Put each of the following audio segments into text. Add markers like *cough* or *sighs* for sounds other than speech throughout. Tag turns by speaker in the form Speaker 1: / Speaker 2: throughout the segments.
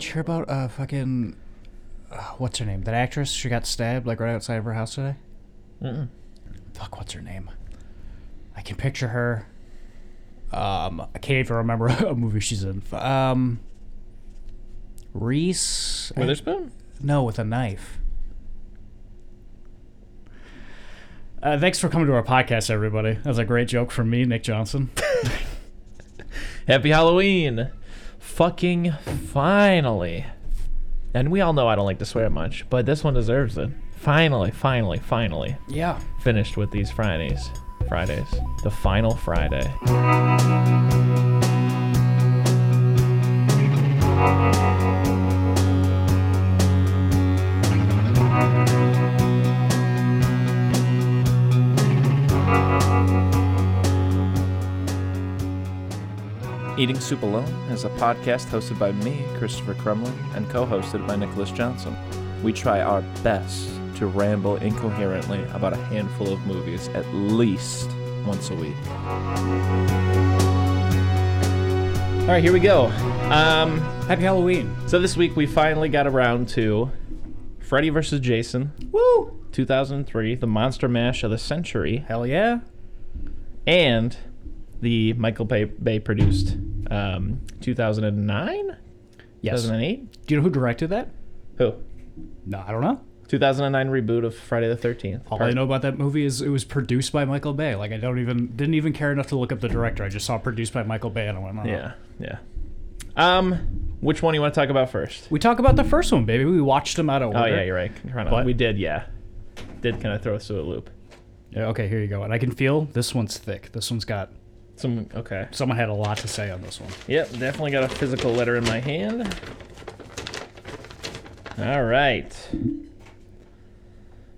Speaker 1: hear about uh fucking uh, what's her name? That actress she got stabbed like right outside of her house today.
Speaker 2: Mm-mm.
Speaker 1: Fuck, what's her name? I can picture her. Um, I can't even remember *laughs* a movie she's in. F- Um, Reese. I-
Speaker 2: Witherspoon?
Speaker 1: no, with a knife. Uh, thanks for coming to our podcast, everybody. That was a great joke from me, Nick Johnson.
Speaker 2: Happy Halloween! Fucking finally. And we all know I don't like to swear much, but this one deserves it. Finally, finally, finally.
Speaker 1: yeah.
Speaker 2: Finished with these Fridays. Fridays. The final Friday. Eating Soup Alone is a podcast hosted by me, Christopher Crumlin, and co hosted by Nicholas Johnson. We try our best to ramble incoherently about a handful of movies at least once a week. All right, here we go. Um,
Speaker 1: Happy Halloween.
Speaker 2: so this week we finally got around to Freddy vs. Jason,
Speaker 1: Woo!
Speaker 2: 2003, the monster mash of the century,
Speaker 1: Hell yeah.
Speaker 2: and the Michael Bay, Bay produced um, 2009?
Speaker 1: Yes.
Speaker 2: 2008?
Speaker 1: Do you know who directed that?
Speaker 2: Who?
Speaker 1: No, I don't know.
Speaker 2: 2009 reboot of Friday the 13th.
Speaker 1: All I
Speaker 2: Part-
Speaker 1: know about that movie is it was produced by Michael Bay. Like I don't even didn't even care enough to look up the director. I just saw produced by Michael Bay and I went, oh.
Speaker 2: Yeah, yeah. Um, which one do you want to talk about first?
Speaker 1: We talk about the first one, baby. We watched them out of order.
Speaker 2: Oh yeah, you're right. Chrono-
Speaker 1: But-
Speaker 2: we did, yeah. Did kind of throw us through a loop.
Speaker 1: Yeah, okay, here you go. And I can feel this one's thick. This one's got
Speaker 2: Some okay.
Speaker 1: someone had a lot to say on this one.
Speaker 2: Yep, definitely got a physical letter in my hand. All right.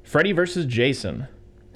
Speaker 2: Freddy vs. Jason,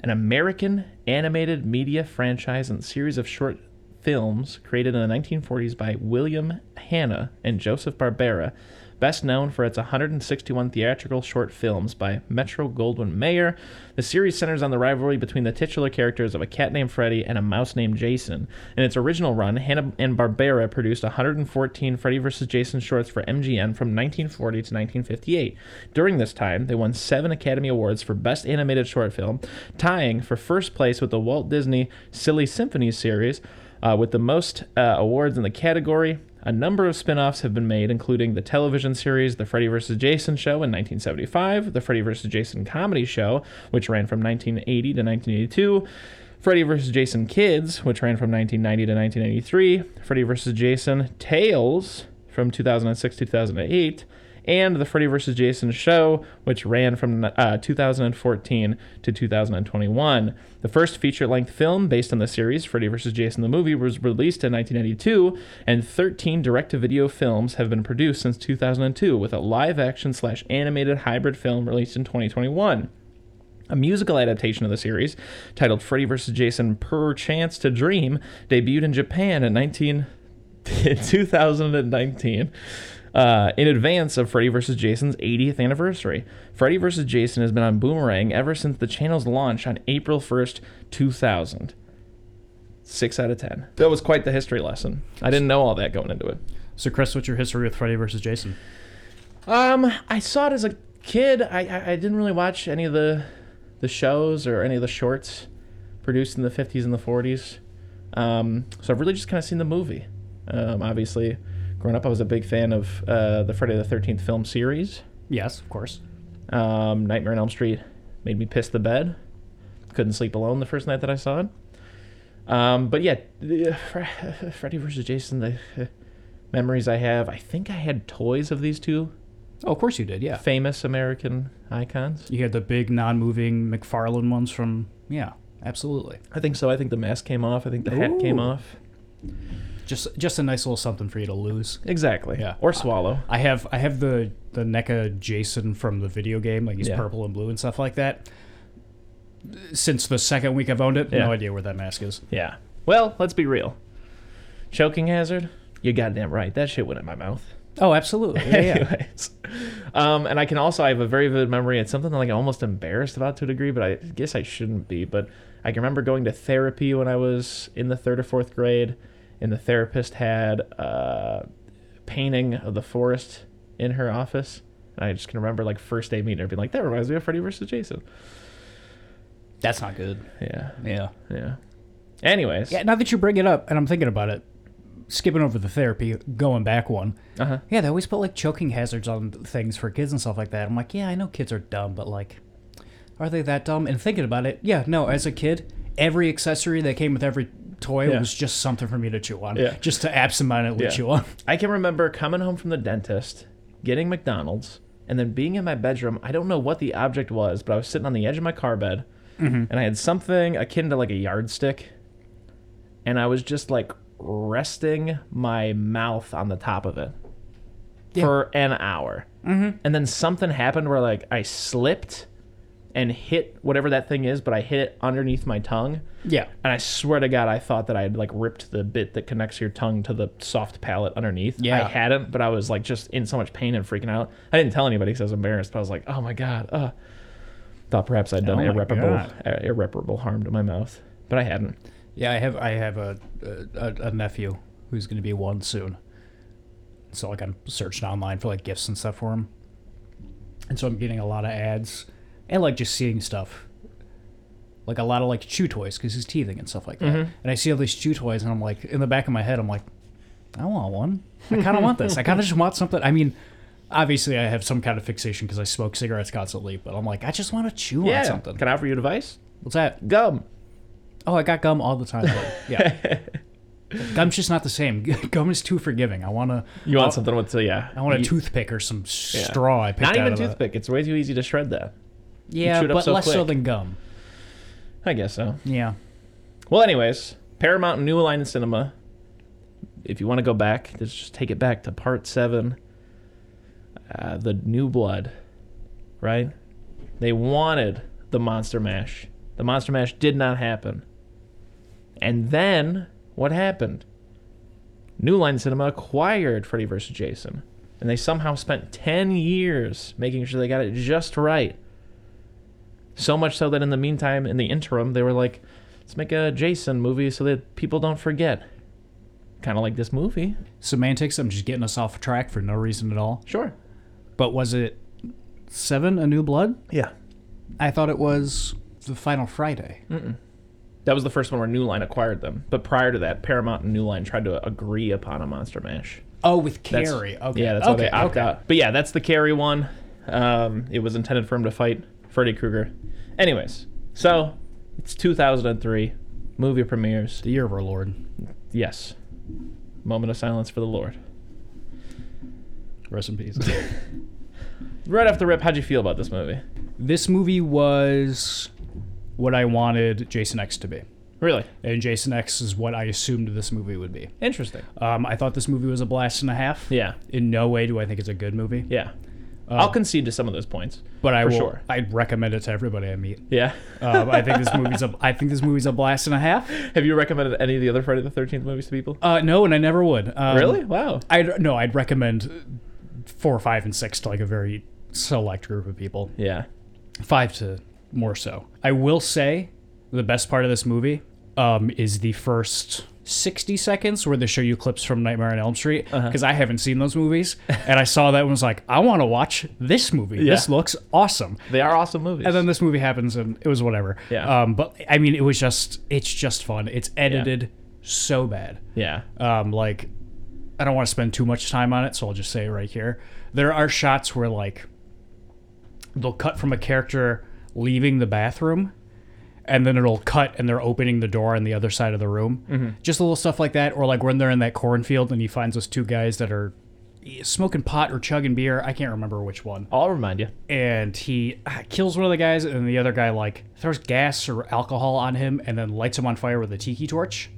Speaker 2: an American animated media franchise and series of short films created in the 1940s by William Hanna and Joseph Barbera, best known for its 161 theatrical short films by Metro Goldwyn Mayer. The series centers on the rivalry between the titular characters of a cat named Freddy and a mouse named Jason. In its original run, Hanna and Barbera produced 114 Freddy vs. Jason shorts for MGM from 1940 to 1958. During this time, they won seven Academy Awards for Best Animated Short Film, tying for first place with the Walt Disney Silly Symphony series, uh, with the most uh, awards in the category. A number of spin offs have been made, including the television series The Freddy vs. Jason Show in 1975, The Freddy vs. Jason Comedy Show, which ran from 1980 to 1982. Freddy vs. Jason Kids, which ran from 1990 to 1993, Freddy vs. Jason Tales from 2006 to 2008, and the Freddy vs. Jason show, which ran from uh, 2014 to 2021. The first feature length film based on the series, Freddy vs. Jason the Movie, was released in 1992, and 13 direct to video films have been produced since 2002, with a live action slash animated hybrid film released in 2021. A musical adaptation of the series, titled Freddy vs. Jason Per Chance to Dream, debuted in Japan in *laughs* 19 in 2019 uh, in advance of Freddy vs. Jason's 80th anniversary. Freddy vs. Jason has been on Boomerang ever since the channel's launch on April 1st, 2000. 6 out of 10. That was quite the history lesson. I didn't know all that going into it.
Speaker 1: So Chris, what's your history with Freddy versus Jason?
Speaker 2: Um, I saw it as a kid. I, I, I didn't really watch any of the the shows or any of the shorts produced in the 50s and the 40s. Um, so I've really just kind of seen the movie. Um, obviously, growing up, I was a big fan of uh, the Friday the 13th film series.
Speaker 1: Yes, of course.
Speaker 2: Um, Nightmare on Elm Street made me piss the bed. Couldn't sleep alone the first night that I saw it. Um, but yeah, the- Fre- *laughs* Freddy versus Jason, the uh, memories I have, I think I had toys of these two
Speaker 1: Oh, of course you did. Yeah.
Speaker 2: famous American icons?
Speaker 1: You had the big non-moving McFarlane ones from yeah, absolutely.
Speaker 2: I think so. I think the mask came off. I think the hat came
Speaker 1: Ooh.
Speaker 2: off.
Speaker 1: Just just a nice little something for you to lose.
Speaker 2: Exactly.
Speaker 1: Yeah.
Speaker 2: Or swallow.
Speaker 1: I have I have the the NECA Jason from the video game, like he's
Speaker 2: Yeah.
Speaker 1: purple and blue and stuff like that. Since the second week I've owned it,
Speaker 2: Yeah.
Speaker 1: no idea where that mask is.
Speaker 2: Yeah. Well, let's be real. Choking hazard? You're goddamn right. That shit went in my mouth.
Speaker 1: Oh, absolutely. Yeah, *laughs* yeah.
Speaker 2: Anyways. Um, and I can also, I have a very vivid memory. It's something like I'm almost embarrassed about to a degree, but I guess I shouldn't be. But I can remember going to therapy when I was in the third or fourth grade, and uh, the therapist had a painting of the forest in her office. And I just can remember like first day meeting her being like, that reminds me of Freddy versus Jason.
Speaker 1: That's not good.
Speaker 2: Yeah.
Speaker 1: Yeah.
Speaker 2: Yeah. Anyways.
Speaker 1: Yeah. Now that you bring it up, and I'm thinking about it, skipping over the therapy, going back one.
Speaker 2: Uh-huh.
Speaker 1: Yeah, they always put like choking hazards on things for kids and stuff like that. I'm like, yeah, I know kids are dumb, but like, are they that dumb? And thinking about it, yeah, no. As a kid, every accessory that came with every toy
Speaker 2: Yeah.
Speaker 1: was just something for me to chew on,
Speaker 2: Yeah.
Speaker 1: just to absentmindedly
Speaker 2: Yeah.
Speaker 1: chew on.
Speaker 2: I can remember coming home from the dentist, getting McDonald's, and then being in my bedroom. I don't know what the object was, but I was sitting on the edge of my car bed, and I had something akin to like a yardstick, and I was just like resting my mouth on the top of it
Speaker 1: Yeah.
Speaker 2: for an hour. Mm-hmm. And then something happened where like I slipped and hit whatever that thing is, but I hit it underneath my tongue.
Speaker 1: Yeah.
Speaker 2: And I swear to God, I thought that I had like ripped the bit that connects your tongue to the soft palate underneath.
Speaker 1: Yeah.
Speaker 2: I hadn't, but I was like just in so much pain and freaking out. I didn't tell anybody because I was embarrassed, but I was like, oh my God. Uh. Thought perhaps I'd done
Speaker 1: Oh my
Speaker 2: irreparable,
Speaker 1: God.
Speaker 2: uh, irreparable harm to my mouth, but I hadn't.
Speaker 1: Yeah, I have I have a a, a nephew who's going to be one soon. So like I'm searching online for like gifts and stuff for him, and so I'm getting a lot of ads and like just seeing stuff, like a lot of like chew toys because he's teething and stuff like that. And I see all these chew toys, and I'm like in the back of my head, I'm like, I want one. I kind of want this. I kind of just want something. I mean. Obviously, I have some kind of fixation because I smoke cigarettes constantly, but I'm like, I just want to chew on something.
Speaker 2: Can I offer you a device?
Speaker 1: What's that?
Speaker 2: Gum.
Speaker 1: Oh, I got gum all the
Speaker 2: *laughs*
Speaker 1: time. But yeah, gum's just not the same. *laughs* Gum is too forgiving. I want to.
Speaker 2: You want something with, uh, yeah.
Speaker 1: I want a
Speaker 2: You-
Speaker 1: toothpick or some s-
Speaker 2: yeah.
Speaker 1: straw. I picked
Speaker 2: Not
Speaker 1: out
Speaker 2: even
Speaker 1: of the-
Speaker 2: toothpick. It's way too easy to shred that.
Speaker 1: Yeah,
Speaker 2: chew it up
Speaker 1: but
Speaker 2: so
Speaker 1: less so
Speaker 2: quick.
Speaker 1: than gum.
Speaker 2: I guess so.
Speaker 1: Yeah.
Speaker 2: Well, anyways, Paramount New Line Cinema. If you want to go back, let's just take it back to part seven. Uh, the New Blood, right? They wanted the Monster Mash. The Monster Mash did not happen. And then what happened? New Line Cinema acquired Freddy vs. Jason, and they somehow spent 10 years making sure they got it just right. So much so that in the meantime, in the interim, they were like, let's make a Jason movie so that people don't forget. Kind of like this movie.
Speaker 1: Semantics. I'm just getting us off track for no reason at all.
Speaker 2: Sure.
Speaker 1: But was it seven? A New Blood?
Speaker 2: Yeah.
Speaker 1: I thought it was the Final Friday.
Speaker 2: Mm. That was the first one where New Line acquired them. But prior to that, Paramount and New Line tried to agree upon a Monster Mash.
Speaker 1: Oh, with
Speaker 2: That's-
Speaker 1: Carrie. Okay.
Speaker 2: Yeah, that's
Speaker 1: okay.
Speaker 2: how they opt
Speaker 1: okay.
Speaker 2: out. But yeah, that's the Carrie one. Um, it was intended for him to fight Freddy Krueger. Anyways, so it's 2003. Movie premieres.
Speaker 1: The year of our Lord.
Speaker 2: Yes. Moment of silence for the Lord.
Speaker 1: Rest in peace.
Speaker 2: Right off the rip, how'd you feel about this movie?
Speaker 1: *laughs* this movie was what I wanted Jason X to be.
Speaker 2: Really?
Speaker 1: and Jason X is what I assumed this movie would be.
Speaker 2: Interesting.
Speaker 1: Um, I thought this movie was a blast and a half.
Speaker 2: Yeah.
Speaker 1: In no way do I think it's a good movie,
Speaker 2: Yeah. I'll concede to some of those points.
Speaker 1: but I
Speaker 2: for
Speaker 1: will.
Speaker 2: sure.
Speaker 1: I'd recommend it to everybody I meet.
Speaker 2: Yeah.
Speaker 1: Um, I think this movie's a. *laughs* I think this movie's a blast and a half.
Speaker 2: *laughs* Have you recommended any of the other Friday the 13th movies to people?
Speaker 1: Uh, no, and I never would. Um,
Speaker 2: really? Wow.
Speaker 1: I'd no. I'd recommend four, five, and six to like a very select group of people.
Speaker 2: Yeah.
Speaker 1: Five to more so. I will say the best part of this movie um, is the first 60 seconds where they show you clips from Nightmare on Elm Street
Speaker 2: Uh-huh.
Speaker 1: because I haven't seen those
Speaker 2: *laughs*
Speaker 1: movies. and I saw that and was like, I want to watch this movie. This
Speaker 2: Yeah.
Speaker 1: looks awesome.
Speaker 2: They are awesome movies.
Speaker 1: And then this movie happens and it was whatever.
Speaker 2: Yeah.
Speaker 1: Um, but I mean, it was just, it's just fun. It's edited so bad
Speaker 2: yeah.
Speaker 1: um, like I don't want to spend too much time on it, so I'll just say it right here. There are shots where like they'll cut from a character leaving the bathroom, and then it'll cut and they're opening the door on the other side of the room. Just little stuff like that, or like when they're in that cornfield and he finds those two guys that are eh, smoking pot or chugging beer. I can't remember which one
Speaker 2: I'll remind you.
Speaker 1: and he ah, kills one of the guys, and the other guy like throws gas or alcohol on him, and then lights him on fire with a tiki torch.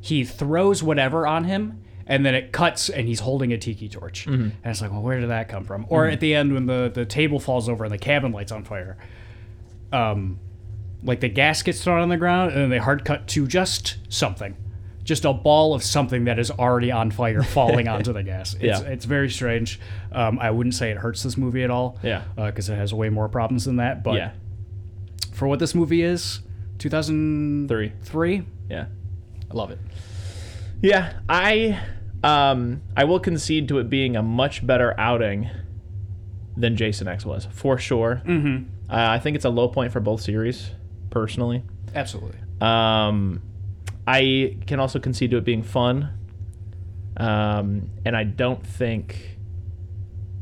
Speaker 1: He throws whatever on him, and then it cuts, and he's holding a tiki torch.
Speaker 2: Mm-hmm.
Speaker 1: And it's like, well, where did that come from? Or at the end when the the table falls over and the cabin lights on fire, um, like the gas gets thrown on the ground, and then they hard cut to just something. Just a ball of something that is already on fire
Speaker 2: *laughs*
Speaker 1: falling onto the gas. It's,
Speaker 2: Yeah.
Speaker 1: it's very strange. Um, I wouldn't say it hurts this movie at all
Speaker 2: Yeah.
Speaker 1: because uh, it has way more problems than that. But
Speaker 2: yeah.
Speaker 1: for what this movie is, 2003,
Speaker 2: Three. Yeah.
Speaker 1: I love it.
Speaker 2: Yeah. I Um, I will concede to it being a much better outing than Jason X was, for sure. Mm-hmm. Uh, I think it's a low point for both series, personally.
Speaker 1: Absolutely.
Speaker 2: Um, I can also concede to it being fun. Um, and I don't think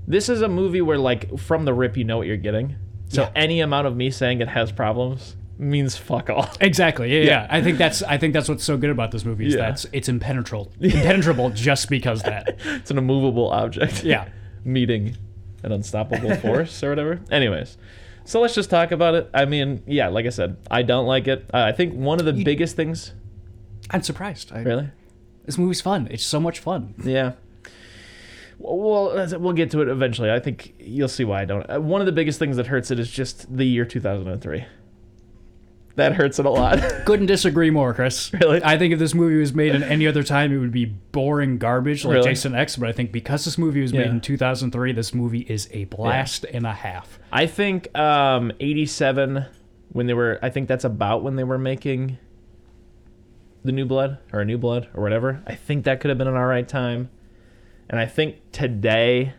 Speaker 2: this is a movie where, like, from the rip, you know what you're getting. So
Speaker 1: Yeah.
Speaker 2: any amount of me saying it has problems means fuck all. *laughs*
Speaker 1: Exactly. Yeah, yeah. I think that's I think that's what's so good about this movie is
Speaker 2: Yeah.
Speaker 1: that's it's *laughs* impenetrable, impenetrable just because that.
Speaker 2: it's an immovable object.
Speaker 1: Yeah.
Speaker 2: *laughs* Meeting an
Speaker 1: *laughs*
Speaker 2: unstoppable force or whatever. Anyways, so let's just talk about it. I mean, yeah, like I said, I don't like it. Uh, I think one of the biggest things,
Speaker 1: *laughs* I'm surprised. I,
Speaker 2: really.
Speaker 1: This movie's fun. It's so much fun.
Speaker 2: Yeah. Well, that's- we'll get to it eventually. I think you'll see why I don't. uh, One of the biggest things that hurts it is just the year 2003. That hurts it a lot. *laughs*
Speaker 1: Couldn't disagree more, Chris.
Speaker 2: Really?
Speaker 1: I think if this movie was made in any other time, it would be boring garbage like
Speaker 2: Really?
Speaker 1: Jason X. But I think because this movie was made
Speaker 2: Yeah.
Speaker 1: in 2003, this movie is a blast and a half.
Speaker 2: I think um, 87 when they were I think that's about when they were making the new blood or a new blood or whatever. I think that could have been an all right time. And I think today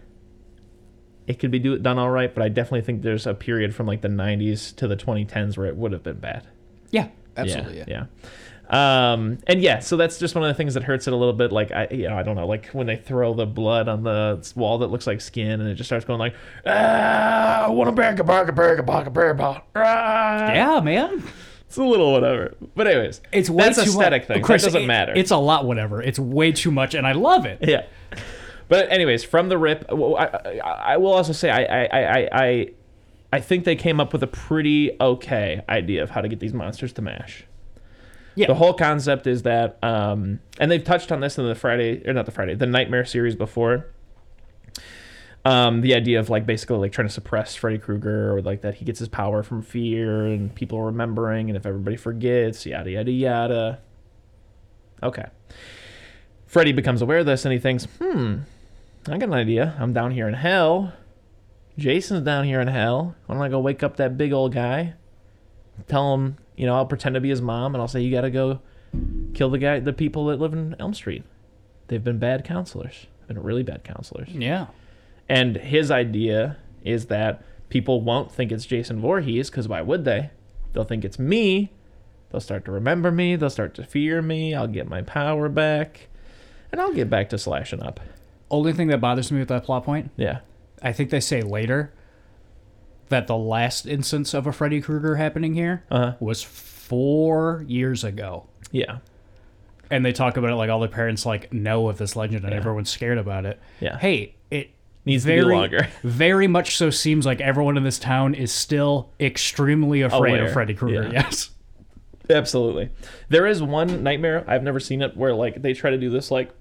Speaker 2: it could be do, done all right, but I definitely think there's a period from like the 90s to the 2010s where it would have been bad.
Speaker 1: Yeah.
Speaker 2: yeah. yeah. Um, and yeah, so that's just one of the things that hurts it a little bit. Like I, you know, I don't know, like when they throw the blood on the s- wall that looks like skin, and it just starts going like, ah, I want a burger, burger, burger, burger, burger, burger, ah."
Speaker 1: Yeah, man.
Speaker 2: It's a little whatever. But anyways,
Speaker 1: It's way
Speaker 2: that's
Speaker 1: too
Speaker 2: aesthetic
Speaker 1: much.
Speaker 2: thing.
Speaker 1: Chris,
Speaker 2: that doesn't
Speaker 1: it-
Speaker 2: matter.
Speaker 1: It's a lot. Whatever. It's way too much, and I love it.
Speaker 2: *laughs* yeah. But anyways, from the rip, well, I, I, I will also say I, I, I, I- I, I think they came up with a pretty okay idea of how to get these monsters to mash.
Speaker 1: Yeah.
Speaker 2: The whole concept is that, um, and they've touched on this in the Friday, or not the Friday, the Nightmare series before. Um, the idea of like basically like trying to suppress Freddy Krueger or like that he gets his power from fear and people remembering and if everybody forgets, yada yada yada. Okay. Freddy becomes aware of this and he thinks, hmm, I got an idea. I'm down here in hell. Jason's down here in hell. Why don't I go wake up that big old guy? Tell him, you know, I'll pretend to be his mom and I'll say, you got to go kill the guy, the people that live in Elm Street. They've been bad counselors, been really bad counselors.
Speaker 1: Yeah.
Speaker 2: And his idea is that people won't think it's Jason Voorhees because why would they? They'll think it's me. They'll start to remember me. They'll start to fear me. I'll get my power back, and I'll get back to slashing up.
Speaker 1: Only thing that bothers me with that plot point
Speaker 2: Yeah.
Speaker 1: I think they say later that the last instance of a Freddy Krueger happening here
Speaker 2: Uh huh.
Speaker 1: was four years ago.
Speaker 2: Yeah.
Speaker 1: And they talk about it like all the parents like know of this legend and
Speaker 2: Yeah.
Speaker 1: everyone's scared about it.
Speaker 2: Yeah.
Speaker 1: Hey, it
Speaker 2: Needs to be
Speaker 1: very,
Speaker 2: longer. *laughs*
Speaker 1: very much so seems like everyone in this town is still extremely afraid
Speaker 2: Aware.
Speaker 1: of Freddy Krueger.
Speaker 2: Yeah.
Speaker 1: Yes.
Speaker 2: Absolutely. There is one nightmare I've never seen it where like they try to do this like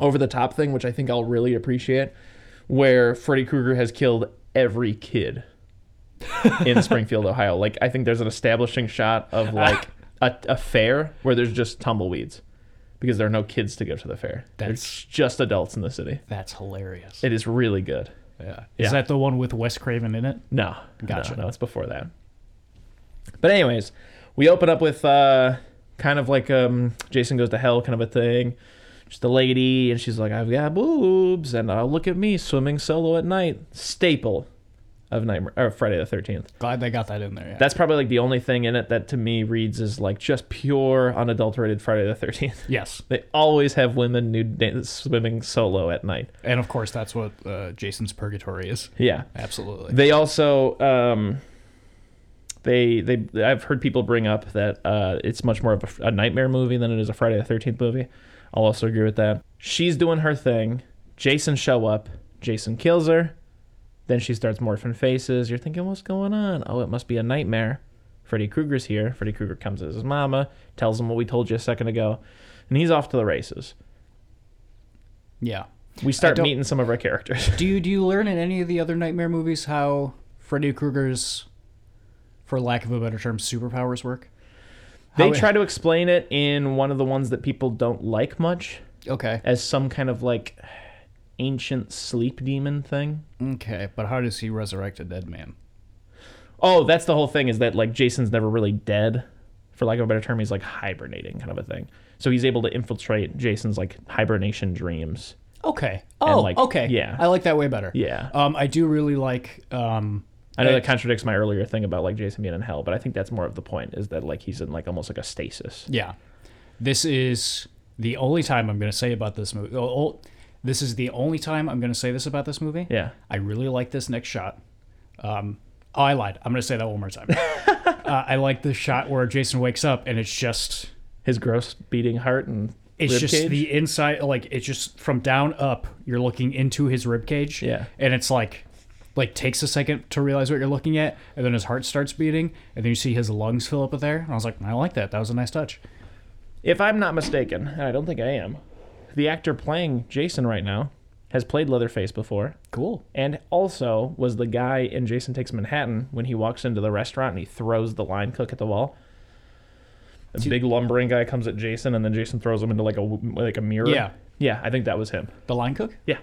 Speaker 2: over the top thing, which I think I'll really appreciate, where Freddy Krueger has killed every kid in Springfield, Ohio. Like I think there's an establishing shot of like a, a fair where there's just tumbleweeds because there are no kids to go to the fair.
Speaker 1: That's-
Speaker 2: There's just adults in the city.
Speaker 1: That's hilarious.
Speaker 2: It is really good.
Speaker 1: yeah.
Speaker 2: Yeah.
Speaker 1: Is that the one with Wes Craven in it?
Speaker 2: No,
Speaker 1: Gotcha.
Speaker 2: No, no, it's before that. But anyways, we open up with uh, kind of like um, Jason goes to hell kind of a thing. Just a lady, and she's like, "I've got boobs," and uh, look at me swimming solo at night. Staple of Nightmare or Friday the Thirteenth.
Speaker 1: Glad they got that in there. Yeah.
Speaker 2: That's probably like the only thing in it that to me reads as like just pure unadulterated Friday the Thirteenth. *laughs*
Speaker 1: yes.
Speaker 2: They always have women nude dan- swimming solo at night.
Speaker 1: And of course, that's what uh, Jason's Purgatory is.
Speaker 2: Yeah,
Speaker 1: Absolutely.
Speaker 2: They also um, they they I've heard people bring up that uh, it's much more of a, a nightmare movie than it is a Friday the Thirteenth movie. I'll also agree with that. She's doing her thing. Jason show up. Jason kills her. Then she starts morphing faces. You're thinking, what's going on? Oh, it must be a nightmare. Freddy Krueger's here. Freddy Krueger comes as his mama, tells him what we told you a second ago, and he's off to the races.
Speaker 1: Yeah.
Speaker 2: We start
Speaker 1: don't-
Speaker 2: meeting some of our characters.
Speaker 1: Do you do you learn in any of the other Nightmare movies how Freddy Krueger's, for lack of a better term, superpowers work?
Speaker 2: They
Speaker 1: How-
Speaker 2: try to explain it in one of the ones that people don't like much.
Speaker 1: Okay.
Speaker 2: as some kind of like ancient sleep demon thing.
Speaker 1: Okay, but how does he resurrect a dead man?
Speaker 2: Oh, that's the whole thing is that like Jason's never really dead. for lack of a better term, he's like hibernating kind of a thing. So he's able to infiltrate Jason's like hibernation dreams.
Speaker 1: Okay. Oh,
Speaker 2: like,
Speaker 1: okay.
Speaker 2: yeah.
Speaker 1: I like that way better.
Speaker 2: Yeah.
Speaker 1: Um, I do really like. Um,
Speaker 2: I know
Speaker 1: I-
Speaker 2: that contradicts my earlier thing about like Jason being in hell, but I think that's more of the point is that like he's in like almost like a stasis.
Speaker 1: yeah. This is the only time I'm going to say about this movie. oh, oh, This is the only time I'm going to say this about this movie.
Speaker 2: Yeah.
Speaker 1: I really like this next shot. Um, oh, I lied. I'm going to say that one more
Speaker 2: *laughs*
Speaker 1: time. uh, I like the shot where Jason wakes up and it's just
Speaker 2: His gross beating heart and
Speaker 1: it's
Speaker 2: rib
Speaker 1: just
Speaker 2: cage.
Speaker 1: the inside like it's just from down up you're looking into his rib cage
Speaker 2: Yeah.
Speaker 1: and it's like like takes a second to realize what you're looking at and then his heart starts beating and then you see his lungs fill up with air and i was like i like that that was a nice touch
Speaker 2: If I'm not mistaken, and I don't think I am, the actor playing Jason right now has played Leatherface before
Speaker 1: cool
Speaker 2: and also was the guy in Jason Takes Manhattan when he walks into the restaurant and he throws the line cook at the wall. The big lumbering guy comes at Jason and then Jason throws him into like a w- like a mirror.
Speaker 1: Yeah.
Speaker 2: Yeah, I think that was him.
Speaker 1: the line cook
Speaker 2: Yeah.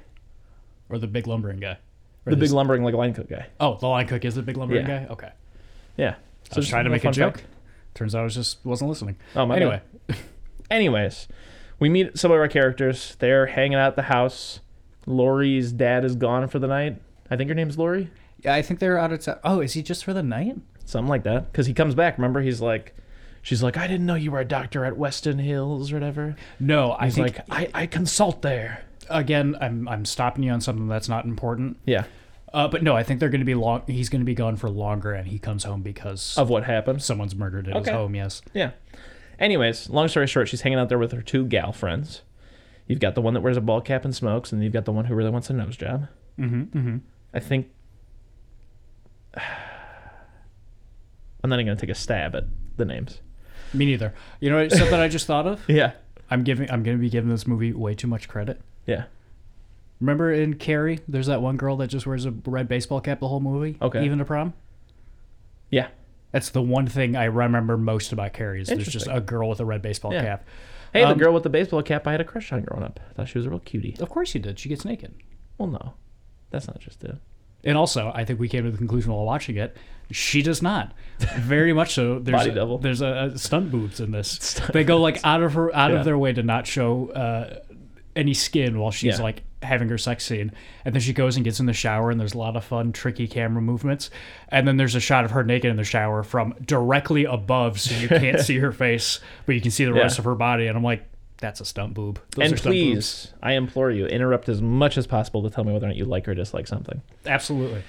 Speaker 1: or the big lumbering guy Or
Speaker 2: The big
Speaker 1: this-
Speaker 2: lumbering like line cook guy.
Speaker 1: oh the line cook is the big lumbering
Speaker 2: Yeah.
Speaker 1: guy okay
Speaker 2: Yeah.
Speaker 1: i was
Speaker 2: just
Speaker 1: trying to
Speaker 2: little
Speaker 1: make a
Speaker 2: fun
Speaker 1: joke
Speaker 2: fact.
Speaker 1: turns out i was just wasn't listening
Speaker 2: Oh, my bad.
Speaker 1: anyway
Speaker 2: Anyways, we meet some of our characters. They're hanging out at the house. Lori's dad is gone for the night. I think her name's Lori.
Speaker 1: yeah i think they're out of town oh is he just for the night
Speaker 2: something like that. Because he comes back. Remember, he's like, she's like, I didn't know you were a doctor at Weston Hills or whatever.
Speaker 1: no i
Speaker 2: He's
Speaker 1: think
Speaker 2: like, I, I consult there.
Speaker 1: again I'm, I'm stopping you on something that's not important
Speaker 2: Yeah,
Speaker 1: Uh, but no, I think they're going to be long. He's going to be gone for longer, and he comes home because
Speaker 2: of what happens.
Speaker 1: someone's murdered at
Speaker 2: Oh. Okay.
Speaker 1: his home. Yes.
Speaker 2: Yeah. Anyways, long story short, she's hanging out there with her two gal friends. You've got the one that wears a ball cap and smokes, and you've got the one who really wants a nose job.
Speaker 1: Mm-hmm. mm-hmm.
Speaker 2: I think. *sighs* I'm not even gonna take a stab at the names.
Speaker 1: Me neither. You know what- something I just thought
Speaker 2: *laughs*
Speaker 1: of?
Speaker 2: Yeah.
Speaker 1: I'm giving. I'm going to be giving this movie way too much credit.
Speaker 2: Yeah.
Speaker 1: Remember in Carrie, there's that one girl that just wears a red baseball cap the whole movie,
Speaker 2: Okay.
Speaker 1: even to prom.
Speaker 2: Yeah.
Speaker 1: That's the one thing I remember most about Carrie. Is there's just
Speaker 2: Interesting.
Speaker 1: a girl with a red baseball
Speaker 2: Yeah.
Speaker 1: cap.
Speaker 2: Hey,
Speaker 1: Um,
Speaker 2: the girl with the baseball cap I had a crush on growing up. I thought she was a real cutie.
Speaker 1: Of course you did. She gets naked.
Speaker 2: Well, no, that's not just it.
Speaker 1: And also, I think we came to the conclusion while watching it, she does not. Very much so. There's
Speaker 2: Body
Speaker 1: a,
Speaker 2: double.
Speaker 1: There's a, a stunt boobs in
Speaker 2: *laughs*
Speaker 1: this. they go like out of her out
Speaker 2: Yeah.
Speaker 1: of their way to not show uh, any skin while she's
Speaker 2: Yeah.
Speaker 1: like having her sex scene, and then she goes and gets in the shower, and there's a lot of fun tricky camera movements, and then there's a shot of her naked in the shower from directly above, so you
Speaker 2: *laughs*
Speaker 1: can't see her face, but you can see the
Speaker 2: Yeah.
Speaker 1: rest of her body, and I'm like, that's a stunt boob. Those
Speaker 2: and
Speaker 1: are stunt boobs.
Speaker 2: please, I implore you, interrupt as much as possible to tell me whether or not you like or dislike something.
Speaker 1: absolutely.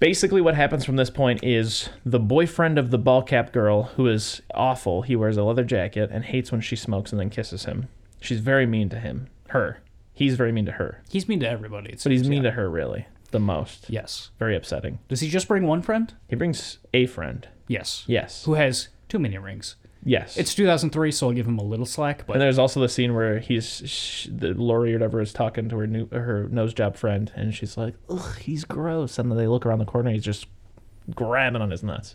Speaker 2: Basically, what happens from this point is the boyfriend of the ball cap girl, who is awful, he wears a leather jacket and hates when she smokes and then kisses him. She's very mean to him, her. He's very mean to her,
Speaker 1: He's mean to everybody. It's
Speaker 2: but he's mean to her really the most.
Speaker 1: yes.
Speaker 2: Very upsetting.
Speaker 1: Does he just bring one friend?
Speaker 2: He brings a friend.
Speaker 1: Yes.
Speaker 2: Yes.
Speaker 1: Who has too many rings.
Speaker 2: Yes.
Speaker 1: It's 2003, so I'll give him a little slack,
Speaker 2: And
Speaker 1: but
Speaker 2: there's also the scene where he's sh the Lori or whatever is talking to her new her nose job friend, and she's like, "Ugh, he's gross." And then they look around the corner, and he's just grabbing on his nuts.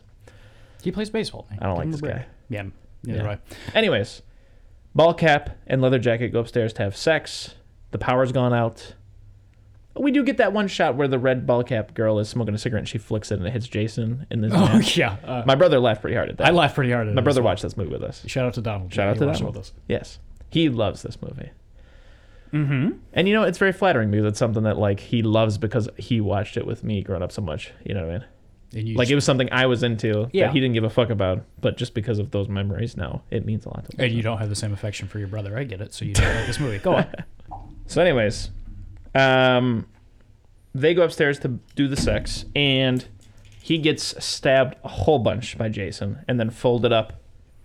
Speaker 1: he plays baseball. man.
Speaker 2: I don't like
Speaker 1: him a
Speaker 2: this
Speaker 1: break.
Speaker 2: guy.
Speaker 1: Yeah, neither
Speaker 2: Yeah. *laughs*
Speaker 1: do I.
Speaker 2: Anyways, ball cap and leather jacket go upstairs to have sex. The power's gone out. We do get that one shot where the red ball cap girl is smoking a cigarette, and she flicks it, and it hits Jason in his.
Speaker 1: Oh,
Speaker 2: neck.
Speaker 1: yeah. Uh,
Speaker 2: My brother laughed pretty hard at that.
Speaker 1: I laughed pretty hard at
Speaker 2: My
Speaker 1: it
Speaker 2: brother
Speaker 1: as well.
Speaker 2: watched this movie with us.
Speaker 1: Shout out to Donald.
Speaker 2: Shout
Speaker 1: Yeah,
Speaker 2: out
Speaker 1: he
Speaker 2: to
Speaker 1: watched
Speaker 2: Donald.
Speaker 1: all this.
Speaker 2: Yes, he loves this movie. Mm-hmm. And you know, it's very flattering because it's something that like he loves because he watched it with me growing up so much. You know what I mean?
Speaker 1: And you,
Speaker 2: Like it was something I was into
Speaker 1: Yeah.
Speaker 2: that he didn't give a fuck about, but just because of those memories, now it means a lot to
Speaker 1: and
Speaker 2: him.
Speaker 1: you don't have the same affection for your brother. I get it. So you don't like this movie. Go
Speaker 2: *laughs*
Speaker 1: on.
Speaker 2: So, anyways, um, they go upstairs to do the sex, and he gets stabbed a whole bunch by Jason, and then folded up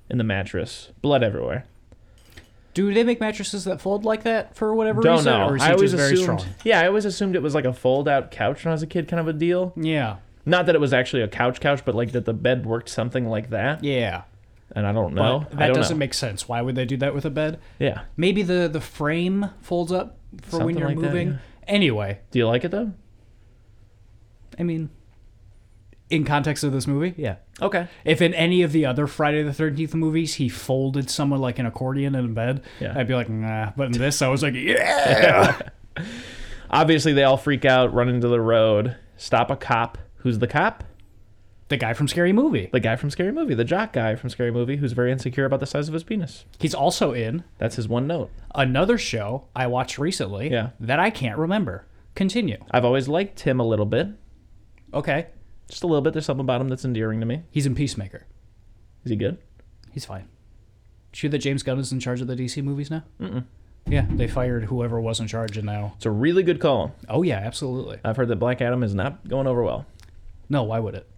Speaker 2: in the mattress, blood everywhere.
Speaker 1: Do they make mattresses that fold like that for whatever reason? Or is he
Speaker 2: I always
Speaker 1: just very
Speaker 2: assumed,
Speaker 1: strong?
Speaker 2: Yeah, I always assumed it was like a fold-out couch when I was a kid, kind of a deal.
Speaker 1: Yeah.
Speaker 2: Not that it was actually a couch couch, but like that the bed worked something like that.
Speaker 1: Yeah.
Speaker 2: And I don't
Speaker 1: But
Speaker 2: know. I
Speaker 1: that
Speaker 2: don't
Speaker 1: doesn't
Speaker 2: know.
Speaker 1: make sense. Why would they do that with a bed?
Speaker 2: Yeah.
Speaker 1: Maybe the, the frame folds up for when
Speaker 2: Something
Speaker 1: you're
Speaker 2: like that,
Speaker 1: moving.
Speaker 2: yeah.
Speaker 1: Anyway,
Speaker 2: Do you like it though?
Speaker 1: I mean, in context of this movie, yeah.
Speaker 2: Okay.
Speaker 1: If in any of the other Friday the Thirteenth movies he folded someone like an accordion in a bed,
Speaker 2: Yeah.
Speaker 1: I'd be like, nah. But in this, I was like, yeah.
Speaker 2: Obviously, they all freak out, run into the road, stop a cop. Who's the cop?
Speaker 1: the The guy from Scary Movie.
Speaker 2: The guy from Scary Movie, the jock guy from Scary Movie, who's very insecure about the size of his penis.
Speaker 1: He's also in
Speaker 2: That's his one note.
Speaker 1: another show I watched recently
Speaker 2: Yeah.
Speaker 1: that I can't remember. Continue.
Speaker 2: I've always liked him a little bit,
Speaker 1: Okay.
Speaker 2: just a little bit. There's something about him that's endearing to me.
Speaker 1: He's in Peacemaker.
Speaker 2: Is he good?
Speaker 1: He's fine. Did you hear that James Gunn is in charge of the DC movies now? Mm-mm. Yeah, they fired whoever was in charge and now.
Speaker 2: It's a really good call.
Speaker 1: Oh, yeah, absolutely.
Speaker 2: I've heard that Black Adam is not going over well.
Speaker 1: No, why would it?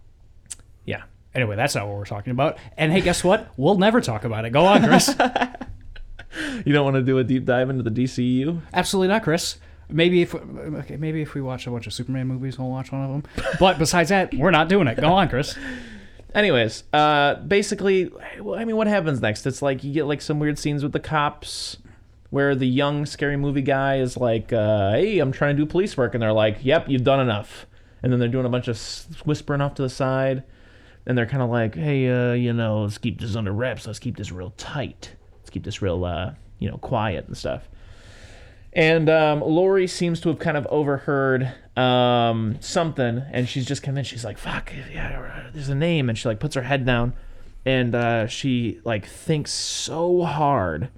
Speaker 2: Yeah.
Speaker 1: Anyway, that's not what we're talking about. And hey, guess what? We'll never talk about it. Go on, Chris.
Speaker 2: *laughs* You don't want to do a deep dive into the E DCU?
Speaker 1: Absolutely not, Chris. Maybe if okay, maybe if we watch a bunch of Superman movies, we'll watch one of them. But besides that, we're not doing it. Go on, Chris.
Speaker 2: Anyways, uh, basically, well, I mean, what happens next? It's like you get like some weird scenes with the cops, where the young scary movie guy is like, uh, "Hey, I'm trying to do police work," and they're like, "Yep, you've done enough." And then they're doing a bunch of s- whispering off to the side, and they're kind of like, "Hey, uh, you know, let's keep this under wraps. Let's keep this real tight. Let's keep this real, uh, you know, quiet and stuff." And um, Lori seems to have kind of overheard um, something, and she's just convinced. She's like, "Fuck, yeah, uh, there's a name," and she like puts her head down, and uh, she like thinks so hard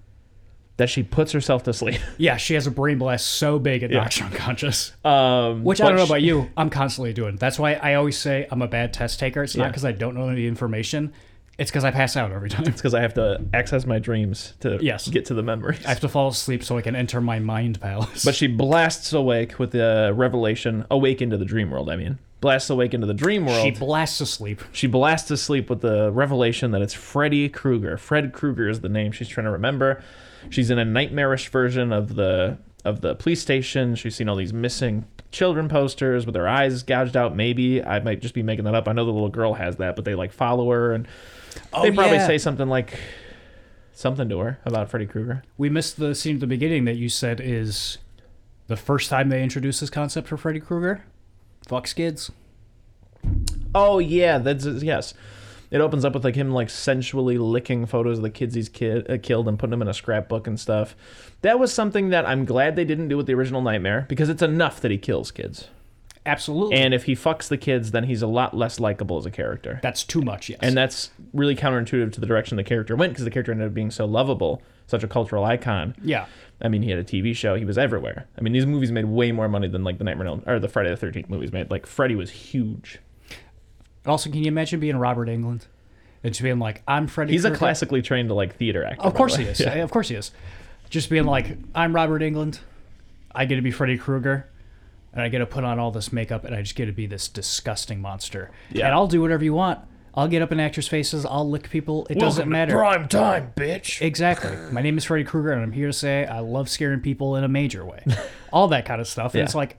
Speaker 2: that she puts herself to sleep. *laughs*
Speaker 1: Yeah, she has a brain blast so big it knocks her unconscious.
Speaker 2: Um,
Speaker 1: Which I
Speaker 2: but
Speaker 1: don't know
Speaker 2: she-
Speaker 1: about you, I'm constantly doing. That's why I always say I'm a bad test taker. It's not
Speaker 2: Yeah.
Speaker 1: because I don't know the information; it's because I pass out every time. *laughs*
Speaker 2: It's because I have to access my dreams to
Speaker 1: Yes.
Speaker 2: get to the memories.
Speaker 1: I have to fall asleep so I can enter my mind palace.
Speaker 2: But she blasts awake with the revelation, awake into the dream world. I mean, blasts awake into the dream world.
Speaker 1: she blasts asleep.
Speaker 2: She blasts to sleep with the revelation that it's Freddy Krueger. Fred Krueger is the name she's trying to remember. She's in a nightmarish version of the of the police station. She's seen all these missing children posters with her eyes gouged out. Maybe I might just be making that up. I know the little girl has that, but they like follow her and they probably
Speaker 1: yeah.
Speaker 2: say something like something to her about Freddy Krueger.
Speaker 1: We missed the scene at the beginning that you said is the first time they introduced this concept for Freddy Krueger. Fuck skids.
Speaker 2: Oh yeah, that's yes. It opens up with like him like sensually licking photos of the kids he's kid, uh, killed and putting them in a scrapbook and stuff. That was something that I'm glad they didn't do with the original Nightmare because it's enough that he kills kids.
Speaker 1: Absolutely.
Speaker 2: And if he fucks the kids, then he's a lot less likable as a character.
Speaker 1: that's too much. Yes.
Speaker 2: And that's really counterintuitive to the direction the character went because the character ended up being so lovable, such a cultural icon.
Speaker 1: yeah.
Speaker 2: I mean, he had a TV show. He was everywhere. I mean, these movies made way more money than like the Nightmare on Elm- or the Friday the Thirteenth movies made. Like Freddy was huge.
Speaker 1: And also, can you imagine being Robert England and just being like, "I'm Freddy."
Speaker 2: He's a
Speaker 1: Krueger."
Speaker 2: classically trained like theater actor. by
Speaker 1: Of
Speaker 2: the
Speaker 1: course
Speaker 2: way.
Speaker 1: he
Speaker 2: *laughs*
Speaker 1: is. Of course he is. Just being like, I'm Robert England. I get to be Freddy Krueger. And I get to put on all this makeup and I just get to be this disgusting monster.
Speaker 2: Yeah.
Speaker 1: And I'll do whatever you want. I'll get up in actors' faces. I'll lick people. It doesn't matter.
Speaker 2: Prime time, bitch.
Speaker 1: Exactly. My name is Freddy Krueger and I'm here to say I love scaring people in a major
Speaker 2: *laughs*
Speaker 1: way. all that kind of stuff. And
Speaker 2: Yeah.
Speaker 1: it's like,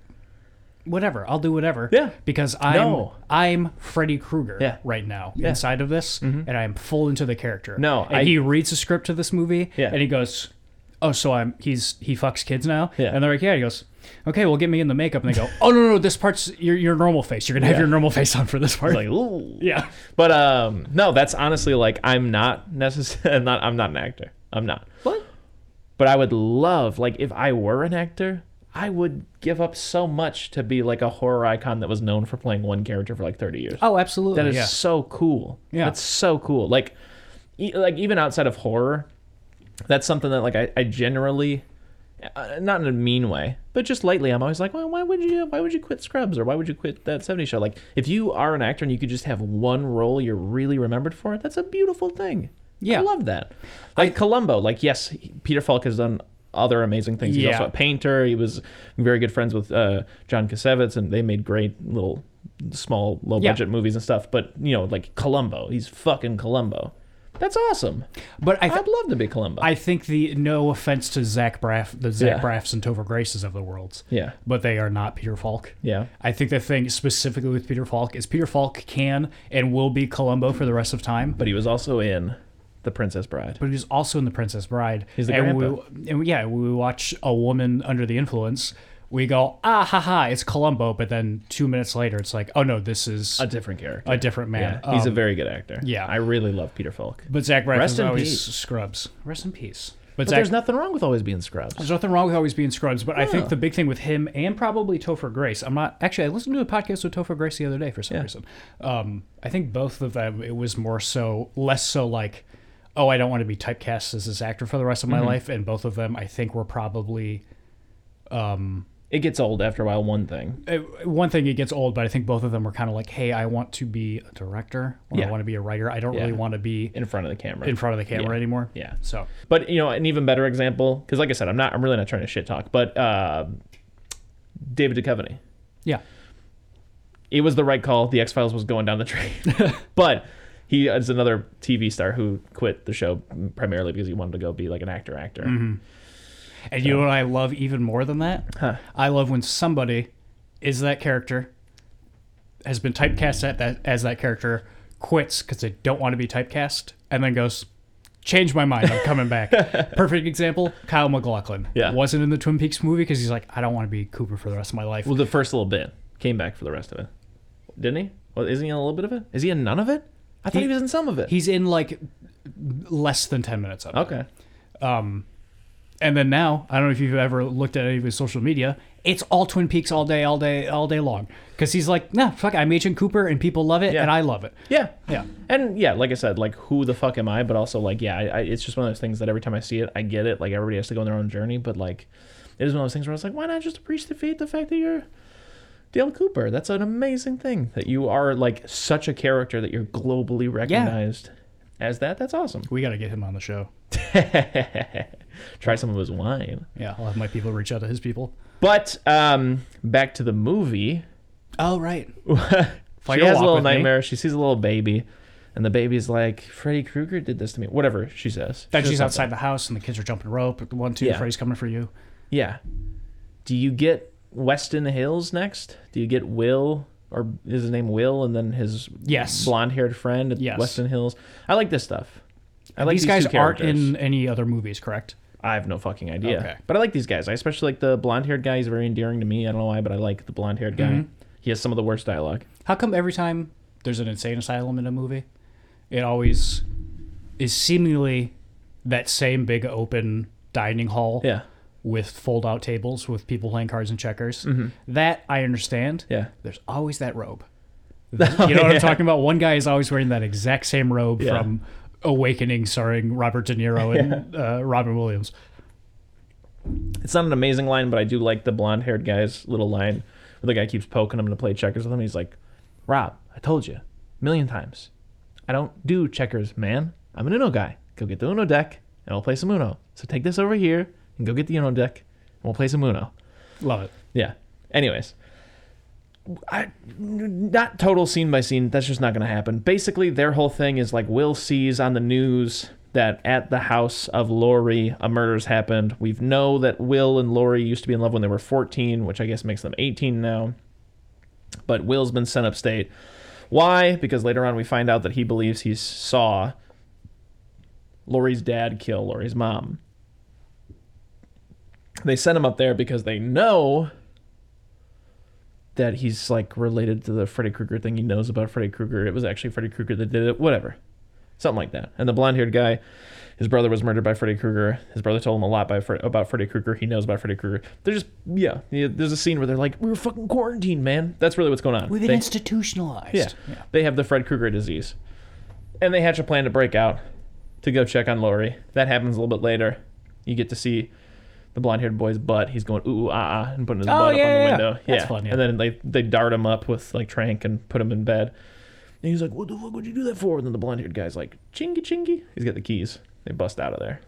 Speaker 1: whatever. I'll do whatever.
Speaker 2: Yeah.
Speaker 1: Because I'm
Speaker 2: No.
Speaker 1: I'm Freddy Krueger
Speaker 2: Yeah. Mm-hmm.
Speaker 1: right now inside of this, and I'm full into the character.
Speaker 2: No,
Speaker 1: and
Speaker 2: I-
Speaker 1: he reads the script to this movie,
Speaker 2: Yeah.
Speaker 1: and he goes, "Oh, so I'm he's he fucks kids now."
Speaker 2: Yeah.
Speaker 1: And they're like, "Yeah." He goes, "Okay, well, get me in the makeup." And they go, "Oh no, no, no this part's your your normal face. You're gonna have
Speaker 2: Yeah.
Speaker 1: your normal face on for this part."
Speaker 2: Like, ooh.
Speaker 1: yeah.
Speaker 2: But um, no, that's honestly like I'm not necessarily not *laughs* I'm not an actor. I'm not.
Speaker 1: What?
Speaker 2: But I would love like if I were an actor, I would give up so much to be like a horror icon that was known for playing one character for like 30 years.
Speaker 1: Oh, absolutely.
Speaker 2: That is
Speaker 1: yeah.
Speaker 2: so cool.
Speaker 1: Yeah.
Speaker 2: that's so cool. Like, e- like even outside of horror, that's something that like I, I generally, uh, not in a mean way, but just lightly, I'm always like, well, why would you? Why would you quit Scrubs or why would you quit that '70s show? Like, if you are an actor and you could just have one role you're really remembered for, that's a beautiful thing.
Speaker 1: Yeah.
Speaker 2: I love that. Like Columbo, like yes, he- Peter Falk has done other amazing things. He's
Speaker 1: Yeah.
Speaker 2: also a painter. He was very good friends with uh, John Cassavetes, and they made great little, small, low
Speaker 1: Yeah.
Speaker 2: budget movies and stuff. But you know, like Columbo, he's fucking Columbo. That's awesome.
Speaker 1: But I
Speaker 2: I'd love to be Columbo.
Speaker 1: I think the no offense to Zach Braff, the Zach
Speaker 2: Yeah.
Speaker 1: Braffs and Topher Graces of the world,
Speaker 2: yeah,
Speaker 1: but they are not Peter Falk.
Speaker 2: yeah.
Speaker 1: I think the thing specifically with Peter Falk is Peter Falk can and will be Columbo for the rest of time,
Speaker 2: But he was also in The Princess Bride.
Speaker 1: but he was also in The Princess Bride.
Speaker 2: He's the
Speaker 1: and
Speaker 2: grandpa.
Speaker 1: we, and yeah, we watch a woman under the influence. We go ah ha ha, it's Columbo, but then two minutes later, it's like oh no, this is
Speaker 2: A
Speaker 1: a,
Speaker 2: different character.
Speaker 1: different man.
Speaker 2: yeah, he's a
Speaker 1: Um,
Speaker 2: very good actor.
Speaker 1: yeah.
Speaker 2: I really love Peter Falk.
Speaker 1: but Zach Braff
Speaker 2: Rest
Speaker 1: is
Speaker 2: in
Speaker 1: always
Speaker 2: peace.
Speaker 1: Scrubs. Rest in peace. But,
Speaker 2: But
Speaker 1: Zac-
Speaker 2: there's nothing wrong with always being scrubs.
Speaker 1: There's nothing wrong with always being scrubs, but I
Speaker 2: Yeah.
Speaker 1: think the big thing with him and probably Topher Grace, I'm not actually. I listened to a podcast with Topher Grace the other day for some
Speaker 2: Yeah.
Speaker 1: reason. Um, I think both of them. It was more so, less so like, oh, I don't want to be typecast as this actor for the rest of my
Speaker 2: Mm-hmm.
Speaker 1: life. And both of them, I think, were probably
Speaker 2: It gets old after a while. One thing.
Speaker 1: uh, one thing. It gets old, but I think both of them were kind of like, hey, I want to be a director. Or
Speaker 2: Yeah.
Speaker 1: I want to be a writer. I don't
Speaker 2: Yeah.
Speaker 1: really want to be
Speaker 2: in front of the camera.
Speaker 1: in front of the camera anymore.
Speaker 2: Yeah.
Speaker 1: So
Speaker 2: But you know, an even better example, because like I said, I'm not, I'm really not trying to shit talk, but uh, David Duchovny.
Speaker 1: yeah,
Speaker 2: It was the right call. The X Files was going down the drain, but he is another TV star who quit the show primarily because he wanted to go be like an actor, actor.
Speaker 1: and you know what I love even more than that.
Speaker 2: Huh.
Speaker 1: I love when somebody is that character, has been typecast at that as that character, quits because they don't want to be typecast, and then goes, "Change my mind, I'm coming
Speaker 2: *laughs*
Speaker 1: back." Perfect example: Kyle MacLachlan.
Speaker 2: Yeah.
Speaker 1: wasn't in the Twin Peaks movie because he's like, "I don't want to be Cooper for the rest of my life."
Speaker 2: Well, the first little bit came back for the rest of it, didn't he? Well, isn't he in a little bit of it? Is he in none of it? I thought he,
Speaker 1: He-
Speaker 2: was in some of it.
Speaker 1: He's in like less than ten minutes of it.
Speaker 2: okay.
Speaker 1: And then now, I don't know if you've ever looked at any of his social media. It's all Twin Peaks all day, all day, all day long. Because he's like, nah, fuck, I'm Agent Cooper, and people love it,
Speaker 2: Yeah.
Speaker 1: and I love it.
Speaker 2: Yeah.
Speaker 1: Yeah.
Speaker 2: And yeah, like I said, like who the fuck am I? But also like, yeah, I, I, it's just one of those things that every time I see it, I get it. Like everybody has to go on their own journey, but like, it is one of those things where I was like, why not just appreciate the fact that you're Dale Cooper? That's an amazing thing that you are like such a character that you're globally recognized as that. That's awesome. *laughs*
Speaker 1: We got to get him on the show.
Speaker 2: Try some of his wine.
Speaker 1: Yeah, I'll have my people reach out to his people.
Speaker 2: But um, back to the movie.
Speaker 1: Oh, right.
Speaker 2: she
Speaker 1: a
Speaker 2: has a
Speaker 1: walk
Speaker 2: little
Speaker 1: with me.
Speaker 2: nightmare. She sees a little baby, and the baby's like, "Freddy Krueger did this to me." Whatever she says.
Speaker 1: Then
Speaker 2: She
Speaker 1: she's
Speaker 2: says
Speaker 1: outside the house, and the kids are jumping rope. One, two,
Speaker 2: Yeah.
Speaker 1: Freddy's coming for you.
Speaker 2: Yeah. Do you get Weston Hills next? Do you get Will or is his name Will and then his
Speaker 1: Yes.
Speaker 2: blonde-haired friend at
Speaker 1: Yes.
Speaker 2: Weston Hills? I like this stuff. I like
Speaker 1: These
Speaker 2: these,
Speaker 1: guys
Speaker 2: two
Speaker 1: aren't
Speaker 2: characters.
Speaker 1: in any other movies, correct?
Speaker 2: I have no fucking idea.
Speaker 1: Okay.
Speaker 2: But I like these guys. I especially like the blonde-haired guy. He's very endearing to me. I don't know why, but I like the blonde-haired guy.
Speaker 1: Mm-hmm.
Speaker 2: He has some of the worst dialogue.
Speaker 1: How come every time there's an insane asylum in a movie, it always is seemingly that same big open dining hall?
Speaker 2: Yeah.
Speaker 1: with fold out tables with people playing cards and checkers. That I understand.
Speaker 2: Mm-hmm. Yeah.
Speaker 1: There's always that
Speaker 2: *laughs*
Speaker 1: robe. You know what I'm talking about? One guy is always wearing that exact same robe
Speaker 2: Yeah.
Speaker 1: from Awakening, starring Robert De Niro and uh, Robin Williams.
Speaker 2: It's not an amazing line, but I do like the blonde haired guy's little line where the guy keeps poking him to play checkers with him. He's like, Rob, I told you a million times. I don't do checkers, man. I'm an Uno guy. Go get the Uno deck and we'll play some Uno. So take this over here and go get the Uno deck and we'll play some Uno.
Speaker 1: Love it.
Speaker 2: Yeah. Anyways, I, not total scene by scene. That's just not going to happen. Basically, their whole thing is like Will sees on the news that at the house of Lori, a murder's happened. We know that Will and Lori used to be in love when they were 14, which I guess makes them 18 now. But Will's been sent upstate. Why? Because later on we find out that he believes he saw Lori's dad kill Lori's mom they sent him up there because they know that he's like related to the Freddy Krueger thing. He knows about Freddy Krueger. It was actually Freddy Krueger that did it. Whatever, something like that. And the blonde-haired guy, his brother was murdered by Freddy Krueger. His brother told him a lot by Fre- about Freddy Krueger. He knows about Freddy Krueger. They're just yeah, yeah. There's a scene where they're like, "We were fucking quarantined, man." That's really what's going on.
Speaker 1: We've been
Speaker 2: They-
Speaker 1: institutionalized.
Speaker 2: yeah. They have the Fred Krueger disease. And they hatch a plan to break out to go check on Lori. That happens a little bit later. You get to see the blonde haired boy's butt. He's going ooh, ooh, ah, ah, and putting his
Speaker 1: Oh,
Speaker 2: butt
Speaker 1: yeah,
Speaker 2: up on the
Speaker 1: yeah, yeah.
Speaker 2: window.
Speaker 1: That's fun, yeah.
Speaker 2: And then they, they dart him up with like Trank and put him in bed. And he's like, What the fuck would you do that for? And then the blonde haired guy's like, Chingy, chingy. He's got the keys. They bust out of there.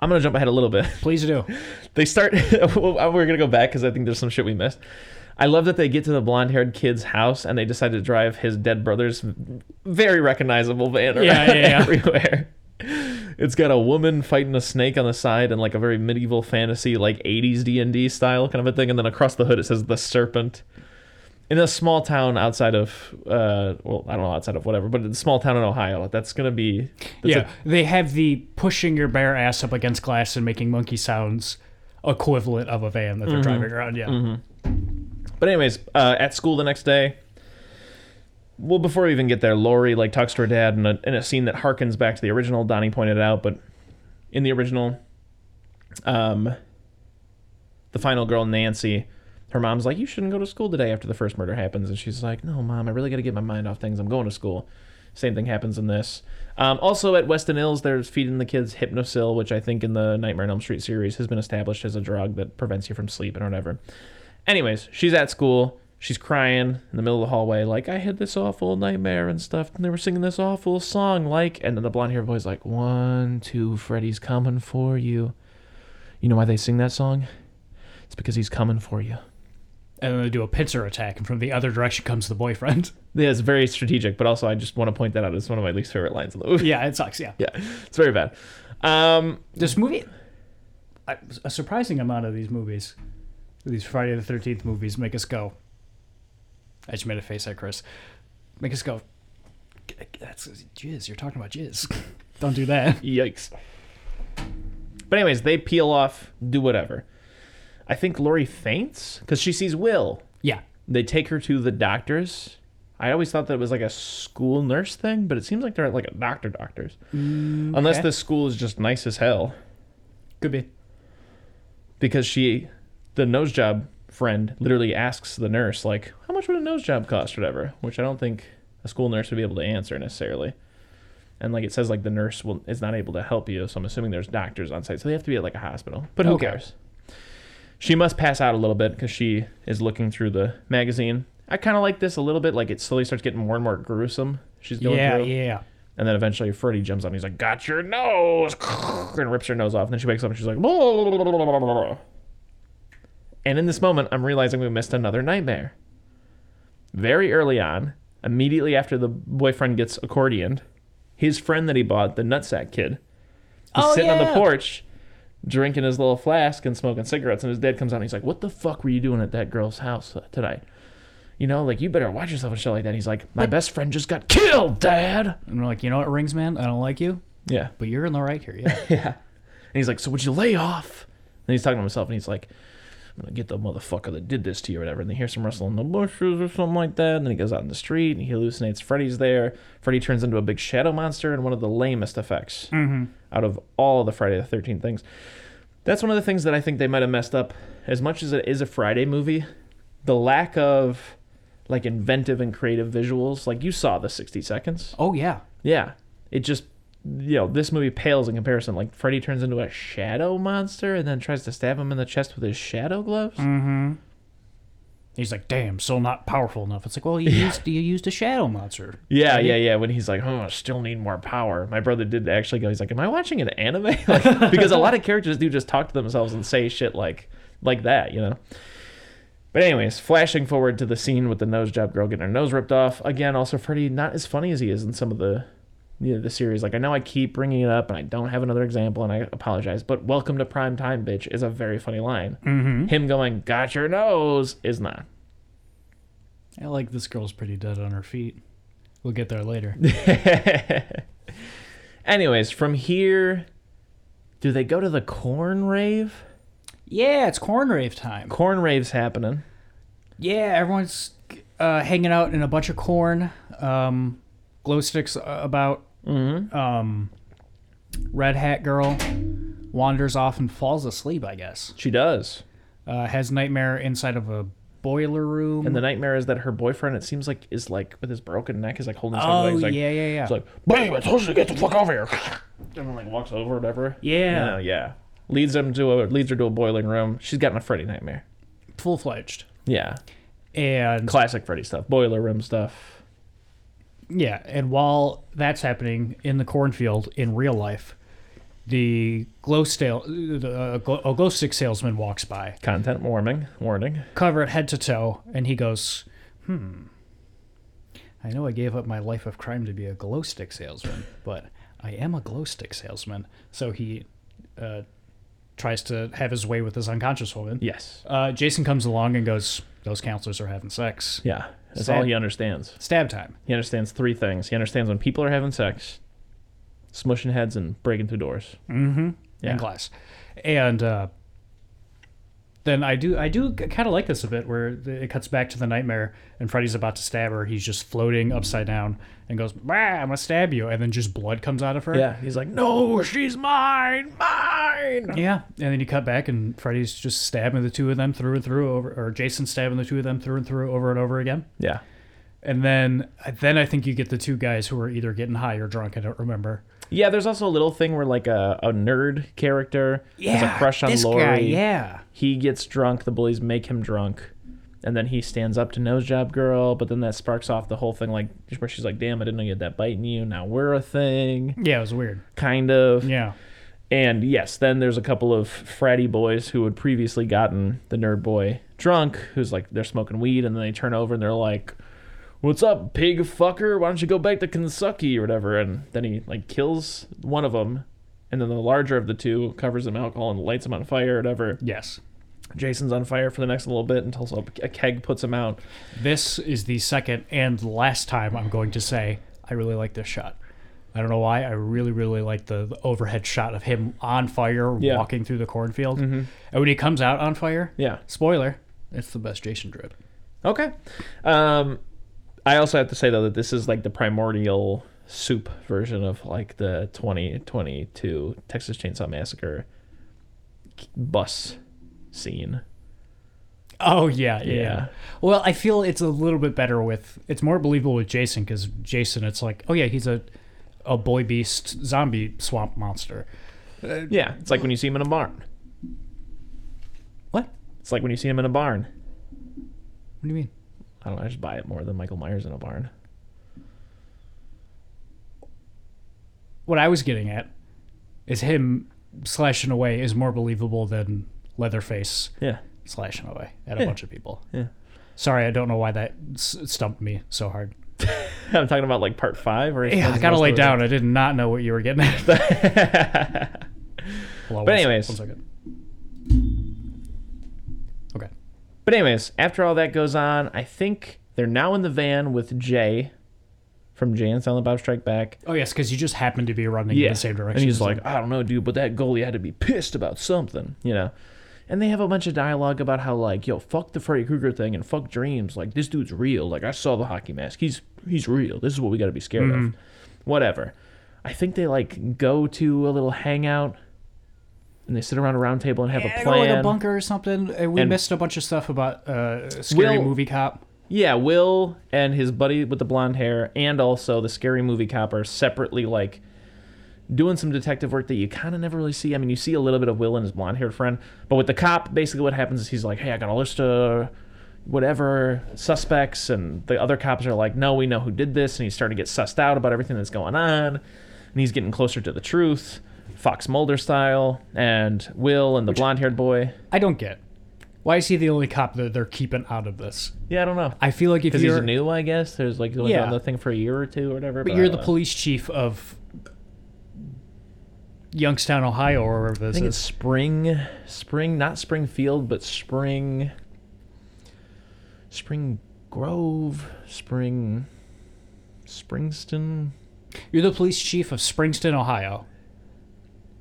Speaker 2: I'm going to jump ahead a little bit
Speaker 1: Please do.
Speaker 2: they start *laughs* well, uh, we're gonna go back because i think there's some shit we missed i love that they get to the blonde haired kid's house and they decide to drive his dead brother's very recognizable van around
Speaker 1: Yeah, yeah, yeah.
Speaker 2: *laughs* everywhere it's got a woman fighting a snake on the side and like a very medieval fantasy like 80s d&d style kind of a thing and then across the hood it says the serpent in a small town outside of uh well i don't know outside of whatever but it's a small town in ohio that's gonna be that's
Speaker 1: yeah. they have the pushing your bare ass up against glass and making monkey sounds equivalent of a van that they're
Speaker 2: Mm-hmm.
Speaker 1: driving around. Yeah.
Speaker 2: But anyways, uh, at school the next day. Well, before we even get there, Lori like talks to her dad in a, in a scene that harkens back to the original. Donnie pointed it out, but in the original, um, the final girl Nancy, her mom's like, "You shouldn't go to school today." After the first murder happens, and she's like, "No, mom, I really got to get my mind off things. I'm going to school." Same thing happens in this. Um, also at Weston Hills, they're feeding the kids Hypnosil, which I think in the Nightmare on Elm Street series has been established as a drug that prevents you from sleep and whatever. Anyways, she's at school. She's crying in the middle of the hallway, like, I had this awful nightmare and stuff. And they were singing this awful song, like, and then the blonde haired boy's like, One, two, Freddy's coming for you. You know why they sing that song? It's because he's coming for you.
Speaker 1: And then they do a pincer attack, and from the other direction comes the boyfriend. *laughs*
Speaker 2: Yeah, it's very strategic, but also I just want to point that out. It's one of my least favorite lines in the movie. *laughs*
Speaker 1: yeah, it sucks. Yeah.
Speaker 2: Yeah, it's very bad. Um,
Speaker 1: This movie, a a surprising amount of these movies, these Friday the 13th movies, make us go. I just made a face at Chris. Make us go, "G- g- that's jizz. You're talking about jizz. Don't do that.
Speaker 2: Yikes. But anyways, they peel off, do whatever. I think Lori faints because she sees Will.
Speaker 1: Yeah.
Speaker 2: They take her to the doctors. I always thought that was like a school nurse thing, but it seems like they're at like a doctor doctors. Unless
Speaker 1: okay.
Speaker 2: this school is just nice as hell.
Speaker 1: Could be.
Speaker 2: Because she the nose job friend literally asks the nurse, like, how much would a nose job cost or whatever? Which I don't think a school nurse would be able to answer necessarily. And like it says like the nurse will is not able to help you, so I'm assuming there's doctors on site. So they have to be at like a hospital. But who
Speaker 1: Okay.
Speaker 2: cares? She must pass out a little bit because she is looking through the magazine. I kind of like this a little bit. Like it slowly starts getting more and more gruesome. She's going
Speaker 1: yeah,
Speaker 2: through.
Speaker 1: yeah.
Speaker 2: And then eventually Freddy jumps on. He's like, "Got your nose!" *laughs* and rips her nose off. And then she wakes up and she's like, "Blah." and in this moment, I'm realizing we missed another nightmare. Very early on, immediately after the boyfriend gets accordioned, his friend that he bought, the nutsack kid, he's
Speaker 1: Oh,
Speaker 2: sitting on the
Speaker 1: yeah.
Speaker 2: porch, drinking his little flask and smoking cigarettes. And his dad comes out and he's like, "What the fuck were you doing at that girl's house uh, tonight?" You know, like you better watch yourself and shit like that. He's like, "My best friend just got killed, Dad."
Speaker 1: And we're like, you know what, Rings Man? I don't like you,
Speaker 2: Yeah.
Speaker 1: but you're in the right here. Yeah.
Speaker 2: And he's like, "So would you lay off?" And he's talking to himself, and he's like, "I'm gonna get the motherfucker that did this to you, or whatever." And they hear some rustling in the bushes or something like that. And then he goes out in the street, and he hallucinates Freddy's there. Freddy turns into a big shadow monster, and one of the lamest effects out of all the Friday the Thirteenth things. That's one of the things that I think they might have messed up. As much as it is a Friday movie, the lack of like inventive and creative visuals, like you saw the 60 seconds.
Speaker 1: oh, yeah.
Speaker 2: Yeah. It just you know, this movie pales in comparison. Like Freddy turns into a shadow monster and then tries to stab him in the chest with his shadow gloves.
Speaker 1: He's like, damn, still not powerful enough. It's like, well, you, used, you used a shadow monster.
Speaker 2: Yeah, yeah, yeah. When he's like, "Oh, I still need more power." My brother did actually go. He's like, "Am I watching an anime?" *laughs* Like, because a lot of characters do just talk to themselves and say shit like like that, you know. But anyways, flashing forward to the scene with the nose job girl getting her nose ripped off again. Also, Freddy not as funny as he is in some of the you know, the series. Like I know I keep bringing it up, and I don't have another example, and I apologize. But "Welcome to Prime Time, bitch" is a very funny line.
Speaker 1: Mm-hmm.
Speaker 2: Him going "Got your nose" is not.
Speaker 1: I like this girl's pretty dead on her feet. We'll get there later.
Speaker 2: *laughs* Anyways, from here, do they go to the corn rave?
Speaker 1: yeah, it's corn rave time.
Speaker 2: Corn rave's happening.
Speaker 1: Yeah, everyone's uh, hanging out in a bunch of corn, um, glow sticks uh, about. Mm-hmm. Um, Red Hat Girl wanders off and falls asleep, I guess.
Speaker 2: She does.
Speaker 1: Uh, has nightmare inside of a boiler room.
Speaker 2: And the nightmare is that her boyfriend, it seems like, is like with his broken neck, is like holding his
Speaker 1: oh,
Speaker 2: leg. He's like,
Speaker 1: yeah, yeah, yeah.
Speaker 2: He's like, babe, I told you to get the fuck over here. And then like walks over, or whatever.
Speaker 1: Yeah.
Speaker 2: No, yeah. Leads him to a leads her to a boiling room. She's gotten a Freddy nightmare.
Speaker 1: Full fledged.
Speaker 2: Yeah.
Speaker 1: And
Speaker 2: Classic Freddy stuff. Boiler room stuff.
Speaker 1: Yeah, and while that's happening in the cornfield in real life, the glow stale, uh, glo- a glow stick salesman walks by,
Speaker 2: Content warming. Warning.
Speaker 1: covered head to toe, and he goes, "Hmm, I know I gave up my life of crime to be a glow stick salesman, but I am a glow stick salesman." So he uh, tries to have his way with this unconscious woman.
Speaker 2: Yes.
Speaker 1: Uh, Jason comes along and goes, "Those counselors are having sex."
Speaker 2: Yeah. That's
Speaker 1: Sad.
Speaker 2: all he understands.
Speaker 1: Stab time.
Speaker 2: He understands three things. He understands when people are having sex, smushing heads, and breaking through doors.
Speaker 1: in
Speaker 2: Yeah.
Speaker 1: class. And uh, then I do I do kind of like this a bit where the- it cuts back to the nightmare and Freddy's about to stab her. He's just floating upside down and goes, "Bah, "I'm gonna stab you," and then just blood comes out of her.
Speaker 2: Yeah, he's like, no, she's mine, mine.
Speaker 1: Yeah, and then you cut back, and Freddy's just stabbing the two of them through and through over, or Jason stabbing the two of them through and through over and over again.
Speaker 2: Yeah,
Speaker 1: And then, uh, then I think you get the two guys who are either getting high or drunk. I don't remember.
Speaker 2: yeah. There's also a little thing where like a, a nerd character has a crush on Lori.
Speaker 1: yeah,
Speaker 2: He gets drunk. The bullies make him drunk, and then he stands up to nose job girl. But then that sparks off the whole thing, like where she's like, damn, I didn't know you had that bite in you. Now we're a thing,
Speaker 1: yeah, it was weird.
Speaker 2: kind of.
Speaker 1: Yeah,
Speaker 2: And yes, then there's a couple of fratty boys who had previously gotten the nerd boy drunk, who's like, they're smoking weed, and then they turn over and they're like, What's up, pig fucker? Why don't you go back to Kentucky or whatever? And then he like kills one of them, and then the larger of the two covers him in alcohol and lights him on fire or whatever.
Speaker 1: yes.
Speaker 2: Jason's on fire for the next little bit until so- a keg puts him out.
Speaker 1: This is the second and last time I'm going to say I really like this shot. I don't know why. I really, really like the, the overhead shot of him on fire
Speaker 2: Yeah. Mm-hmm.
Speaker 1: walking through the cornfield. And when he comes out on fire,
Speaker 2: Yeah.
Speaker 1: spoiler, it's the best Jason drip.
Speaker 2: Okay. Um, I also have to say though that this is like the primordial soup version of like the 2022 Texas Chainsaw Massacre bus scene.
Speaker 1: Oh yeah, yeah.
Speaker 2: Yeah.
Speaker 1: Well, I feel it's a little bit better with it's more believable with Jason because Jason, it's like, oh yeah, he's a a boy beast zombie swamp monster.
Speaker 2: Yeah, it's like when you see him in a barn.
Speaker 1: What?
Speaker 2: It's like when you see him in a barn.
Speaker 1: What do you mean?
Speaker 2: I don't know, I just buy it more than Michael Myers in a barn.
Speaker 1: What I was getting at is him slashing away is more believable than Leatherface
Speaker 2: Yeah.
Speaker 1: slashing away at a
Speaker 2: Yeah.
Speaker 1: bunch of people.
Speaker 2: Yeah.
Speaker 1: Sorry, I don't know why that s- stumped me so hard.
Speaker 2: *laughs* I'm talking about like part 5 or
Speaker 1: Yeah, I gotta lay down. I did not know what you were getting
Speaker 2: *laughs*
Speaker 1: at. Hold on, one sec-
Speaker 2: anyways.
Speaker 1: one second. Okay.
Speaker 2: But anyways, after all that goes on, I think they're now in the van with Jay from Jay and Silent Bob Strike Back.
Speaker 1: Oh yes, because you just happen to be running in the same direction.
Speaker 2: And he's
Speaker 1: as
Speaker 2: like,
Speaker 1: them.
Speaker 2: I don't know, dude, but that goalie had to be pissed about something, you know. And they have a bunch of dialogue about how like, yo, fuck the Freddy Krueger thing and fuck dreams. Like this dude's real. Like I saw the hockey mask. He's he's real. This is what we got to be scared of. Whatever. I think they like go to a little hangout and they sit around a round table and have
Speaker 1: Yeah,
Speaker 2: a
Speaker 1: go like
Speaker 2: plan.
Speaker 1: a bunker or something. And we
Speaker 2: And-
Speaker 1: missed a bunch of stuff about uh, scary
Speaker 2: Will-
Speaker 1: movie cop.
Speaker 2: Yeah, Will and his buddy with the blonde hair, and also the scary movie cop are separately like doing some detective work that you kind of never really see. I mean, you see a little bit of Will and his blonde haired friend, but with the cop, basically what happens is he's like, "Hey, I got a list of whatever suspects," and the other cops are like, "No, we know who did this," and he's starting to get sussed out about everything that's going on, and he's getting closer to the truth, Fox Mulder style, and Will and the blonde haired boy.
Speaker 1: I don't get. Why is he the only cop that they're keeping out of this?
Speaker 2: Yeah, I don't know.
Speaker 1: I feel like if
Speaker 2: Because he's
Speaker 1: you're
Speaker 2: new, I guess. There's like only
Speaker 1: Yeah.
Speaker 2: done the thing for a year or two or whatever.
Speaker 1: but
Speaker 2: I
Speaker 1: you're
Speaker 2: don't
Speaker 1: the
Speaker 2: know.
Speaker 1: police chief of Youngstown, Ohio, or wherever
Speaker 2: I
Speaker 1: this
Speaker 2: think it's
Speaker 1: is.
Speaker 2: spring, spring, not Springfield, but spring, spring Grove, spring, Springston.
Speaker 1: You're the police chief of Springston, Ohio.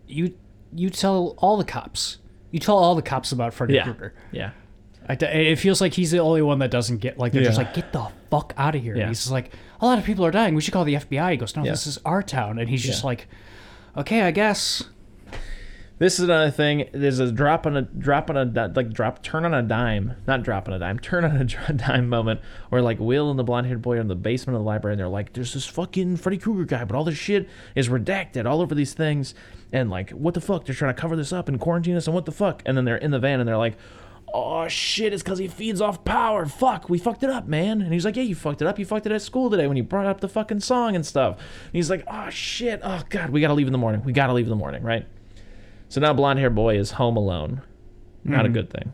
Speaker 1: You you tell all the cops. You tell all the cops about Freddy Krueger.
Speaker 2: yeah.
Speaker 1: I d it feels like he's the only one that doesn't get like they're just
Speaker 2: Yeah.
Speaker 1: like get the fuck out of here.
Speaker 2: Yeah.
Speaker 1: He's just like a lot of people are dying. We should call the FBI. He goes, no,
Speaker 2: Yeah.
Speaker 1: this is our town, and he's just
Speaker 2: Yeah.
Speaker 1: like, okay, I guess.
Speaker 2: This is another thing. There's a drop on a drop on a di- like drop turn on a dime, not drop on a dime, *laughs* turn on a dr- dime moment where like Will and the blonde haired boy are in the basement of the library and they're like, "There's this fucking Freddy Krueger guy, but all this shit is redacted all over these things, and like, what the fuck? They're trying to cover this up and quarantine us, and what the fuck? And then they're in the van and they're like. Oh shit, it's because he feeds off power. Fuck, we fucked it up, man. And he's like, Yeah, you fucked it up. You fucked it at school today when you brought up the fucking song and stuff. And he's like, Oh shit, oh god, we gotta leave in the morning. We gotta leave in the morning, right? So now blonde hair boy is home alone. Not a good thing.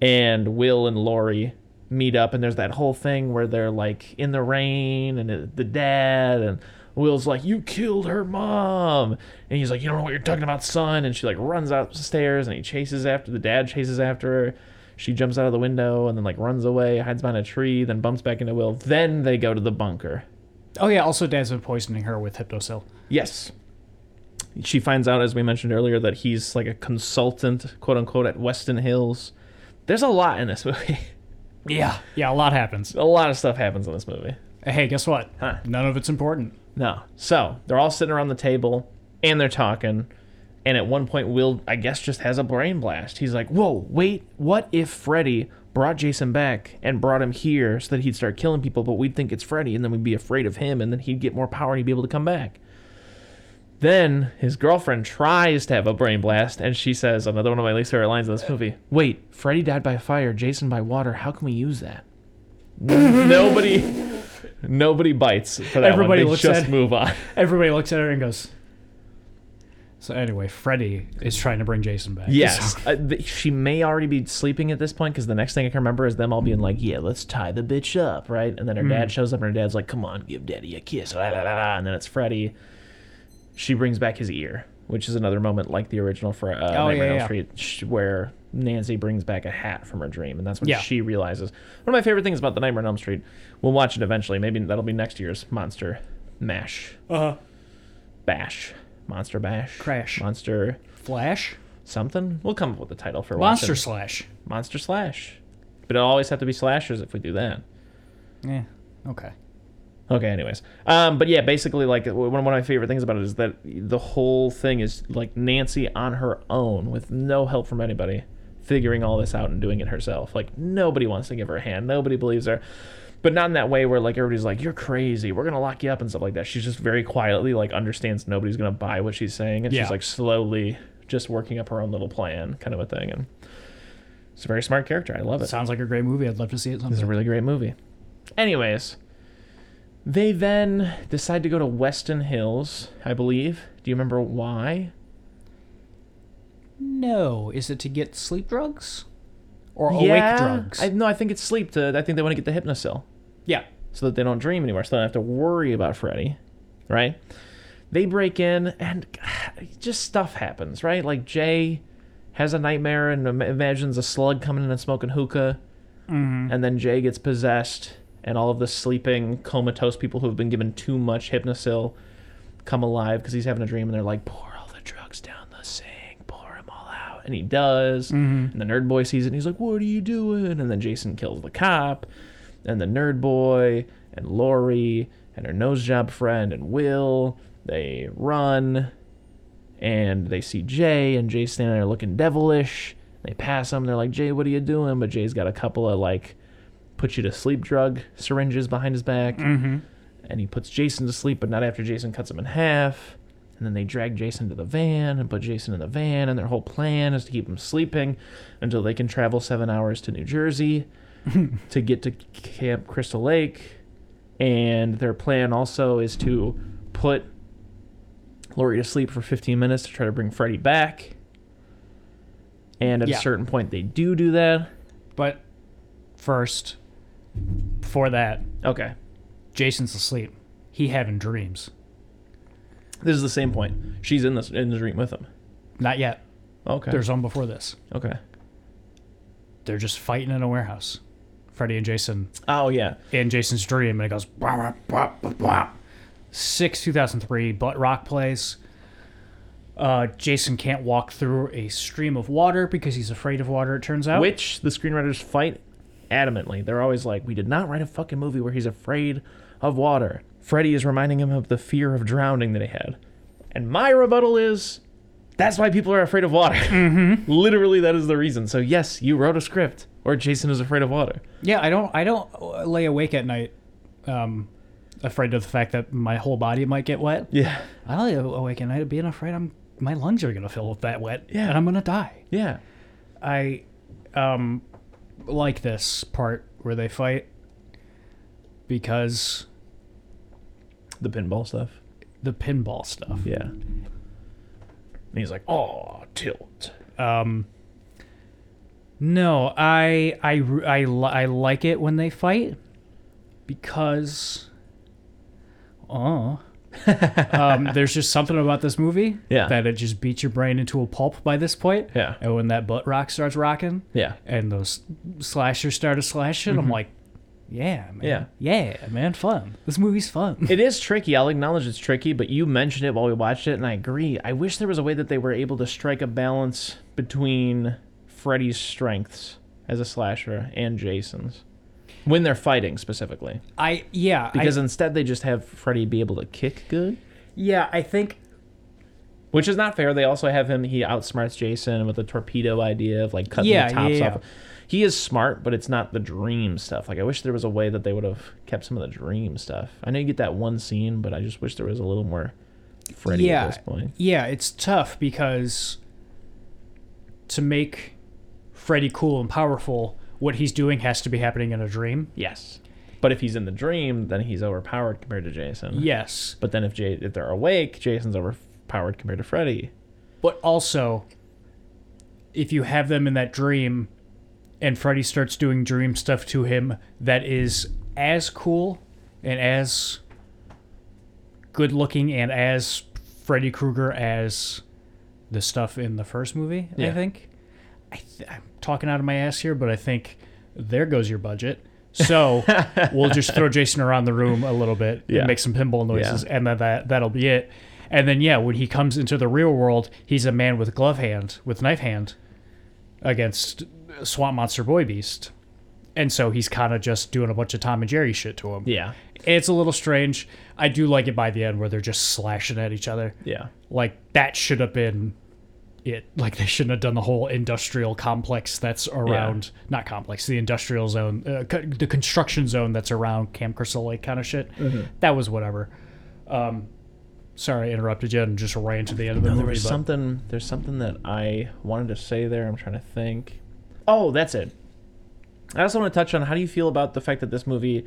Speaker 2: And Will and Lori meet up, and there's that whole thing where they're like in the rain, and it- the dad and Will's like, "You killed her mom," and he's like, "You don't know what you're talking about, son." And she like runs upstairs, and he chases after the dad chases after her. She jumps out of the window and then like runs away, hides behind a tree, then bumps back into Will. Then they go to the bunker.
Speaker 1: Oh yeah. Also, Dad's been poisoning her with hypnosil.
Speaker 2: Yes. she finds out, as we mentioned earlier, that he's like a consultant, quote unquote, at Weston Hills. There's a lot in this *laughs* movie.
Speaker 1: Yeah. Yeah, a lot happens.
Speaker 2: a lot of stuff happens in this movie.
Speaker 1: Hey, guess what?
Speaker 2: Huh.
Speaker 1: None of it's important.
Speaker 2: No. So they're all sitting around the table and they're talking. And at one point, Will, I guess, just has a brain blast. He's like, whoa, wait, what if Freddy brought Jason back and brought him here so that he'd start killing people, but we'd think it's Freddy and then we'd be afraid of him and then he'd get more power and he'd be able to come back? Then his girlfriend tries to have a brain blast and she says, another one of my least favorite lines in this movie wait, Freddy died by fire, Jason by water. How can we
Speaker 1: *laughs*
Speaker 2: use that? nobody. Nobody bites for that
Speaker 1: Everybody
Speaker 2: one. They
Speaker 1: looks
Speaker 2: just
Speaker 1: at-
Speaker 2: move on.
Speaker 1: Everybody looks at her and goes. So anyway, Freddy is trying to bring Jason back.
Speaker 2: Yes,
Speaker 1: So-
Speaker 2: *laughs* uh, th- she may already be sleeping at this point because the next thing I can remember is them all being like, "Yeah, let's tie the bitch up," right? And then her
Speaker 1: Mm.
Speaker 2: dad shows up, and her dad's like, "Come on, give daddy a kiss," la, la, la, la. and then it's Freddy. She brings back his ear, which is another moment like the original for uh, Nightmare
Speaker 1: Oh, yeah,
Speaker 2: on Elm
Speaker 1: yeah.
Speaker 2: Street, sh- where Nancy brings back a hat from her dream, and that's when
Speaker 1: Yeah.
Speaker 2: she realizes. One of my favorite things about the Nightmare on Elm Street, we'll watch it eventually. Maybe that'll be next year's Monster Mash
Speaker 1: Uh,
Speaker 2: Bash. Monster Bash.
Speaker 1: Crash.
Speaker 2: Monster
Speaker 1: *laughs* Flash,
Speaker 2: something. We'll come up with a title for once.
Speaker 1: Monster Slash.
Speaker 2: Monster Slash. But it'll always have to be slashers if we do that.
Speaker 1: Yeah. Okay.
Speaker 2: Okay, anyways. Um, but yeah, basically, like, w- one of my favorite things about it is that the whole thing is, like, Nancy on her own with no help from anybody figuring all this out and doing it herself. Like, nobody wants to give her a hand. Nobody believes her. But not in that way where, like, everybody's like, you're crazy. We're going to lock you up and stuff like that. She's just very quietly, like, understands nobody's going to buy what she's saying. And
Speaker 1: Yeah.
Speaker 2: she's, like, slowly just working up her own little plan kind of a thing. And it's a very smart character. I love it.
Speaker 1: Sounds like a great movie. I'd love to see it
Speaker 2: It's a
Speaker 1: sometime.
Speaker 2: really great movie. Anyways, they then decide to go to Weston Hills, I believe. Do you remember why?
Speaker 1: No, is it to get sleep drugs or awake drugs?
Speaker 2: I, no, I think it's sleep. To, I think they want to get the hypnosil
Speaker 1: yeah.
Speaker 2: so that they don't dream anymore, so they don't have to worry about Freddy, right? They break in, and *sighs* just stuff happens, right? Like Jay has a nightmare and im- imagines a slug coming in and smoking hookah. and then Jay gets possessed, and all of the sleeping, comatose people who have been given too much hypnosil come alive because he's having a dream, and they're like, "Pour all the drugs down the sink, pour them all out," and he does. And the nerd boy sees it, and he's like, "What are you doing?" And then Jason kills the cop, and the nerd boy, and Lori, and her nose job friend, and Will. They run, and they see Jay, and Jay's standing there looking devilish. They pass him. They're like, Jay, what are you doing? But Jay's got a couple of like, put you to sleep drug syringes behind his back, and he puts Jason to sleep, but not after Jason cuts him in half. And then they drag Jason to the van and put Jason in the van, and their whole plan is to keep him sleeping until they can travel seven hours to New Jersey to get to Camp Crystal Lake. And their plan also is to put Lori to sleep for 15 minutes to try to bring Freddy back. And at
Speaker 1: Yeah.
Speaker 2: a certain point, they do do that.
Speaker 1: But first, before that,
Speaker 2: Okay.
Speaker 1: Jason's asleep. He having dreams.
Speaker 2: This is the same point. She's in this in the dream with him.
Speaker 1: Not yet.
Speaker 2: Okay.
Speaker 1: There's one before this.
Speaker 2: okay.
Speaker 1: They're just fighting in a warehouse. Freddy and Jason
Speaker 2: Oh yeah.
Speaker 1: in Jason's dream, and it goes "Bwah, bwah, bwah, bwah, bwah." six 2003 butt rock plays. Uh, Jason can't walk through a stream of water because he's afraid of water. It turns out.
Speaker 2: Which the screenwriters fight adamantly. They're always like, "We did not write a fucking movie where he's afraid of water." Freddy is reminding him of the fear of drowning that he had, and my rebuttal is, "That's why people are afraid of *laughs* water. Mm-hmm. Literally, that is the reason." So yes, you wrote a script, or Jason is afraid of water.
Speaker 1: Yeah, I don't. I don't uh, lay awake at night, um, afraid of the fact that my whole body might get wet.
Speaker 2: Yeah.
Speaker 1: I lay awake at night being afraid I'm my lungs are gonna fill with that wet.
Speaker 2: Yeah.
Speaker 1: and I'm gonna die.
Speaker 2: Yeah.
Speaker 1: I, um, like this part where they fight because
Speaker 2: The pinball stuff.
Speaker 1: the pinball stuff.
Speaker 2: Yeah. And he's like, "Oh, tilt."
Speaker 1: No, I I r- I li- I like it when they fight because
Speaker 2: *laughs*
Speaker 1: oh. um, there's just something about this movie
Speaker 2: Yeah.
Speaker 1: that it just beats your brain into a pulp by this point.
Speaker 2: Yeah.
Speaker 1: And when that butt rock starts rocking
Speaker 2: Yeah.
Speaker 1: and those slashers start a slashing, I'm like, Yeah, man.
Speaker 2: Mm-hmm. Yeah.
Speaker 1: Yeah, man, fun. This movie's fun.
Speaker 2: It is tricky. I'll acknowledge it's tricky, but you mentioned it while we watched it, and I agree. I wish there was a way that they were able to strike a balance between Freddy's strengths as a slasher and Jason's when they're fighting specifically,
Speaker 1: I yeah,
Speaker 2: because
Speaker 1: I,
Speaker 2: instead they just have Freddy be able to kick good,
Speaker 1: yeah, I think
Speaker 2: which is not fair. They also have him; he outsmarts Jason with the torpedo idea of like cutting
Speaker 1: Yeah,
Speaker 2: the
Speaker 1: yeah,
Speaker 2: tops
Speaker 1: yeah.
Speaker 2: off. He is smart, but it's not the dream stuff. Like I wish there was a way that they would have kept some of the dream stuff. I know you get that one scene, but I just wish there was a little more Freddy
Speaker 1: yeah,
Speaker 2: at this point.
Speaker 1: yeah, it's tough because to make Freddy cool and powerful, what he's doing has to be happening in a dream.
Speaker 2: Yes. But if he's in the dream, then he's overpowered compared to Jason.
Speaker 1: Yes,
Speaker 2: But then if J- if they're awake, Jason's overpowered compared to Freddy.
Speaker 1: but also if you have them in that dream and Freddy starts doing dream stuff to him that is as cool and as good looking and as Freddy Krueger as the stuff in the first movie, I
Speaker 2: Yeah.
Speaker 1: think. I th- I'm talking out of my ass here, but I think there goes your budget.
Speaker 2: *laughs*
Speaker 1: So we'll just throw Jason around the room a little bit
Speaker 2: Yeah.
Speaker 1: and make some pinball noises, and then that that'll be it. And then yeah, when he comes into the real world, he's a man with glove hand, with knife hand, against Swamp Monster Boy Beast, and so he's kind of just doing a bunch of Tom and Jerry shit to him.
Speaker 2: Yeah.
Speaker 1: It's a little strange. I do like it by the end where they're just slashing at each other.
Speaker 2: Yeah.
Speaker 1: Like that should have been it. Like they shouldn't have done the whole industrial complex that's around not complex, the industrial zone, uh, co- the construction zone that's around Camp Crystal Lake kind of shit.
Speaker 2: Mm-hmm.
Speaker 1: That was whatever. Um, sorry, I interrupted you and just ran to the end of the
Speaker 2: No,
Speaker 1: movie.
Speaker 2: there was
Speaker 1: but-
Speaker 2: something there's something that I wanted to say there. I'm trying to think. Oh, that's it. I also want to touch on how do you feel about the fact that this movie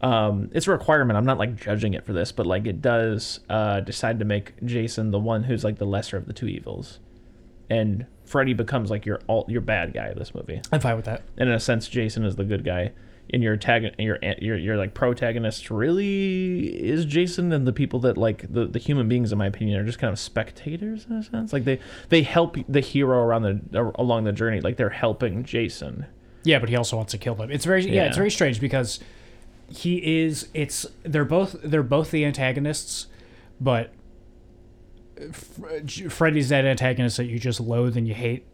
Speaker 2: um, it's a requirement. I'm not like judging it for this, but like it does uh, decide to make Jason the one who's like the lesser of the two evils. And Freddy becomes like your alt, your bad guy of this movie.
Speaker 1: I'm fine with that.
Speaker 2: and in a sense, Jason is the good guy. And your tag, your your your like protagonist really is Jason, and the people that like the, the human beings, in my opinion, are just kind of spectators in a sense. Like they they help the hero around the along the journey. Like they're helping Jason.
Speaker 1: Yeah, but he also wants to kill them. It's very yeah, it's
Speaker 2: Yeah.
Speaker 1: very strange because he is it's they're both they're both the antagonists, but F- J- Freddy's that antagonist that you just loathe and you hate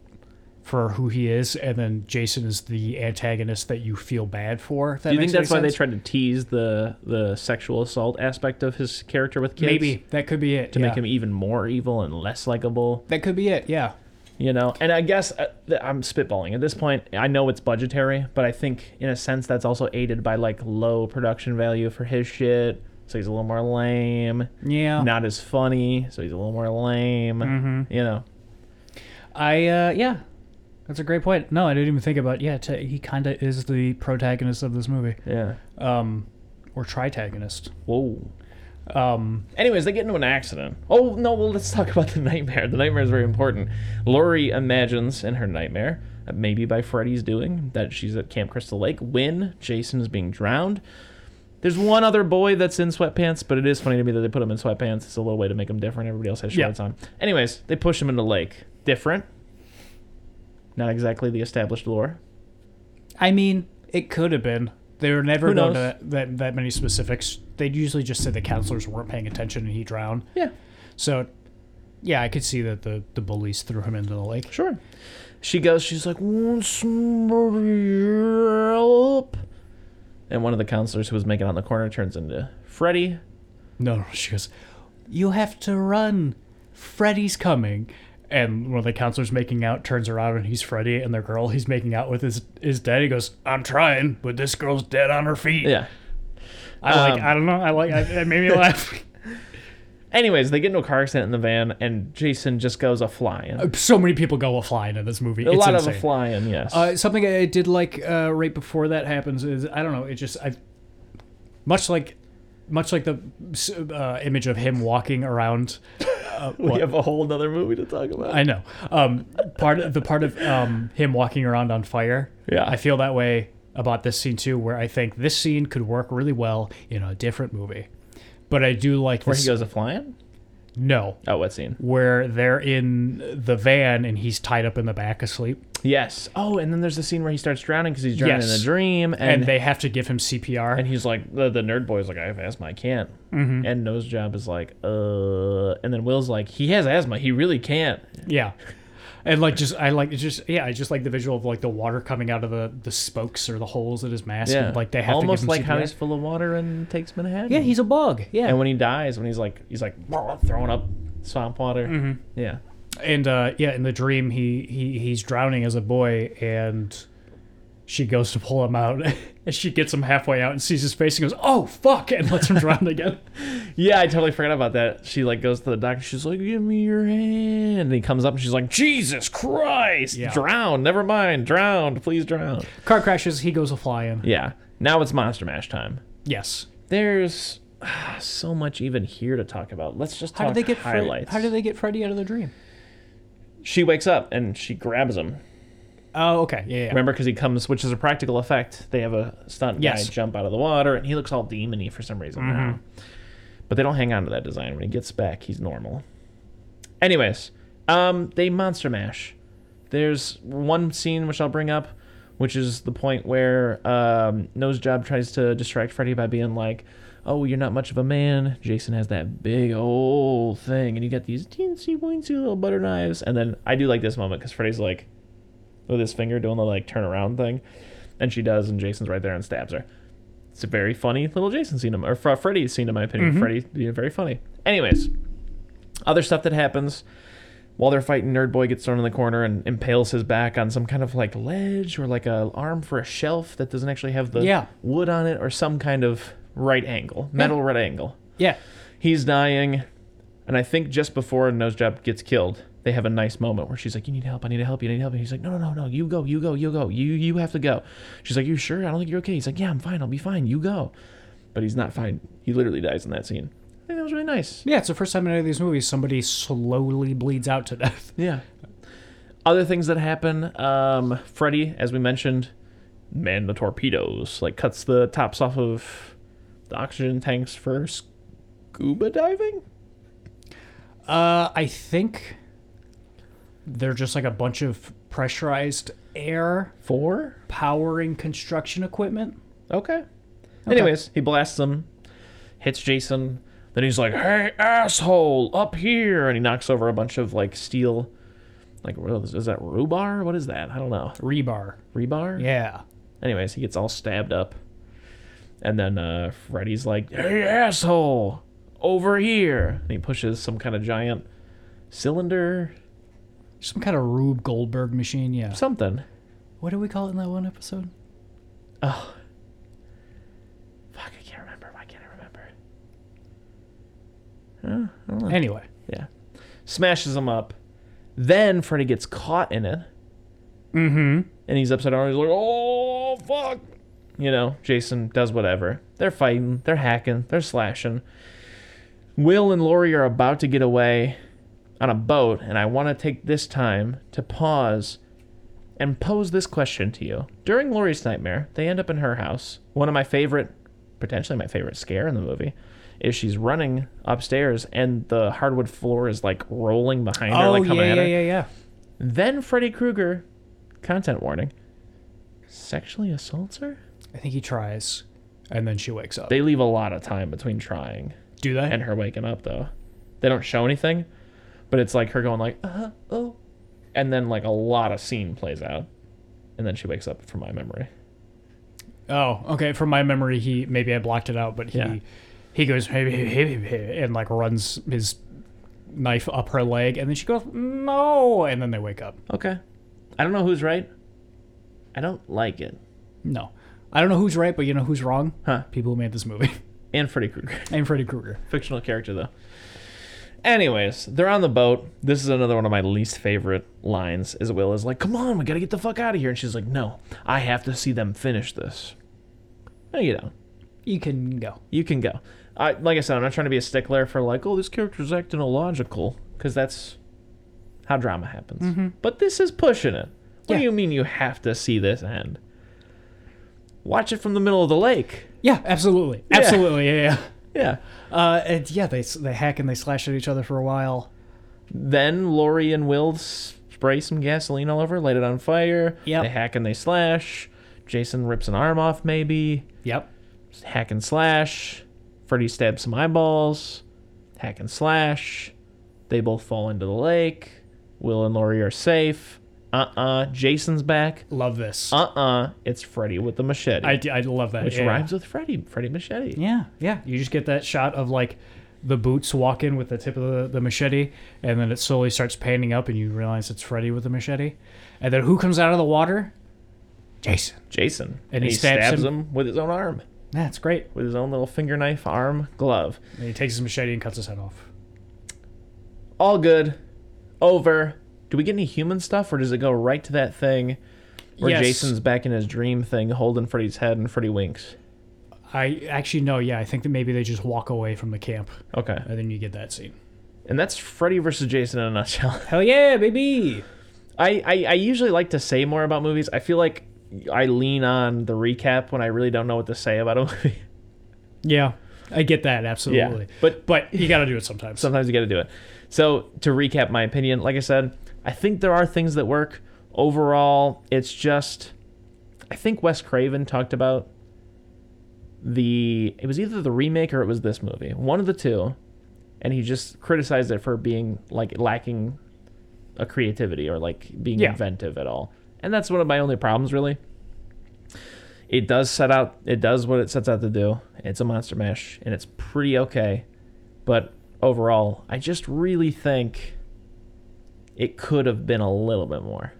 Speaker 1: for who he is, and then Jason is the antagonist that you feel bad for. if that
Speaker 2: Do you
Speaker 1: makes
Speaker 2: think that's
Speaker 1: any
Speaker 2: why they
Speaker 1: sense.
Speaker 2: tried to tease the the sexual assault aspect of his character with kids?
Speaker 1: Maybe that could be it.
Speaker 2: to make him even more evil and less likable.
Speaker 1: that could be it. Yeah,
Speaker 2: you know and i guess uh, th- i'm spitballing at this point i know it's budgetary but i think in a sense that's also aided by like low production value for his shit so he's a little more lame
Speaker 1: yeah.
Speaker 2: not as funny so he's a little more lame you know
Speaker 1: I uh, yeah, that's a great point. No, I didn't even think about yeah. T- he kind of is the protagonist of this movie,
Speaker 2: yeah
Speaker 1: um, or tritagonist.
Speaker 2: whoa
Speaker 1: Um,
Speaker 2: Anyways, they get into an accident. Oh, no, well, let's talk *laughs* about the nightmare. The nightmare is very important. Lori imagines in her nightmare, uh, maybe by Freddy's doing, that she's at Camp Crystal Lake when Jason is being drowned. There's one other boy that's in sweatpants, but it is funny to me that they put him in sweatpants. It's a little way to make him different. Everybody else has
Speaker 1: Yeah.
Speaker 2: shorts on. Anyways, they push him in the lake. Different. Not exactly the established lore.
Speaker 1: I mean, it could have been. They were never
Speaker 2: Who
Speaker 1: known
Speaker 2: knows?
Speaker 1: that, that that many specifics. They'd usually just say the counselors weren't paying attention and he drowned.
Speaker 2: Yeah.
Speaker 1: So, yeah, I could see that the, the bullies threw him into the lake.
Speaker 2: Sure. She goes, she's like, "Want somebody help? And one of the counselors who was making out in the corner turns into Freddy.
Speaker 1: No, *laughs* no, she goes, You have to run. Freddy's coming. And one of the counselors making out turns around and he's Freddy, and the girl he's making out with is, is dead. He goes, I'm trying, but this girl's dead on her feet.
Speaker 2: Yeah.
Speaker 1: I like,
Speaker 2: Um,
Speaker 1: I don't know. I like, I, it made me
Speaker 2: *laughs*
Speaker 1: laugh.
Speaker 2: Anyways, they get into a car accident in the van, and Jason just goes a flying. A
Speaker 1: so many people go a flying in this movie. it's
Speaker 2: lot
Speaker 1: insane.
Speaker 2: of a flying, yes.
Speaker 1: Uh, something I did like uh, right before that happens is I don't know. It just I, much like, much like the uh, image of him walking around. Uh,
Speaker 2: *laughs* we
Speaker 1: what-
Speaker 2: have a whole other movie to talk about.
Speaker 1: I know. Um, part of the part of um, him walking around on fire.
Speaker 2: Yeah.
Speaker 1: I feel that way about this scene too, where I think this scene could work really well in a different movie. But I do like
Speaker 2: Where
Speaker 1: this.
Speaker 2: he goes a flying?
Speaker 1: No,
Speaker 2: Oh, what scene?
Speaker 1: where they're in the van and he's tied up in the back asleep,
Speaker 2: Yes. Oh, and then there's the scene where he starts drowning because he's drowning in
Speaker 1: Yes.
Speaker 2: a dream, and
Speaker 1: and,
Speaker 2: and,
Speaker 1: they have to give him CPR.
Speaker 2: he's like the, the nerd boy's like I have asthma, I can't. Mm-hmm. And nose job is like uh, and then Will's like he has asthma, he really can't.
Speaker 1: yeah, and like just I like it's just yeah, I just like the visual of like the water coming out of the the spokes or the holes in his mask.
Speaker 2: Yeah,
Speaker 1: and, like they have
Speaker 2: almost
Speaker 1: to give him
Speaker 2: like
Speaker 1: CPR.
Speaker 2: how he's full of water and takes Manhattan.
Speaker 1: yeah, he's a bug. Yeah,
Speaker 2: and when he dies, when he's like he's like throwing up swamp water. Mm-hmm. Yeah.
Speaker 1: and uh yeah in the dream he he he's drowning as a boy and she goes to pull him out *laughs* and she gets him halfway out and sees his face and goes oh fuck and lets him drown again
Speaker 2: Yeah, I totally forgot about that. She like goes to the doctor. She's like, "Give me your hand." And he comes up and she's like, "Jesus Christ!
Speaker 1: Yeah.
Speaker 2: Drown! Never mind! Drowned! Please drown!"
Speaker 1: *laughs* car crashes he goes a flying
Speaker 2: Yeah. Now it's Monster Mash time.
Speaker 1: yes
Speaker 2: There's ah, so much even here to talk about. Let's just talk
Speaker 1: how did they get Fre-
Speaker 2: highlights.
Speaker 1: how did they get freddy out of the dream
Speaker 2: She wakes up and she grabs him.
Speaker 1: oh okay yeah, yeah, yeah.
Speaker 2: Remember, because he comes, which is a practical effect. They have a stunt
Speaker 1: Yes. Mm-hmm.
Speaker 2: guy jump out of the water, and he looks all demony for some reason. now. But they don't hang on to that design. When he gets back, he's normal. Anyways, um, they monster mash. There's one scene which I'll bring up, which is the point where um, Nose Job tries to distract Freddy by being like, "Oh, you're not much of a man." Jason has that big old thing, and you got these teensy weensy little butter knives. And then I do like this moment because Freddy's like, with his finger doing the like turnaround thing, and she does, and Jason's right there and stabs her. It's a very funny little Jason scene, to my- or Fre- Freddy scene, in my opinion.
Speaker 1: Mm-hmm.
Speaker 2: Freddy being very funny. Anyways, other stuff that happens while they're fighting, Nerd Boy gets thrown in the corner and impales his back on some kind of like ledge or like a arm for a shelf that doesn't actually have the
Speaker 1: Yeah.
Speaker 2: wood on it or some kind of right angle, metal right angle.
Speaker 1: yeah
Speaker 2: He's dying, and I think just before Nosejob gets killed, they have a nice moment where she's like, "You need help. I need to help you. I need help." And he's like, "No, no, no, no. You go. You go. You go. You you have to go." She's like, "You sure? I don't think you're okay." He's like, "Yeah, I'm fine. I'll be fine. You go." But he's not fine. He literally dies in that scene. I think that was really nice.
Speaker 1: yeah it's the first time in any of these movies somebody slowly bleeds out to death
Speaker 2: Yeah. Other things that happen, um, Freddy, as we mentioned, man the torpedoes, like cuts the tops off of the oxygen tanks for scuba diving.
Speaker 1: Uh, I think they're just like a bunch of pressurized air
Speaker 2: Four.
Speaker 1: powering construction equipment.
Speaker 2: Okay. Anyways, he blasts him, hits Jason. Then he's like, "Hey, asshole, up here!" And he knocks over a bunch of like steel, like what is, is that rhubar? What is that? I don't know.
Speaker 1: Rebar.
Speaker 2: Rebar?
Speaker 1: Yeah.
Speaker 2: Anyways, he gets all stabbed up. And then uh, Freddy's like, hey, asshole, over here. And he pushes some kind of giant cylinder,
Speaker 1: Some kind of Rube Goldberg machine. Yeah.
Speaker 2: something.
Speaker 1: What do we call it in that one episode?
Speaker 2: Fuck, I can't remember. Why can't I remember?
Speaker 1: Hmm. Anyway.
Speaker 2: Yeah. Smashes him up. Then Freddy gets caught in it. Mm hmm. And he's upside down. He's like, oh, fuck. You know, Jason does whatever. They're fighting, they're hacking, they're slashing. Will and Lori are about to get away on a boat, and I want to take this time to pause and pose this question to you. During Lori's nightmare, they end up in her house. One of my favorite, potentially my favorite scare in the movie, is she's running upstairs and the hardwood floor is like rolling behind her, like coming
Speaker 1: Oh, yeah,
Speaker 2: at
Speaker 1: yeah,
Speaker 2: her.
Speaker 1: yeah, yeah.
Speaker 2: Then Freddy Krueger, content warning, sexually assaults her?
Speaker 1: I think he tries, and then she wakes up.
Speaker 2: They leave a lot of time between trying
Speaker 1: do they?
Speaker 2: and her waking up though. They don't show anything, but it's like her going like, uh oh, and then like a lot of scene plays out, and then she wakes up from my memory.
Speaker 1: oh, okay. From my memory, he maybe I blocked it out, but he
Speaker 2: Yeah.
Speaker 1: he goes *laughs* hey, hey, hey, hey," and like runs his knife up her leg, and then she goes no, and then they wake up.
Speaker 2: Okay, I don't know who's right. I don't like it.
Speaker 1: No. I don't know who's right, but you know who's wrong?
Speaker 2: Huh.
Speaker 1: People who made this movie. *laughs*
Speaker 2: And Freddy Krueger,
Speaker 1: and Freddy Krueger.
Speaker 2: fictional character though. Anyways, they're on the boat. This is another one of my least favorite lines. Is Will is like, "Come on, we gotta get the fuck out of here," and she's like, "No, I have to see them finish this." No, you don't.
Speaker 1: You can go.
Speaker 2: you can go. I, like I said, I'm not trying to be a stickler for like, oh, this character's acting illogical, because that's how drama happens. But this is pushing it. What do
Speaker 1: Yeah.
Speaker 2: you mean you have to see this end? Watch it from the middle of the lake.
Speaker 1: Yeah, absolutely.
Speaker 2: Yeah.
Speaker 1: Absolutely. Yeah, yeah.
Speaker 2: Yeah.
Speaker 1: Uh, and yeah, they s- they hack and they slash at each other for a while.
Speaker 2: Then Lori and Will spray some gasoline all over, light it on fire.
Speaker 1: Yep.
Speaker 2: They hack and they slash. Jason rips an arm off, maybe.
Speaker 1: Yep.
Speaker 2: Hack and slash. Freddy stabs some eyeballs. Hack and slash. They both fall into the lake. Will and Lori are safe. Uh uh Jason's back.
Speaker 1: Love this.
Speaker 2: Uh uh It's Freddy with the machete.
Speaker 1: I, d- I love that.
Speaker 2: which
Speaker 1: yeah.
Speaker 2: rhymes with Freddy. Freddy Machete.
Speaker 1: Yeah, yeah. You just get that shot of like the boots walking with the tip of the, the machete, and then it slowly starts panning up, and you realize it's Freddy with the machete. And then who comes out of the water? Jason.
Speaker 2: Jason.
Speaker 1: And he stabs him-
Speaker 2: him with his own arm.
Speaker 1: That's great.
Speaker 2: With his own little finger knife, arm, glove.
Speaker 1: And he takes his machete and cuts his head off.
Speaker 2: all good, over. Do we get any human stuff, or does it go right to that thing where
Speaker 1: Yes.
Speaker 2: Jason's back in his dream thing, holding Freddy's head, and Freddy winks?
Speaker 1: I actually no, yeah. I think that maybe they just walk away from the camp,
Speaker 2: Okay,
Speaker 1: and then you get that scene.
Speaker 2: and that's Freddy versus Jason in a nutshell. *laughs*
Speaker 1: Hell yeah, baby!
Speaker 2: I, I I usually like to say more about movies. I feel like I lean on the recap when I really don't know what to say about a movie.
Speaker 1: Yeah, I get that absolutely.
Speaker 2: but-
Speaker 1: but you got to do it sometimes.
Speaker 2: Sometimes you got to do it. So to recap my opinion, like I said, I think there are things that work. Overall, it's just I think Wes Craven talked about the it was either the remake or it was this movie, one of the two, and he just criticized it for being like lacking a creativity or like being
Speaker 1: Yeah.
Speaker 2: inventive at all. And that's one of my only problems really. It does set out it does what it sets out to do. It's a monster mash and it's pretty okay. But overall, I just really think it could have been a little bit more.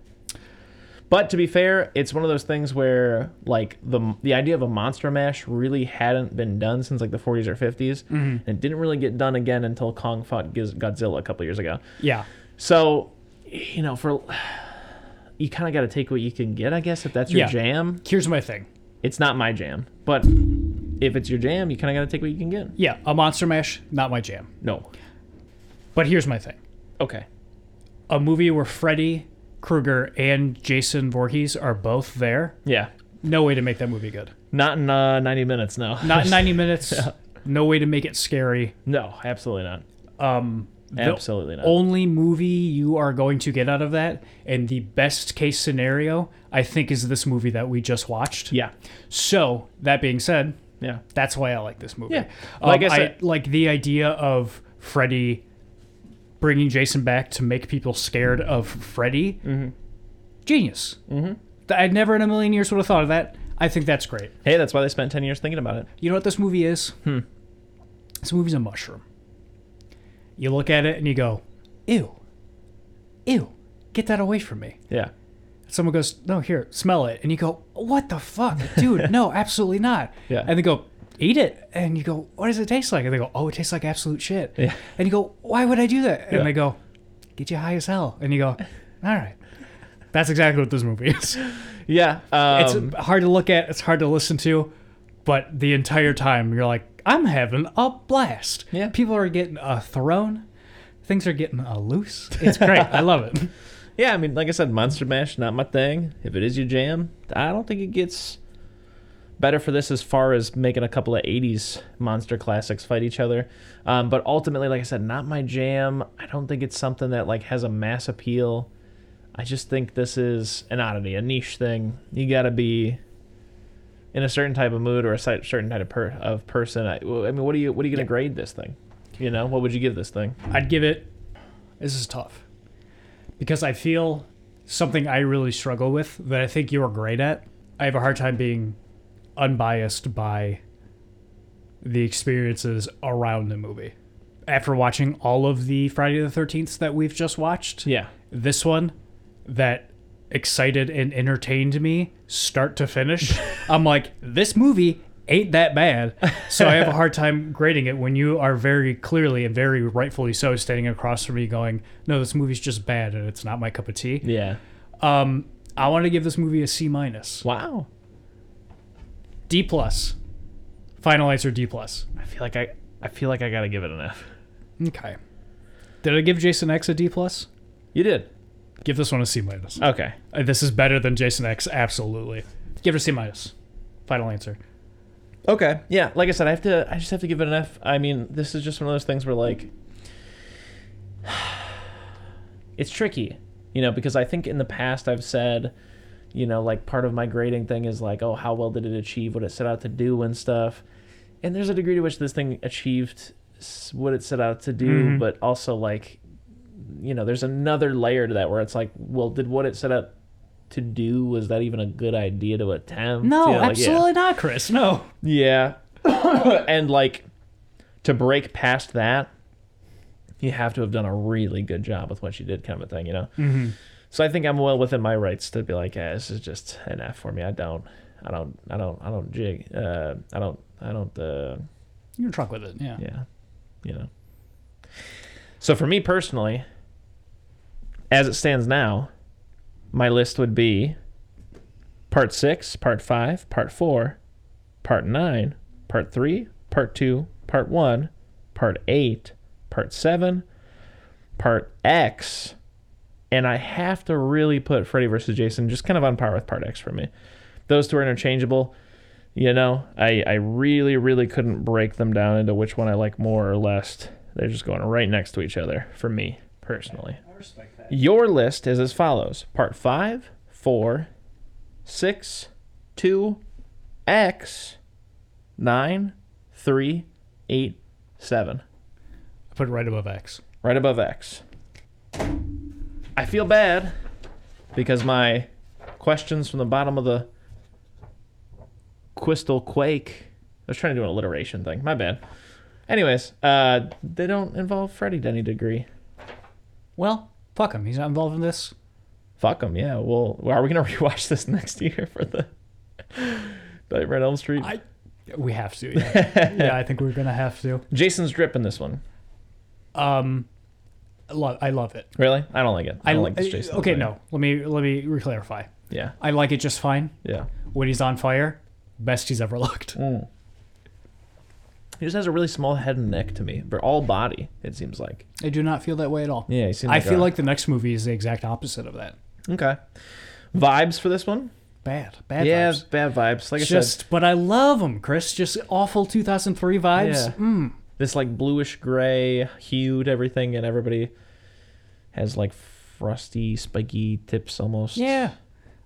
Speaker 2: But to be fair, it's one of those things where like the the idea of a monster mash really hadn't been done since like the 40s or 50s, and it didn't really get done again until Kong fought Giz- Godzilla a couple years ago.
Speaker 1: yeah,
Speaker 2: So, you know, for *sighs* you kind of got to take what you can get, I guess. If that's your
Speaker 1: Yeah.
Speaker 2: jam,
Speaker 1: here's my thing.
Speaker 2: it's not my jam, but if it's your jam, you kind of got to take what you can get.
Speaker 1: Yeah, a monster mash, not my jam.
Speaker 2: No,
Speaker 1: But here's my thing.
Speaker 2: okay,
Speaker 1: a movie where Freddy Krueger and Jason Voorhees are both there,
Speaker 2: yeah,
Speaker 1: no way to make that movie good.
Speaker 2: not in uh, 90 minutes. No,
Speaker 1: Not *laughs* 90 minutes, no way to make it scary.
Speaker 2: no, absolutely not.
Speaker 1: Um, the
Speaker 2: Absolutely not.
Speaker 1: Only movie you are going to get out of that, and the best case scenario, I think, is this movie that we just watched.
Speaker 2: yeah,
Speaker 1: So, that being said,
Speaker 2: yeah,
Speaker 1: that's why I like this movie.
Speaker 2: Yeah.
Speaker 1: Um,
Speaker 2: Like I
Speaker 1: I-
Speaker 2: said-
Speaker 1: like the idea of Freddy bringing Jason back to make people scared of Freddy.
Speaker 2: Mm-hmm.
Speaker 1: Genius. Mm-hmm. I never in a million years would have thought of that. I think that's great.
Speaker 2: Hey, that's why they spent 10 years thinking about it.
Speaker 1: You know what this movie is? Hmm. This movie's a mushroom. You look at it and you go, "Ew, ew, get that away from me."
Speaker 2: Yeah.
Speaker 1: someone goes, "No, here, smell it," and you go, "What the fuck, dude?
Speaker 2: *laughs*
Speaker 1: no, absolutely not."
Speaker 2: Yeah.
Speaker 1: And they go, "Eat it," and you go, "What does it taste like?" And they go, "Oh, it tastes like absolute shit."
Speaker 2: Yeah.
Speaker 1: And you go, "Why would I do that?" And
Speaker 2: Yeah.
Speaker 1: they go, "Get you high as hell," and you go, "All right." That's exactly what this movie is.
Speaker 2: Yeah.
Speaker 1: It's
Speaker 2: Um,
Speaker 1: hard to look at. It's hard to listen to, but the entire time you're like, I'm having a blast.
Speaker 2: Yeah.
Speaker 1: People are getting uh, thrown. Things are getting uh, loose. It's great. I love it.
Speaker 2: yeah, I mean, like I said, Monster Mash, not my thing. If it is your jam, I don't think it gets better for this as far as making a couple of 80s monster classics fight each other. Um, but ultimately, like I said, not my jam. I don't think it's something that like has a mass appeal. I just think this is an oddity, a niche thing. You got to be in a certain type of mood or a cer- certain type of, per- of person. I, I mean, what are you what are you going to grade this thing? You know, what would you give this thing?
Speaker 1: I'd give it. This is tough because I feel something I really struggle with that I think you're great at. I have a hard time being unbiased by the experiences around the movie. After watching all of the Friday the 13th that we've just watched,
Speaker 2: Yeah.
Speaker 1: this one that excited and entertained me start to finish. I'm like, this movie ain't that bad. So I have a hard time grading it when you are very clearly and very rightfully so standing across from me going, no, this movie's just bad and it's not my cup of tea.
Speaker 2: Yeah.
Speaker 1: Um, I want to give this movie a C minus,
Speaker 2: Wow.
Speaker 1: D plus, final answer D plus.
Speaker 2: I feel like I I feel like I gotta give it an F.
Speaker 1: Okay. Did I give Jason X a D plus?
Speaker 2: You did.
Speaker 1: Give this one a C minus.
Speaker 2: Okay.
Speaker 1: Uh, This is better than Jason X, absolutely. Give it a C minus. Final answer.
Speaker 2: Okay. Yeah. Like I said, I have to. I just have to give it an F. I mean, this is just one of those things where like, *sighs* it's tricky, you know, because I think in the past I've said, you know, like part of my grading thing is like, oh, how well did it achieve what it set out to do and stuff. And there's a degree to which this thing achieved s- what it set out to do,
Speaker 1: Mhm.
Speaker 2: but also like, you know, there's another layer to that where it's like, well, did what it set out to do was that even a good idea to attempt?
Speaker 1: No,
Speaker 2: You know, like, yeah.
Speaker 1: absolutely not, Chris. No.
Speaker 2: Yeah. *coughs* and like to break past that, you have to have done a really good job with what you did kind of a thing, you know?
Speaker 1: Mm-hmm.
Speaker 2: So I think I'm well within my rights to be like, yeah, this is just an F for me. I don't I don't I don't I don't jig uh I don't I don't uh
Speaker 1: You're drunk with it. Yeah.
Speaker 2: yeah. You know. So for me personally, as it stands now, my list would be part six, part five, part four, part nine, part three, part two, part one, part eight, part seven, part X. And I have to really put Freddy versus Jason just kind of on par with part X for me. Those two are interchangeable you know i i really really couldn't break them down into which one i like more or less they're just going right next to each other for me personally
Speaker 1: I respect that.
Speaker 2: your list is as follows part 5 4 6 2 x 9 3 8 7
Speaker 1: I put it right above X.
Speaker 2: right above X. I feel bad because my questions from the bottom of the crystal quake. I was trying to do an alliteration thing. My bad. Anyways, uh, they don't involve Freddy to any degree.
Speaker 1: Well, fuck him. He's not involved in this.
Speaker 2: Fuck them. Yeah. Well, are we gonna *laughs* rewatch this next year for the *laughs* Nightmare on Elm Street?
Speaker 1: I. We have to. Yeah, *laughs* yeah I think we're gonna have to.
Speaker 2: Jason's drip in this one.
Speaker 1: Um, I love. I love it.
Speaker 2: Really? I don't like it. I don't like this
Speaker 1: I-
Speaker 2: Jason.
Speaker 1: Okay,
Speaker 2: thing.
Speaker 1: no. Let me let me reclarify.
Speaker 2: Yeah.
Speaker 1: I like it just fine.
Speaker 2: Yeah.
Speaker 1: When he's on fire, best he's ever looked.
Speaker 2: Mm. He just has a really small head and neck to me, but all body. It seems like.
Speaker 1: I do not feel that way at all.
Speaker 2: Yeah, he seems.
Speaker 1: I
Speaker 2: Like
Speaker 1: feel
Speaker 2: a-
Speaker 1: like the next movie is the exact opposite of that.
Speaker 2: okay. Vibes for this one?
Speaker 1: Bad, bad.
Speaker 2: yeah,
Speaker 1: vibes.
Speaker 2: bad vibes. Like I
Speaker 1: just
Speaker 2: said,
Speaker 1: but I love them, Chris. Just awful 2003 vibes.
Speaker 2: Yeah.
Speaker 1: Mm.
Speaker 2: this like bluish gray hued everything, and everybody has like frosty, spiky tips almost.
Speaker 1: Yeah.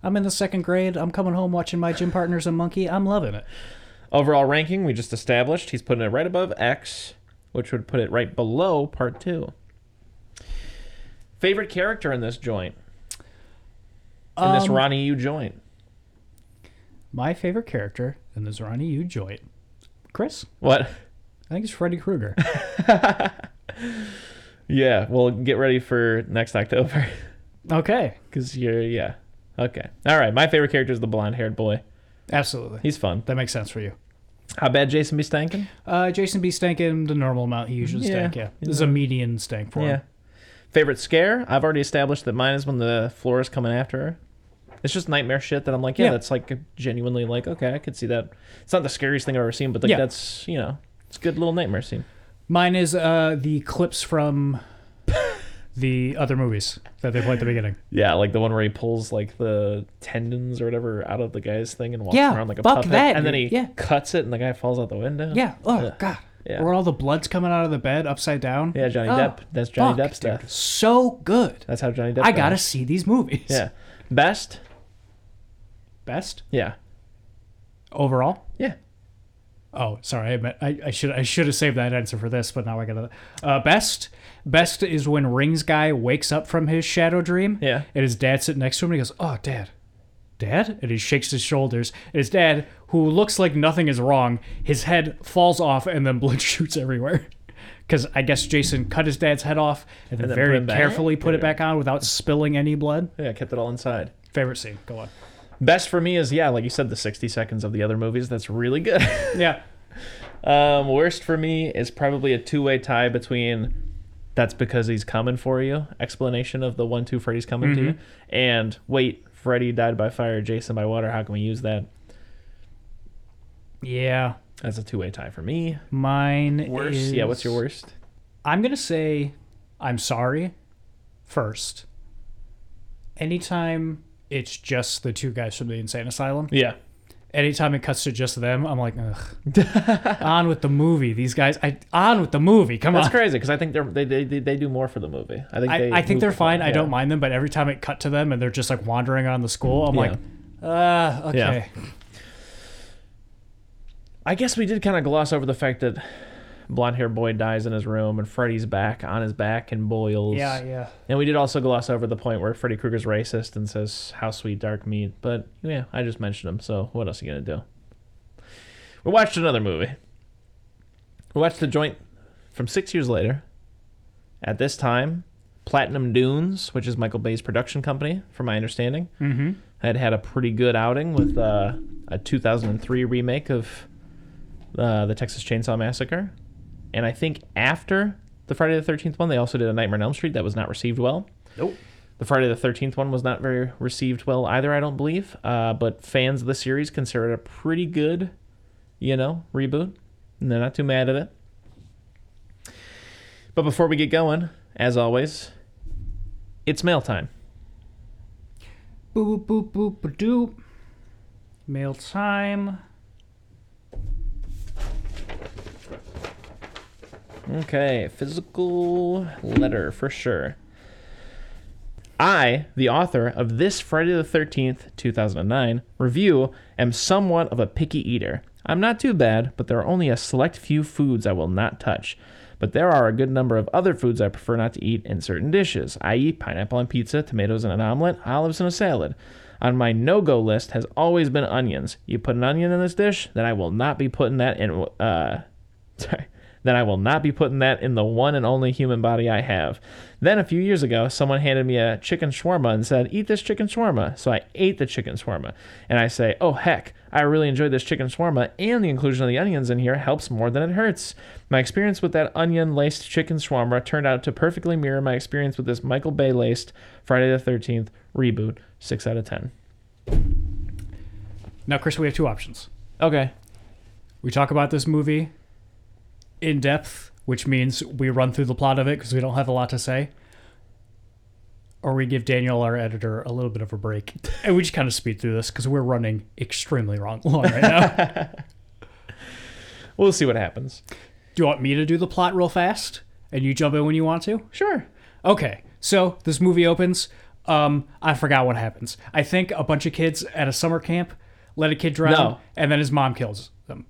Speaker 1: I'm in the second grade. I'm coming home watching my gym partners and monkey. I'm loving it.
Speaker 2: Overall ranking, we just established he's putting it right above X, which would put it right below part two. Favorite character in this joint? In this
Speaker 1: Um,
Speaker 2: Ronnie U joint?
Speaker 1: My favorite character in the Zorani U joint, Chris.
Speaker 2: What?
Speaker 1: I think it's Freddy
Speaker 2: *laughs*
Speaker 1: Krueger.
Speaker 2: Yeah, well, get ready for next October *laughs*
Speaker 1: okay,
Speaker 2: because you're yeah. Okay, all right. My favorite character is the blonde-haired boy.
Speaker 1: absolutely.
Speaker 2: He's fun.
Speaker 1: That makes sense for you.
Speaker 2: How bad Jason be stankin'?
Speaker 1: Uh, Jason B. Stankin, the normal amount he usually
Speaker 2: Yeah.
Speaker 1: stank. Yeah, this is a median stank for
Speaker 2: Yeah.
Speaker 1: him.
Speaker 2: Favorite scare? I've already established that mine is when the floor is coming after her. It's just nightmare shit that I'm like, yeah,
Speaker 1: Yeah.
Speaker 2: that's like genuinely like, okay, I could see that. It's not the scariest thing I've ever seen, but like
Speaker 1: Yeah.
Speaker 2: that's you know, it's a good little nightmare scene.
Speaker 1: Mine is uh, the clips from *laughs* the other movies that they play at the
Speaker 2: *laughs*
Speaker 1: beginning.
Speaker 2: Yeah, like the one where he pulls like the tendons or whatever out of the guy's thing and walks
Speaker 1: Yeah,
Speaker 2: around like a
Speaker 1: fuck
Speaker 2: puppet,
Speaker 1: that,
Speaker 2: and then he
Speaker 1: dude. Yeah.
Speaker 2: cuts it and the guy falls out the window.
Speaker 1: Yeah. Oh
Speaker 2: Ugh.
Speaker 1: God.
Speaker 2: Yeah.
Speaker 1: Where all the blood's coming out of the bed upside down.
Speaker 2: Yeah, Johnny
Speaker 1: Oh,
Speaker 2: Depp. That's Johnny
Speaker 1: fuck,
Speaker 2: Depp's
Speaker 1: dude.
Speaker 2: death.
Speaker 1: So good.
Speaker 2: That's how Johnny Depp.
Speaker 1: I gotta
Speaker 2: died.
Speaker 1: see these movies.
Speaker 2: Yeah. Best.
Speaker 1: Best
Speaker 2: Yeah.
Speaker 1: overall.
Speaker 2: Yeah.
Speaker 1: Oh, sorry. I, meant, I, I should I should have saved that answer for this, but now I gotta. Uh, best best is when Rings guy wakes up from his shadow dream.
Speaker 2: Yeah.
Speaker 1: And his dad sitting next to him and he goes, "Oh, dad." Dad? And he shakes his shoulders. And his dad, who looks like nothing is wrong, his head falls off and then *laughs* blood shoots everywhere. Because I guess Jason cut his dad's head off and then,
Speaker 2: then put
Speaker 1: very
Speaker 2: it back?
Speaker 1: carefully put it back on without spilling any blood.
Speaker 2: Yeah. I kept it all inside.
Speaker 1: Favorite scene. Go on.
Speaker 2: Best for me is yeah, like you said, the sixty seconds of the other movies. That's really good. *laughs*
Speaker 1: Yeah.
Speaker 2: um, worst for me is probably a two-way tie between. That's because he's coming for you. Explanation of the one, two, Freddy's coming to you,
Speaker 1: Mm-hmm.
Speaker 2: and wait, Freddy died by fire, Jason by water. How can we use that?
Speaker 1: Yeah.
Speaker 2: That's a two-way tie for me.
Speaker 1: Mine is.
Speaker 2: Yeah. What's your worst?
Speaker 1: I'm gonna say I'm sorry first. Anytime it's just the two guys from the insane asylum,
Speaker 2: Yeah.
Speaker 1: anytime it cuts to just them, I'm like, ugh.
Speaker 2: *laughs*
Speaker 1: on with the movie. These guys, I on with the movie. Come
Speaker 2: That's
Speaker 1: on.
Speaker 2: crazy because I think they're, they, they they they do more for the movie. I think they
Speaker 1: I, I think
Speaker 2: move
Speaker 1: they're
Speaker 2: the plot,
Speaker 1: fine. I
Speaker 2: yeah.
Speaker 1: don't mind them, but every time it cut to them and they're just like wandering on the school, I'm like, uh,
Speaker 2: Yeah.
Speaker 1: okay.
Speaker 2: I guess we did kind of gloss over the fact that blonde haired boy dies in his room and Freddy's back on his back and boils.
Speaker 1: Yeah, yeah.
Speaker 2: And we did also gloss over the point where Freddy Krueger's racist and says, How sweet dark meat. But yeah, I just mentioned him, so what else are you going to do? We watched another movie. We watched The Joint from six years later. At this time, Platinum Dunes, which is Michael Bay's production company, from my understanding,
Speaker 1: Mm-hmm.
Speaker 2: had had a pretty good outing with uh, a 2003 remake of uh, the Texas Chainsaw Massacre. And I think after the Friday the 13th one, they also did a Nightmare on Elm Street that was not received well.
Speaker 1: Nope.
Speaker 2: The Friday the 13th one was not very received well either, I don't believe. Uh, but fans of the series consider it a pretty good, you know, reboot. And they're not too mad at it. But before we get going, as always, it's mail time.
Speaker 1: Boop boop boop boop doop. Mail time.
Speaker 2: Okay, physical letter for sure. I, the author of this Friday the 13th, 2009 review, am somewhat of a picky eater. I'm not too bad, but there are only a select few foods I will not touch. But there are a good number of other foods I prefer not to eat in certain dishes, i.e., pineapple on pizza, tomatoes in an omelet, olives in a salad. On my no go list has always been onions. You put an onion in this dish, then I will not be putting that in. Uh, Sorry. Then I will not be putting that in the one and only human body I have. Then a few years ago, someone handed me a chicken shawarma and said, Eat this chicken shawarma. So I ate the chicken shawarma. And I say, Oh heck, I really enjoyed this chicken shawarma, and the inclusion of the onions in here helps more than it hurts. My experience with that onion laced chicken shawarma turned out to perfectly mirror my experience with this Michael Bay laced Friday the 13th reboot, 6 out of 10.
Speaker 1: Now, Chris, we have two options.
Speaker 2: Okay.
Speaker 1: We talk about this movie in depth, which means we run through the plot of it because we don't have a lot to say. Or we give Daniel, our editor, a little bit of a break. And we just kind of speed through this because we're running extremely wrong, *laughs* long right now.
Speaker 2: We'll see what happens.
Speaker 1: do you want me to do the plot real fast? And you jump in when you want to?
Speaker 2: Sure.
Speaker 1: Okay, so this movie opens. Um, I forgot what happens. I think a bunch of kids at a summer camp let a kid drown,
Speaker 2: No.
Speaker 1: and then his mom kills them.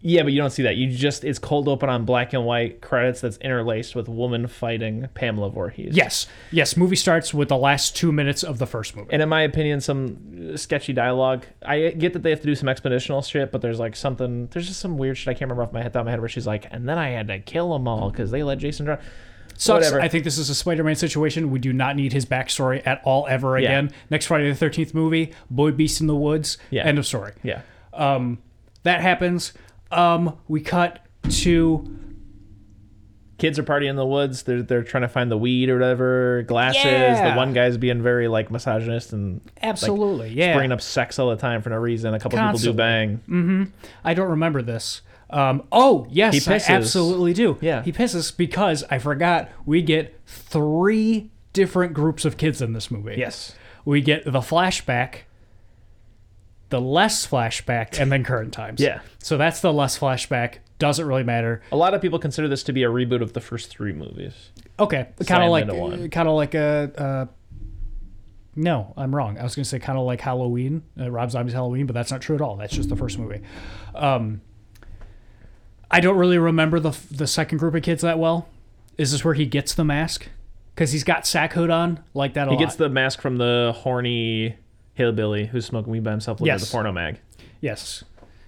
Speaker 2: Yeah, but you don't see that. You just it's cold open on black and white credits that's interlaced with woman fighting Pamela Voorhees.
Speaker 1: Yes, yes. Movie starts with the last two minutes of the first movie.
Speaker 2: And in my opinion, some uh, sketchy dialogue. I get that they have to do some expositional shit, but there's like something. There's just some weird shit I can't remember off my head, top of my head, where she's like, "And then I had to kill them all because they let Jason drown."
Speaker 1: Sucks.
Speaker 2: whatever.
Speaker 1: I think this is a Spider-Man situation. We do not need his backstory at all ever
Speaker 2: Yeah.
Speaker 1: again. Next Friday the Thirteenth movie, boy beast in the woods.
Speaker 2: Yeah.
Speaker 1: End of story.
Speaker 2: Yeah,
Speaker 1: Um, that happens. Um, we cut to
Speaker 2: kids are partying in the woods. They're they're trying to find the weed or whatever glasses.
Speaker 1: Yeah.
Speaker 2: The one guy's being very like misogynist and
Speaker 1: absolutely yeah.
Speaker 2: bringing up sex all the time for no reason. A couple people
Speaker 1: Constantly. Mm.
Speaker 2: do bang.
Speaker 1: I don't remember this. Um, oh yes,
Speaker 2: He pisses.
Speaker 1: I absolutely do.
Speaker 2: Yeah.
Speaker 1: he pisses because I forgot. We get three different groups of kids in this movie.
Speaker 2: Yes.
Speaker 1: we get the flashback, the less flashback, and then
Speaker 2: *laughs*
Speaker 1: current times.
Speaker 2: Yeah.
Speaker 1: so that's the less flashback. Doesn't really matter.
Speaker 2: A lot of people consider this to be a reboot of the first three movies.
Speaker 1: Okay, kind
Speaker 2: Slam
Speaker 1: of like
Speaker 2: into one.
Speaker 1: kind of like a. Uh, no, I'm wrong. I was gonna say kind of like Halloween, uh, Rob Zombie's Halloween, but that's not true at all. That's just the first movie. Um, I don't really remember the f- the second group of kids that well. Is this where he gets the mask? Because he's got sack hood on like that. A
Speaker 2: He gets the mask from the horny hillbilly who's smoking weed by himself with
Speaker 1: Yes.
Speaker 2: the porno mag.
Speaker 1: yes,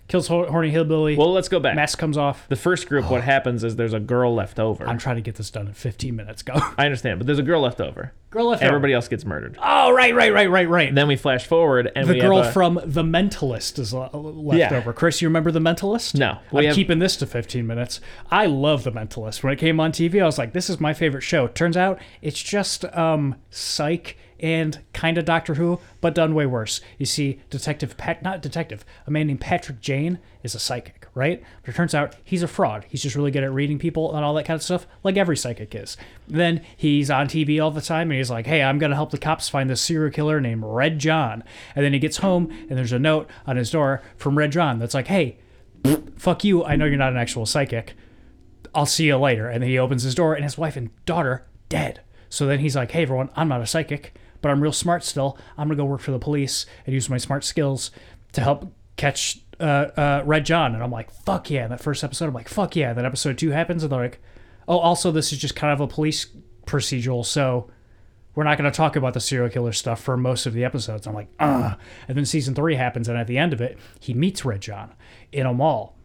Speaker 1: kills Hor- horny hillbilly.
Speaker 2: Well, let's go back.
Speaker 1: mask comes off.
Speaker 2: the first group, what happens is there's a girl left over.
Speaker 1: Oh. I'm trying to get this done in 15 minutes. Go, *laughs*
Speaker 2: I understand, but there's a girl left over.
Speaker 1: girl left.
Speaker 2: Everybody else gets murdered.
Speaker 1: Oh, right, right, right, right, right.
Speaker 2: And then we flash forward and
Speaker 1: the
Speaker 2: we
Speaker 1: girl
Speaker 2: have a,
Speaker 1: from The Mentalist is le- left
Speaker 2: Yeah.
Speaker 1: over. Chris, you remember The Mentalist?
Speaker 2: No.
Speaker 1: I'm
Speaker 2: We have-
Speaker 1: keeping this to 15 minutes. I love The Mentalist. When it came on TV, I was like, this is my favorite show. Turns out it's just um, psych and kind of Doctor Who, but done way worse. You see, Detective Pat, not Detective, a man named Patrick Jane is a psychic, right? But it turns out he's a fraud. He's just really good at reading people and all that kind of stuff, like every psychic is. Then he's on TV all the time and he's like, hey, I'm going to help the cops find this serial killer named Red John. And then he gets home and there's a note on his door from Red John that's like, hey, fuck you. I know you're not an actual psychic. I'll see you later. And then he opens his door, and his wife and daughter dead. So then he's like, hey, everyone, I'm not a psychic, but I'm real smart still. I'm going to go work for the police and use my smart skills to help catch uh, uh, Red John. And I'm like, fuck yeah. And that first episode, I'm like, fuck yeah. And then episode two happens, and they're like, oh, also, this is just kind of a police procedural. So we're not going to talk about the serial killer stuff for most of the episodes. I'm like, ah. And then season three happens, and at the end of it, he meets Red John in a mall.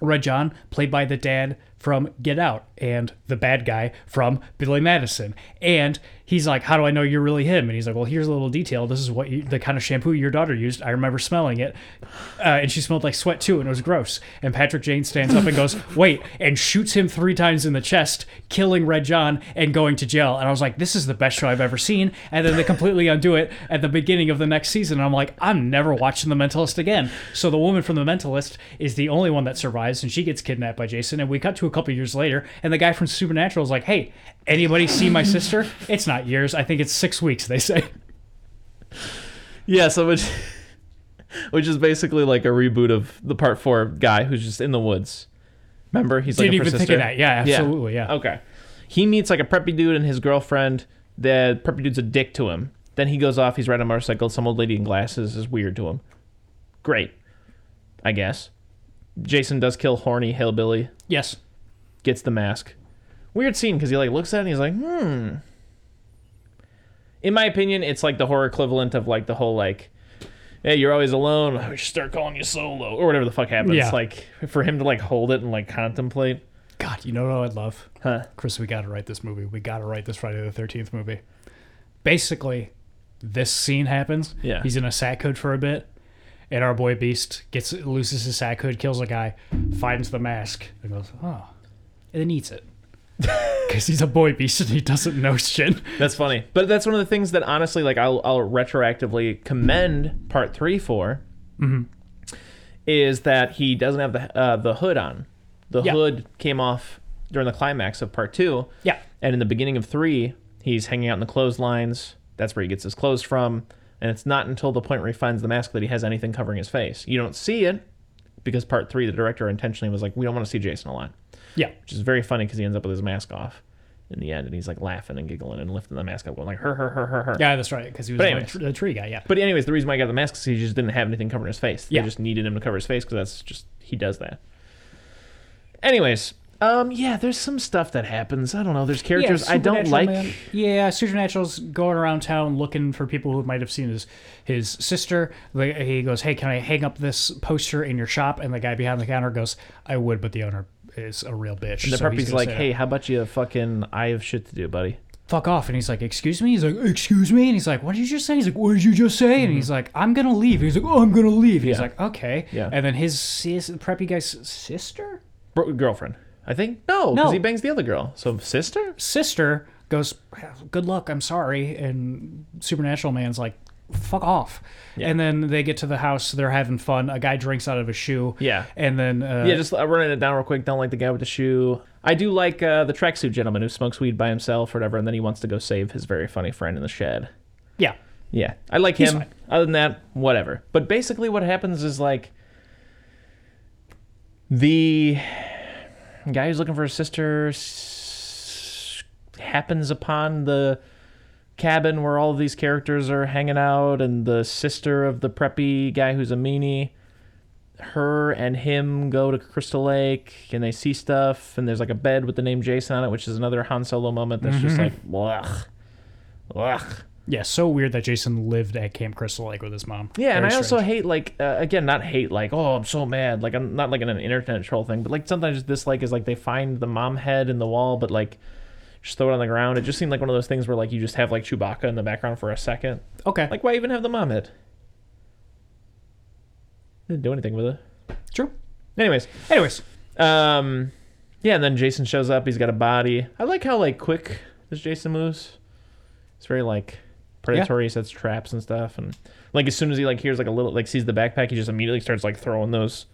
Speaker 1: Red John, played by the dad from Get Out, and the bad guy from Billy Madison. And he's like, How do I know you're really him? And he's like, Well, here's a little detail. This is what you, the kind of shampoo your daughter used. I remember smelling it. Uh, and she smelled like sweat too, and it was gross. And Patrick Jane stands up and goes, *laughs* Wait, and shoots him three times in the chest, killing Red John and going to jail. And I was like, This is the best show I've ever seen. And then they completely undo it at the beginning of the next season. And I'm like, I'm never watching The Mentalist again. So the woman from The Mentalist is the only one that survives, and she gets kidnapped by Jason. And we cut to a couple years later, and the guy from Supernatural is like, Hey, anybody see my sister? It's not years. I think it's six weeks, they say.
Speaker 2: Yeah, so which, *laughs* which is basically like a reboot of the part four guy who's just in the woods. Remember, he's
Speaker 1: Didn't
Speaker 2: looking
Speaker 1: even
Speaker 2: for
Speaker 1: think
Speaker 2: sister. Oh.
Speaker 1: of that. Yeah, absolutely. Yeah.
Speaker 2: Okay. He meets like a preppy dude and his girlfriend. The preppy dude's a dick to him. Then he goes off. He's riding a motorcycle. Some old lady in glasses is weird to him. Great, I guess. Jason does kill horny hillbilly.
Speaker 1: Yes.
Speaker 2: Gets the mask. Weird scene because he like looks at it and he's like, hmm. In my opinion, it's like the horror equivalent of like the whole like, hey, you're always alone. We should start calling you solo or whatever the fuck happens.
Speaker 1: Yeah.
Speaker 2: Like for him to like hold it and like contemplate.
Speaker 1: God, you know what I'd love?
Speaker 2: Huh.
Speaker 1: Chris, we got to write this movie. We got to write this Friday the 13th movie. Basically, this scene happens.
Speaker 2: Yeah.
Speaker 1: He's in a sack hood for a bit, and our boy Beast gets loses his sack hood, kills a guy, finds the mask, and goes, oh, and then eats
Speaker 2: *laughs*
Speaker 1: it. Because he's a boy beast and he doesn't know shit.
Speaker 2: That's funny. But that's one of the things that honestly, like, I'll, I'll retroactively commend part three for is that he doesn't have the uh, the hood on. The
Speaker 1: Yeah.
Speaker 2: hood came off during the climax of part two.
Speaker 1: Yeah.
Speaker 2: And in the beginning of three, he's hanging out in the clotheslines. That's where he gets his clothes from. And it's not until the point where he finds the mask that he has anything covering his face. You don't see it because part three, the director intentionally was like, we don't want to see Jason a lot
Speaker 1: Yeah.
Speaker 2: which is very funny because he ends up with his mask off in the end, and he's like laughing and giggling and lifting the mask up, going like her, her, her, her, her.
Speaker 1: Yeah, that's right. Because he was
Speaker 2: But
Speaker 1: the
Speaker 2: anyways.
Speaker 1: tr- the tree guy. Yeah.
Speaker 2: But anyways, the reason why I got the mask is he just didn't have anything covering his face. They
Speaker 1: Yeah.
Speaker 2: just needed him to cover his face because that's just he does that. Anyways, um, yeah, there's some stuff that happens. I don't know. There's characters I don't like.
Speaker 1: Supernatural man. Yeah, Supernatural's going around town looking for people who might have seen his his sister. The- He goes, "Hey, can I hang up this poster in your shop?" And the guy behind the counter goes, "I would, but the owner is a real bitch."
Speaker 2: The
Speaker 1: so he's
Speaker 2: puppy's
Speaker 1: gonna
Speaker 2: like,
Speaker 1: say,
Speaker 2: hey, how about you fucking? I have shit to do, buddy.
Speaker 1: fuck off!" And he's like, "Excuse me." He's like, "Excuse me," and he's like, "What did you just say?" He's like, "What did you just say?" And he's like, "I'm gonna leave." He's like, "Oh, I'm gonna leave." And He's
Speaker 2: Mm-hmm. Yeah.
Speaker 1: like, "Okay."
Speaker 2: Yeah.
Speaker 1: And then his sis, preppy guy's sister.
Speaker 2: Bro- girlfriend, I think no, because
Speaker 1: No.
Speaker 2: he bangs the other girl. So sister,
Speaker 1: sister goes, "Good luck, I'm sorry," and Supernatural Man's like, "Fuck off."
Speaker 2: Yeah.
Speaker 1: And then they get to the house, they're having fun. A guy drinks out of a shoe.
Speaker 2: Yeah.
Speaker 1: And then uh,
Speaker 2: Yeah, just uh, running it down real quick. Don't like the guy with the shoe. I do like uh, the tracksuit gentleman who smokes weed by himself or whatever, and then he wants to go save his very funny friend in the shed.
Speaker 1: yeah,
Speaker 2: Yeah, I like
Speaker 1: He's
Speaker 2: him.
Speaker 1: fine.
Speaker 2: Other than that, whatever. But basically, what happens is like the guy who's looking for his sister s- happens upon the cabin where all of these characters are hanging out, and the sister of the preppy guy who's a meanie. Her and him go to Crystal Lake, and they see stuff. And there's like a bed with the name Jason on it, which is another Han Solo moment. That's just like,
Speaker 1: Mm-hmm.
Speaker 2: ugh, ugh.
Speaker 1: yeah. So weird that Jason lived at Camp Crystal Lake with his mom.
Speaker 2: Yeah, and I
Speaker 1: Very
Speaker 2: also
Speaker 1: strange.
Speaker 2: hate like uh, again, not hate like oh I'm so mad like I'm not like in an internet troll thing, but like sometimes dislike is like they find the mom head in the wall, but like just throw it on the ground. It just seemed like one of those things where like you just have like Chewbacca in the background for a second.
Speaker 1: okay,
Speaker 2: Like why even have the mom head? Didn't do anything with it.
Speaker 1: true.
Speaker 2: Anyways,
Speaker 1: Anyways,
Speaker 2: um, yeah, and then Jason shows up. He's got a body. I like how like quick this Jason moves. It's very like predatory sets traps and stuff and like as soon as he like hears like a little like sees the backpack he just immediately starts like throwing those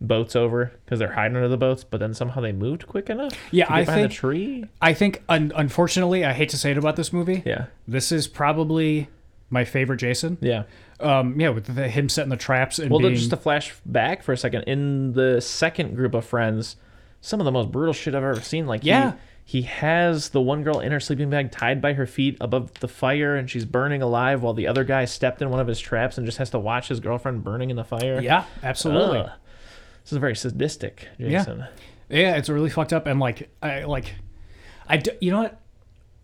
Speaker 2: boats over because they're hiding under the boats but then somehow they moved quick enough
Speaker 1: Yeah,
Speaker 2: to get
Speaker 1: I
Speaker 2: behind
Speaker 1: think-
Speaker 2: the tree
Speaker 1: I think, un- unfortunately, I hate to say it about this movie.
Speaker 2: yeah
Speaker 1: This is probably my favorite Jason.
Speaker 2: yeah
Speaker 1: Um, yeah, with the, him setting the traps and
Speaker 2: well
Speaker 1: being.
Speaker 2: just to flash back for a second in the second group of friends some of the most brutal shit i've ever seen like he-
Speaker 1: Yeah.
Speaker 2: he, has the one girl in her sleeping bag tied by her feet above the fire and she's burning alive while the other guy stepped in one of his traps and just has to watch his girlfriend burning in the fire
Speaker 1: yeah, absolutely.
Speaker 2: Ugh. This is very sadistic, Jason.
Speaker 1: Yeah, it's really fucked up, and like, I like, I do, you know what?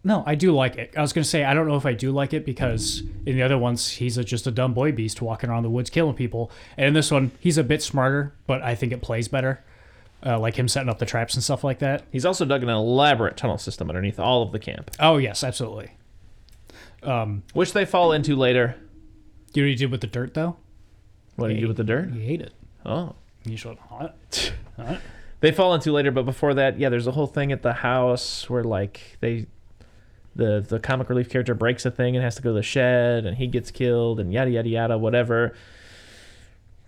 Speaker 1: No, I do like it. I was gonna say I don't know if I do like it because in the other ones he's a, just a dumb boy beast walking around the woods killing people, and in this one he's a bit smarter, but I think it plays better, uh, like him setting up the traps and stuff like that.
Speaker 2: He's also dug an elaborate tunnel system underneath all of the camp,
Speaker 1: Oh yes, absolutely.
Speaker 2: which they fall into later.
Speaker 1: You know what he did with the dirt though?
Speaker 2: What do you do with the dirt?
Speaker 1: He ate it.
Speaker 2: Oh.
Speaker 1: He just went, "Huh?" *laughs*
Speaker 2: They fall into later, but before that, yeah, there's a whole thing at the house where like they the the comic relief character breaks a thing and has to go to the shed and he gets killed and yada yada yada, whatever.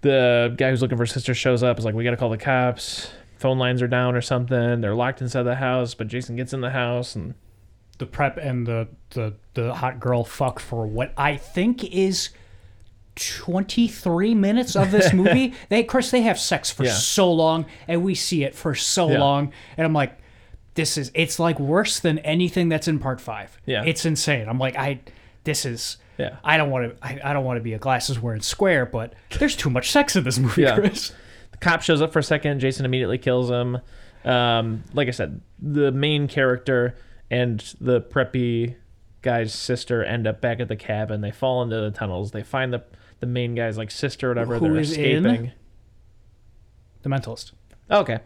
Speaker 2: The guy who's looking for his sister shows up, is like, We gotta call the cops. Phone lines are down or something. They're locked inside the house, but Jason gets in the house and
Speaker 1: the prep and the, the the hot girl fuck for what I think is 23 minutes of
Speaker 2: *laughs*
Speaker 1: this movie. they of course they have sex for
Speaker 2: Yeah.
Speaker 1: so long and we see it for so
Speaker 2: Yeah.
Speaker 1: long and I'm like this is it's like worse than anything that's in part 5.
Speaker 2: Yeah.
Speaker 1: It's insane. I'm like I this is
Speaker 2: Yeah.
Speaker 1: I don't want to I, I don't want to be a glasses wearing square, but there's too much sex in this movie,
Speaker 2: Yeah.
Speaker 1: Chris.
Speaker 2: The cop shows up for a second. Jason immediately kills him. Um, like I said, the main character and the preppy guy's sister end up back at the cabin. They fall into the tunnels. They find the the main guy's like sister or whatever.
Speaker 1: Who
Speaker 2: They're
Speaker 1: is in?
Speaker 2: escaping. Oh,
Speaker 1: The mentalist.
Speaker 2: Okay.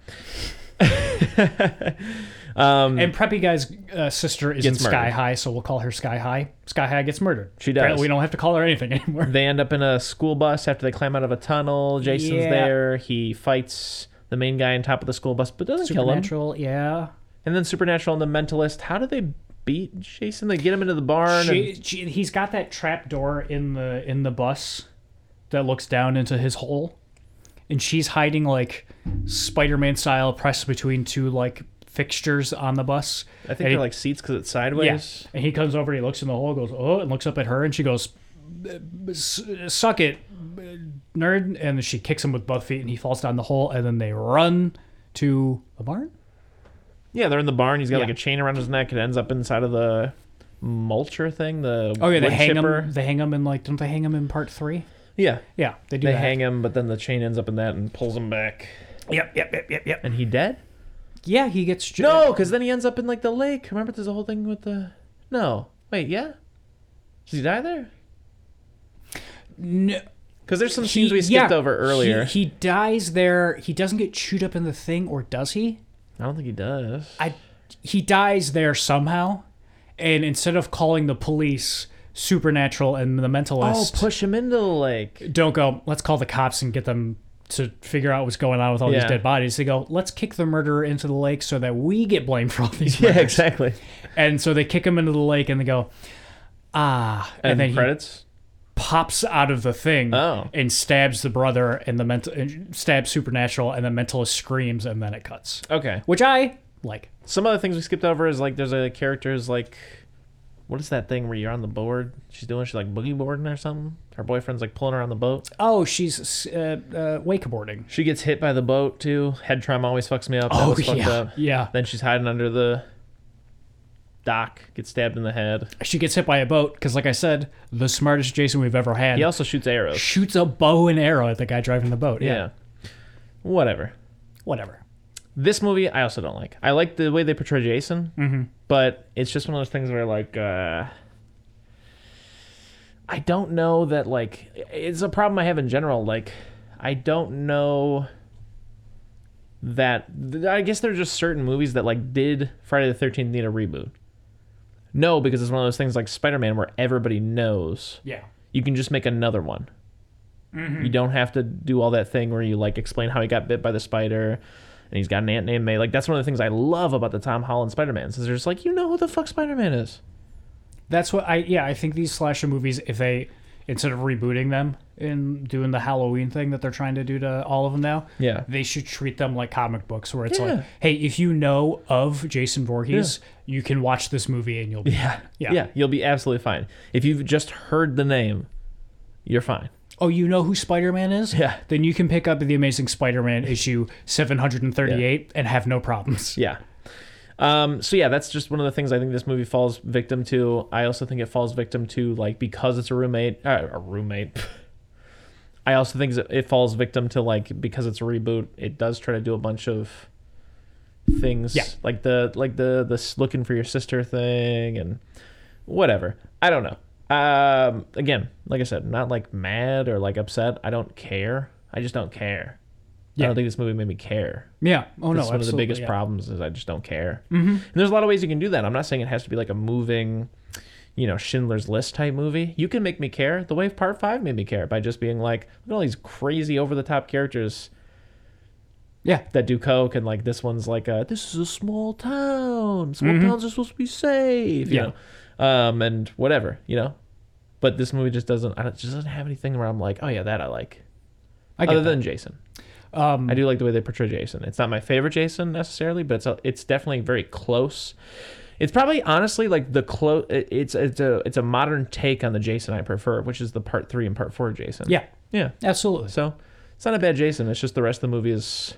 Speaker 1: And Preppy Guy's uh, sister is in
Speaker 2: Um, Gets
Speaker 1: Sky
Speaker 2: murdered.
Speaker 1: High, so we'll call her Sky High. Sky High gets murdered.
Speaker 2: She does.
Speaker 1: Apparently, we don't have to call her anything *laughs* anymore.
Speaker 2: They end up in a school bus after they climb out of a tunnel. Jason's
Speaker 1: Yeah.
Speaker 2: there. He fights the main guy on top of the school bus, but doesn't kill him.
Speaker 1: Supernatural, yeah.
Speaker 2: And then Supernatural and the Mentalist. How do they beat Jason? They get him into the barn. and-
Speaker 1: She, she, he's got that trap door in the in the bus that looks down into his hole, and she's hiding like Spider-Man style, pressed between two like fixtures on the bus.
Speaker 2: I think
Speaker 1: And he-
Speaker 2: they're like seats because it's
Speaker 1: Yeah.
Speaker 2: sideways.
Speaker 1: And he comes over and he looks in the hole, goes, oh, and looks up at her, and she goes, "S- suck it, nerd. And she kicks him with both feet, and he falls down the hole, and then they run to a barn?
Speaker 2: Yeah, they're in the barn. He's got like
Speaker 1: Yeah.
Speaker 2: a chain around his neck. It ends up inside of the mulcher thing. The
Speaker 1: Oh, yeah, they
Speaker 2: wood
Speaker 1: hang
Speaker 2: chipper.
Speaker 1: him. They hang him in, like, don't they hang him in part three?
Speaker 2: Yeah,
Speaker 1: Yeah, they do
Speaker 2: they
Speaker 1: that.
Speaker 2: hang him, but then the chain ends up in that and pulls him back.
Speaker 1: Yep, yep, yep, yep, yep.
Speaker 2: And he dead?
Speaker 1: Yeah, he gets. J-
Speaker 2: No, because then he ends up in like the lake. Remember, there's a whole thing with the. No, wait, yeah. Does he die there?
Speaker 1: No,
Speaker 2: Because there's some
Speaker 1: he-
Speaker 2: scenes we skipped
Speaker 1: yeah,
Speaker 2: over earlier.
Speaker 1: He, he dies there. He doesn't get chewed up in the thing, or does he?
Speaker 2: I don't think he does.
Speaker 1: I he dies there somehow, and instead of calling the police, supernatural and the
Speaker 2: Oh,
Speaker 1: mentalist
Speaker 2: push him into the lake.
Speaker 1: don't go. Let's call the cops and get them to figure out what's going on with all these
Speaker 2: Yeah.
Speaker 1: dead bodies. They go, let's kick the murderer into the lake so that we get blamed for all these.
Speaker 2: *laughs* Yeah,
Speaker 1: murders."
Speaker 2: exactly.
Speaker 1: And so they kick him into the lake, and they go, ah, and,
Speaker 2: And,
Speaker 1: then he
Speaker 2: credits.
Speaker 1: pops out of the thing
Speaker 2: Oh.
Speaker 1: and stabs the brother and the mental and stabs supernatural and the mentalist screams and then it cuts
Speaker 2: okay.
Speaker 1: which i like
Speaker 2: Some other things we skipped over is like there's a character's like, what is that thing where you're on the board? She's doing she's like boogie boarding or something. Her boyfriend's like pulling her on the boat.
Speaker 1: oh she's uh, uh, wakeboarding
Speaker 2: She gets hit by the boat too. Head trauma always fucks me up. That was fucked
Speaker 1: Oh, yeah
Speaker 2: up.
Speaker 1: yeah
Speaker 2: Then she's hiding under the dock. Gets stabbed in the head.
Speaker 1: she gets hit by a boat because like i said the smartest jason we've ever had
Speaker 2: He also shoots arrows.
Speaker 1: shoots a bow and arrow at the guy driving the boat
Speaker 2: Yeah.
Speaker 1: yeah,
Speaker 2: Whatever.
Speaker 1: whatever
Speaker 2: This movie I also don't like. I like the way they portray Jason, but it's just one of those things where like uh, I don't know that like it's a problem I have in general. Like I don't know that I guess there are just certain movies that like did Friday the Thirteenth need a reboot? No, because it's one of those things like Spider Man where everybody knows
Speaker 1: yeah
Speaker 2: you can just make another one. You don't have to do all that thing where you like explain how he got bit by the spider and he's got an aunt named May. Like that's one of the things I love about the Tom Holland Spider-Man. Is they're just like, you know who the fuck Spider-Man is.
Speaker 1: That's what I yeah, I think these slasher movies if they instead of rebooting them and doing the Halloween thing that they're trying to do to all of them now,
Speaker 2: Yeah.
Speaker 1: they should treat them like comic books where it's
Speaker 2: Yeah.
Speaker 1: like, hey, if you know of Jason Voorhees, you can watch this movie and you'll be
Speaker 2: Yeah.
Speaker 1: Yeah.
Speaker 2: Yeah. You'll be absolutely fine. If you've just heard the name, you're fine.
Speaker 1: Oh, you know who Spider-Man is?
Speaker 2: Yeah.
Speaker 1: Then you can pick up the Amazing Spider-Man issue 738 and have no problems.
Speaker 2: *laughs* Yeah. Um, so yeah, that's just one of the things I think this movie falls victim to. I also think it falls victim to like because it's a roommate, uh, a roommate. *laughs* I also think it falls victim to like because it's a reboot, it does try to do a bunch of things
Speaker 1: Yeah.
Speaker 2: like the like the this looking for your sister thing and whatever. I don't know. Um, again, like I said, not like mad or like upset. I don't care. I just don't care. I
Speaker 1: Yeah.
Speaker 2: don't think this movie made me care.
Speaker 1: Yeah. Oh no,
Speaker 2: That's one of the
Speaker 1: absolutely,
Speaker 2: biggest
Speaker 1: yeah. Mm-hmm.
Speaker 2: problems is I just don't care. And there's a lot of ways you can do that. I'm not saying it has to be like a moving, you know, Schindler's List type movie. You can make me care the way Part Five made me care by just being like, look at all these crazy over the top characters
Speaker 1: Yeah.
Speaker 2: that do coke, and like this one's like, uh, this is a small town. Small towns are supposed to be safe.
Speaker 1: Mm-hmm.
Speaker 2: You
Speaker 1: Yeah.
Speaker 2: know, um, and whatever. You know, but this movie just doesn't. I don't, just doesn't have anything where I'm like, oh yeah, that I like.
Speaker 1: I get Um,
Speaker 2: Other
Speaker 1: that.
Speaker 2: than Jason. I do like the way they portray Jason. It's not my favorite Jason necessarily, but it's a, it's definitely very close. It's probably honestly like the close. It's it's a it's a modern take on the Jason I prefer, which is the part three and part four Jason.
Speaker 1: Yeah.
Speaker 2: yeah.
Speaker 1: Absolutely.
Speaker 2: So it's not a bad Jason. It's just the rest of the movie is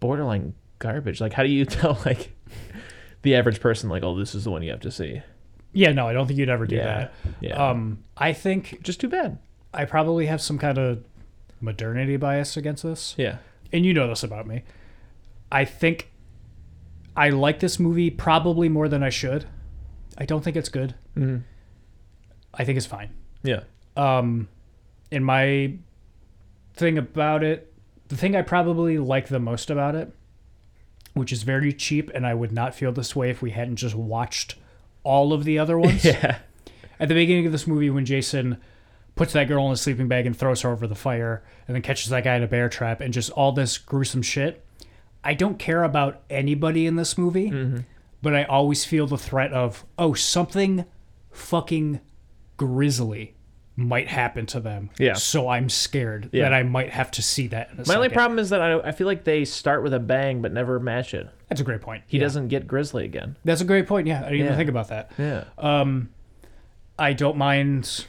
Speaker 2: borderline garbage. Like, how do you *laughs* tell like the average person like, oh, this is the one you have to see?
Speaker 1: Yeah, no, I don't think you'd ever do
Speaker 2: Yeah.
Speaker 1: that.
Speaker 2: Yeah.
Speaker 1: Um, I think
Speaker 2: just too bad.
Speaker 1: I probably have some kind of modernity bias against this.
Speaker 2: Yeah.
Speaker 1: And you know this about me. I think I like this movie probably more than I should. I don't think it's good. I think it's fine.
Speaker 2: Yeah.
Speaker 1: Um, and my thing about it, the thing I probably like the most about it, which is very cheap, and I would not feel this way if we hadn't just watched all of the
Speaker 2: *laughs*
Speaker 1: other ones.
Speaker 2: Yeah.
Speaker 1: At the beginning of this movie, when Jason puts that girl in a sleeping bag and throws her over the fire, and then catches that guy in a bear trap, and just all this gruesome shit, I don't care about anybody in this movie,
Speaker 2: Mm-hmm.
Speaker 1: but I always feel the threat of, oh, something fucking grisly might happen to them.
Speaker 2: Yeah.
Speaker 1: So I'm scared
Speaker 2: Yeah.
Speaker 1: that I might have to see that. In a
Speaker 2: My only
Speaker 1: second.
Speaker 2: problem is that I, I feel like they start with a bang but never match it.
Speaker 1: That's a great point.
Speaker 2: He doesn't get Grizzly again. Uh,
Speaker 1: That's a great point. Yeah, I didn't even
Speaker 2: Yeah.
Speaker 1: think about that.
Speaker 2: Yeah.
Speaker 1: I don't mind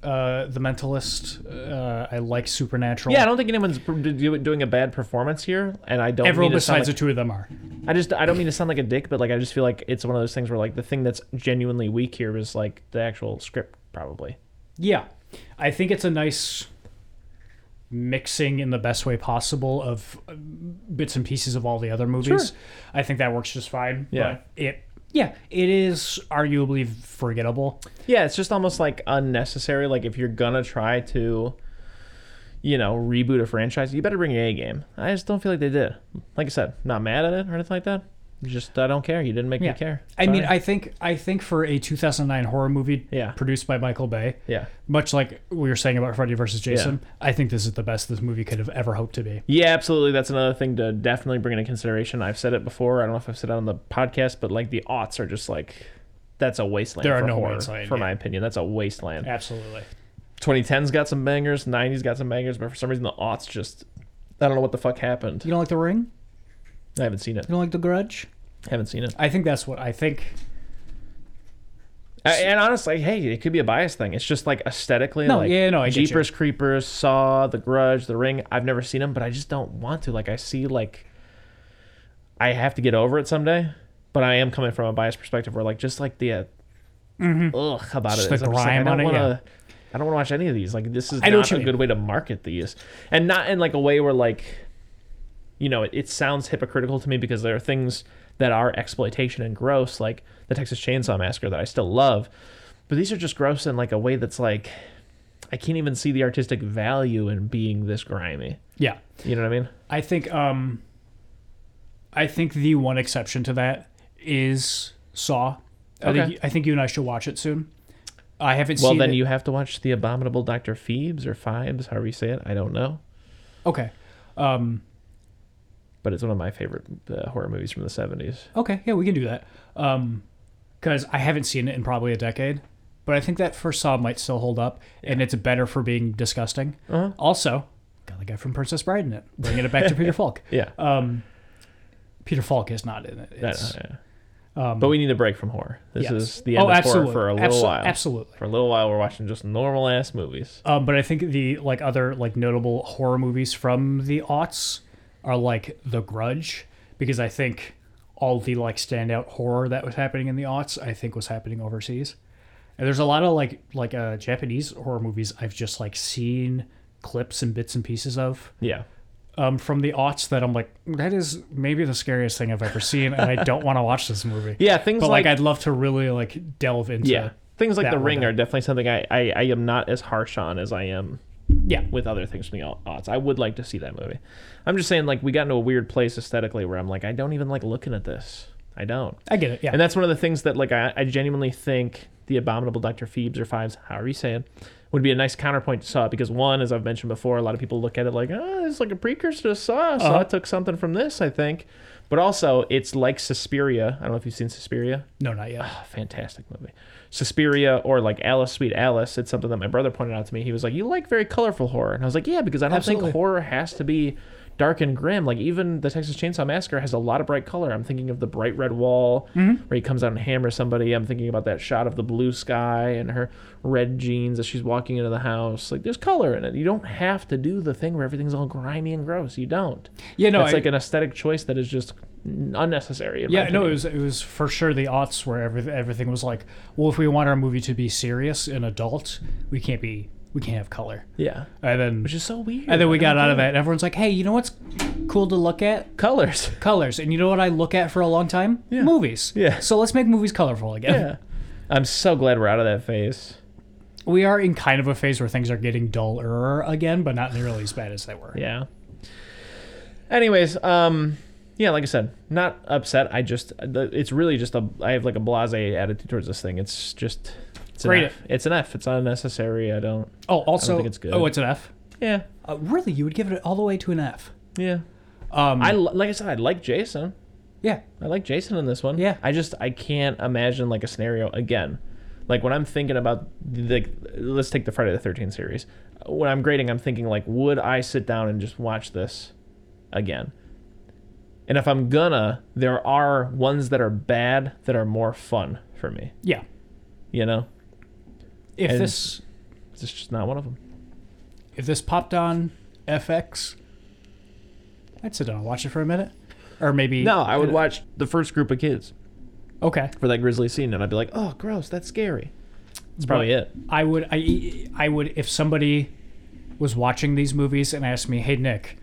Speaker 1: uh, the Mentalist. Uh, I like Supernatural.
Speaker 2: yeah, I don't think anyone's pr- do- do- doing a bad performance here, and I don't.
Speaker 1: Everyone
Speaker 2: mean to sound
Speaker 1: besides
Speaker 2: like,
Speaker 1: the two of them are.
Speaker 2: I just I don't mean to sound like a dick, but like I just feel like it's one of those things where like the thing that's genuinely weak here is like the actual script probably.
Speaker 1: Yeah, I think it's a nice mixing in the best way possible of uh, bits and pieces of all the other movies.
Speaker 2: Sure.
Speaker 1: I think that works just fine.
Speaker 2: Yeah.
Speaker 1: but it yeah it is arguably forgettable.
Speaker 2: Yeah, it's just almost like unnecessary. Like if you're gonna try to, you know, reboot a franchise, you better bring your A game. I just don't feel like they did. Like I said, not mad at it or anything like that. Just I don't care. You didn't make
Speaker 1: Yeah.
Speaker 2: me care.
Speaker 1: I mean,
Speaker 2: Sorry.
Speaker 1: I think I think for a 2009 horror movie
Speaker 2: Yeah.
Speaker 1: produced by Michael Bay,
Speaker 2: yeah.
Speaker 1: much like we were saying about Freddy versus Jason, I think this is the best this movie could have ever hoped to be.
Speaker 2: Yeah, absolutely. That's another thing to definitely bring into consideration. I've said it before. I don't know if I've said it on the podcast, but like the aughts are just like that's a wasteland.
Speaker 1: There are
Speaker 2: for
Speaker 1: no
Speaker 2: horror,
Speaker 1: wasteland,
Speaker 2: for
Speaker 1: yeah.
Speaker 2: my opinion. That's a wasteland.
Speaker 1: Absolutely.
Speaker 2: 2010's got some bangers. 90's got some bangers, but for some reason the aughts just I don't know what the fuck happened.
Speaker 1: You don't like The Ring?
Speaker 2: I haven't seen it.
Speaker 1: You don't like The Grudge?
Speaker 2: haven't seen it.
Speaker 1: I think that's what I think.
Speaker 2: I, and honestly, hey, it could be a bias thing. It's just like aesthetically,
Speaker 1: No,
Speaker 2: like
Speaker 1: yeah, no, I get you.
Speaker 2: Jeepers Creepers, Saw, The Grudge, The Ring. I've never seen them, but I just don't want to. Like I see, like I have to get over it someday. But I am coming from a biased perspective, where like just like the uh, ugh about
Speaker 1: Mm-hmm. Just
Speaker 2: it.
Speaker 1: the
Speaker 2: is I'm like,
Speaker 1: grime
Speaker 2: I
Speaker 1: on
Speaker 2: don't
Speaker 1: it,
Speaker 2: want
Speaker 1: yeah.
Speaker 2: to. I don't want to watch any of these. Like this is
Speaker 1: I know
Speaker 2: not
Speaker 1: what you
Speaker 2: a
Speaker 1: mean.
Speaker 2: good way to market these, and not in like a way where like you know, it, it sounds hypocritical to me because there are things that are exploitation and gross, like the Texas Chainsaw Massacre that I still love. But these are just gross in like a way that's like I can't even see the artistic value in being this grimy.
Speaker 1: Yeah.
Speaker 2: You know what I mean?
Speaker 1: I think um I think the one exception to that is Saw. I
Speaker 2: Okay.
Speaker 1: think I think you and I should watch it soon. I haven't
Speaker 2: Well,
Speaker 1: seen
Speaker 2: then
Speaker 1: it.
Speaker 2: you have to watch the abominable Doctor Phoebes or Fibes, however you say it. I don't know,
Speaker 1: Okay. Um
Speaker 2: but it's one of my favorite uh, horror movies from the seventies.
Speaker 1: okay, yeah, we can do that. Um because I haven't seen it in probably a decade. But I think that first Saw might still hold up, and it's better for being disgusting.
Speaker 2: Uh-huh.
Speaker 1: Also, got the guy from Princess Bride in it. Bringing it back to
Speaker 2: *laughs*
Speaker 1: Peter Falk.
Speaker 2: Yeah.
Speaker 1: Um, Peter Falk is not in it. It's,
Speaker 2: That- uh, yeah. but we need a break from horror. This
Speaker 1: Um, Yes.
Speaker 2: is the
Speaker 1: Oh,
Speaker 2: end of horror
Speaker 1: absolutely.
Speaker 2: for a little
Speaker 1: Absol-
Speaker 2: while.
Speaker 1: absolutely.
Speaker 2: For a little while, we're watching just normal ass movies.
Speaker 1: Um, but I think the like other like notable horror movies from the aughts are like The Grudge, because I think all the like standout horror that was happening in the aughts, I think was happening overseas. And there's a lot of like like uh, Japanese horror movies I've just like seen clips and bits and pieces of
Speaker 2: Yeah.
Speaker 1: um, from the aughts that I'm like that is maybe the scariest thing I've ever seen, and I don't want to watch this movie.
Speaker 2: *laughs* Yeah, things
Speaker 1: but
Speaker 2: like,
Speaker 1: like, I'd love to really like delve into.
Speaker 2: yeah, things like
Speaker 1: that
Speaker 2: The
Speaker 1: one
Speaker 2: Ring
Speaker 1: down.
Speaker 2: are definitely something I, I I am not as harsh on as I am
Speaker 1: yeah,
Speaker 2: with other things from the au- aughts. I would like to see that movie. I'm just saying, like, we got into a weird place aesthetically where I'm like, I don't even like looking at this. I don't.
Speaker 1: I get it. Yeah,
Speaker 2: And that's one of the things that, like, I, I genuinely think the abominable Dr. Phoebes or Fives, however you say it, would be a nice counterpoint to Saw because one, as I've mentioned before, a lot of people look at it like, oh, it's like a precursor to Saw. Saw
Speaker 1: Uh-huh.
Speaker 2: took something from this, I think. But also, it's like Suspiria. I don't know if you've seen Suspiria
Speaker 1: no, not yet.
Speaker 2: a fantastic movie. Suspiria or like Alice Sweet Alice, it's something that my brother pointed out to me. He was like, "You like very colorful horror." And I was like, "Yeah, because I don't
Speaker 1: Absolutely.
Speaker 2: think horror has to be dark and grim. Like even the Texas Chainsaw Massacre has a lot of bright color. I'm thinking of the bright red wall
Speaker 1: Mm-hmm.
Speaker 2: where he comes out and hammers somebody. I'm thinking about that shot of the blue sky and her red jeans as she's walking into the house. Like there's color in it. You don't have to do the thing where everything's all grimy and gross. You don't.
Speaker 1: Yeah, no,
Speaker 2: That's
Speaker 1: I-
Speaker 2: like an aesthetic choice that is just unnecessary. in my
Speaker 1: Yeah, no, it
Speaker 2: opinion.
Speaker 1: was it was for sure the aughts where everything everything was like, well, if we want our movie to be serious and adult, we can't be we can't have color.
Speaker 2: yeah.
Speaker 1: And then
Speaker 2: Which is so weird.
Speaker 1: and then we
Speaker 2: I
Speaker 1: got
Speaker 2: don't
Speaker 1: out of
Speaker 2: get
Speaker 1: that, and everyone's like, hey, you know what's cool to look at?
Speaker 2: *laughs* colors.
Speaker 1: Colors. And you know what I look at for a long time? Movies.
Speaker 2: Yeah.
Speaker 1: So let's make movies colorful again.
Speaker 2: Yeah. I'm so glad we're out of that phase.
Speaker 1: *laughs* We are in kind of a phase where things are getting duller again, but not nearly as bad as they were.
Speaker 2: Yeah. Anyways, um yeah, like I said, not upset. I just the- it's really just a I have like a blasé attitude towards this thing. It's just it's an
Speaker 1: Rate
Speaker 2: F. It's an F. It's not unnecessary. I don't
Speaker 1: Oh, also,
Speaker 2: think it's good.
Speaker 1: oh, it's an F.
Speaker 2: Yeah.
Speaker 1: Uh, really, you would give it all the way to an F?
Speaker 2: Yeah.
Speaker 1: Um,
Speaker 2: I li- like I said I like Jason.
Speaker 1: yeah.
Speaker 2: I like Jason in this one.
Speaker 1: Yeah.
Speaker 2: I just I can't imagine like a scenario again. Like when I'm thinking about the let's take the Friday the 13th series. When I'm grading, I'm thinking like would I sit down and just watch this again? And if I'm gonna, there are ones that are bad that are more fun for me,
Speaker 1: Yeah.
Speaker 2: you know?
Speaker 1: If
Speaker 2: And-
Speaker 1: this
Speaker 2: It's just not one of them.
Speaker 1: if this popped on FX, I'd sit down and watch it for a minute, or maybe
Speaker 2: No, I would watch the first group of kids
Speaker 1: Okay,
Speaker 2: for that grizzly scene and I'd be like, "Oh, gross, that's scary." That's probably it.
Speaker 1: I would. I I would if somebody was watching these movies and asked me, "Hey Nick,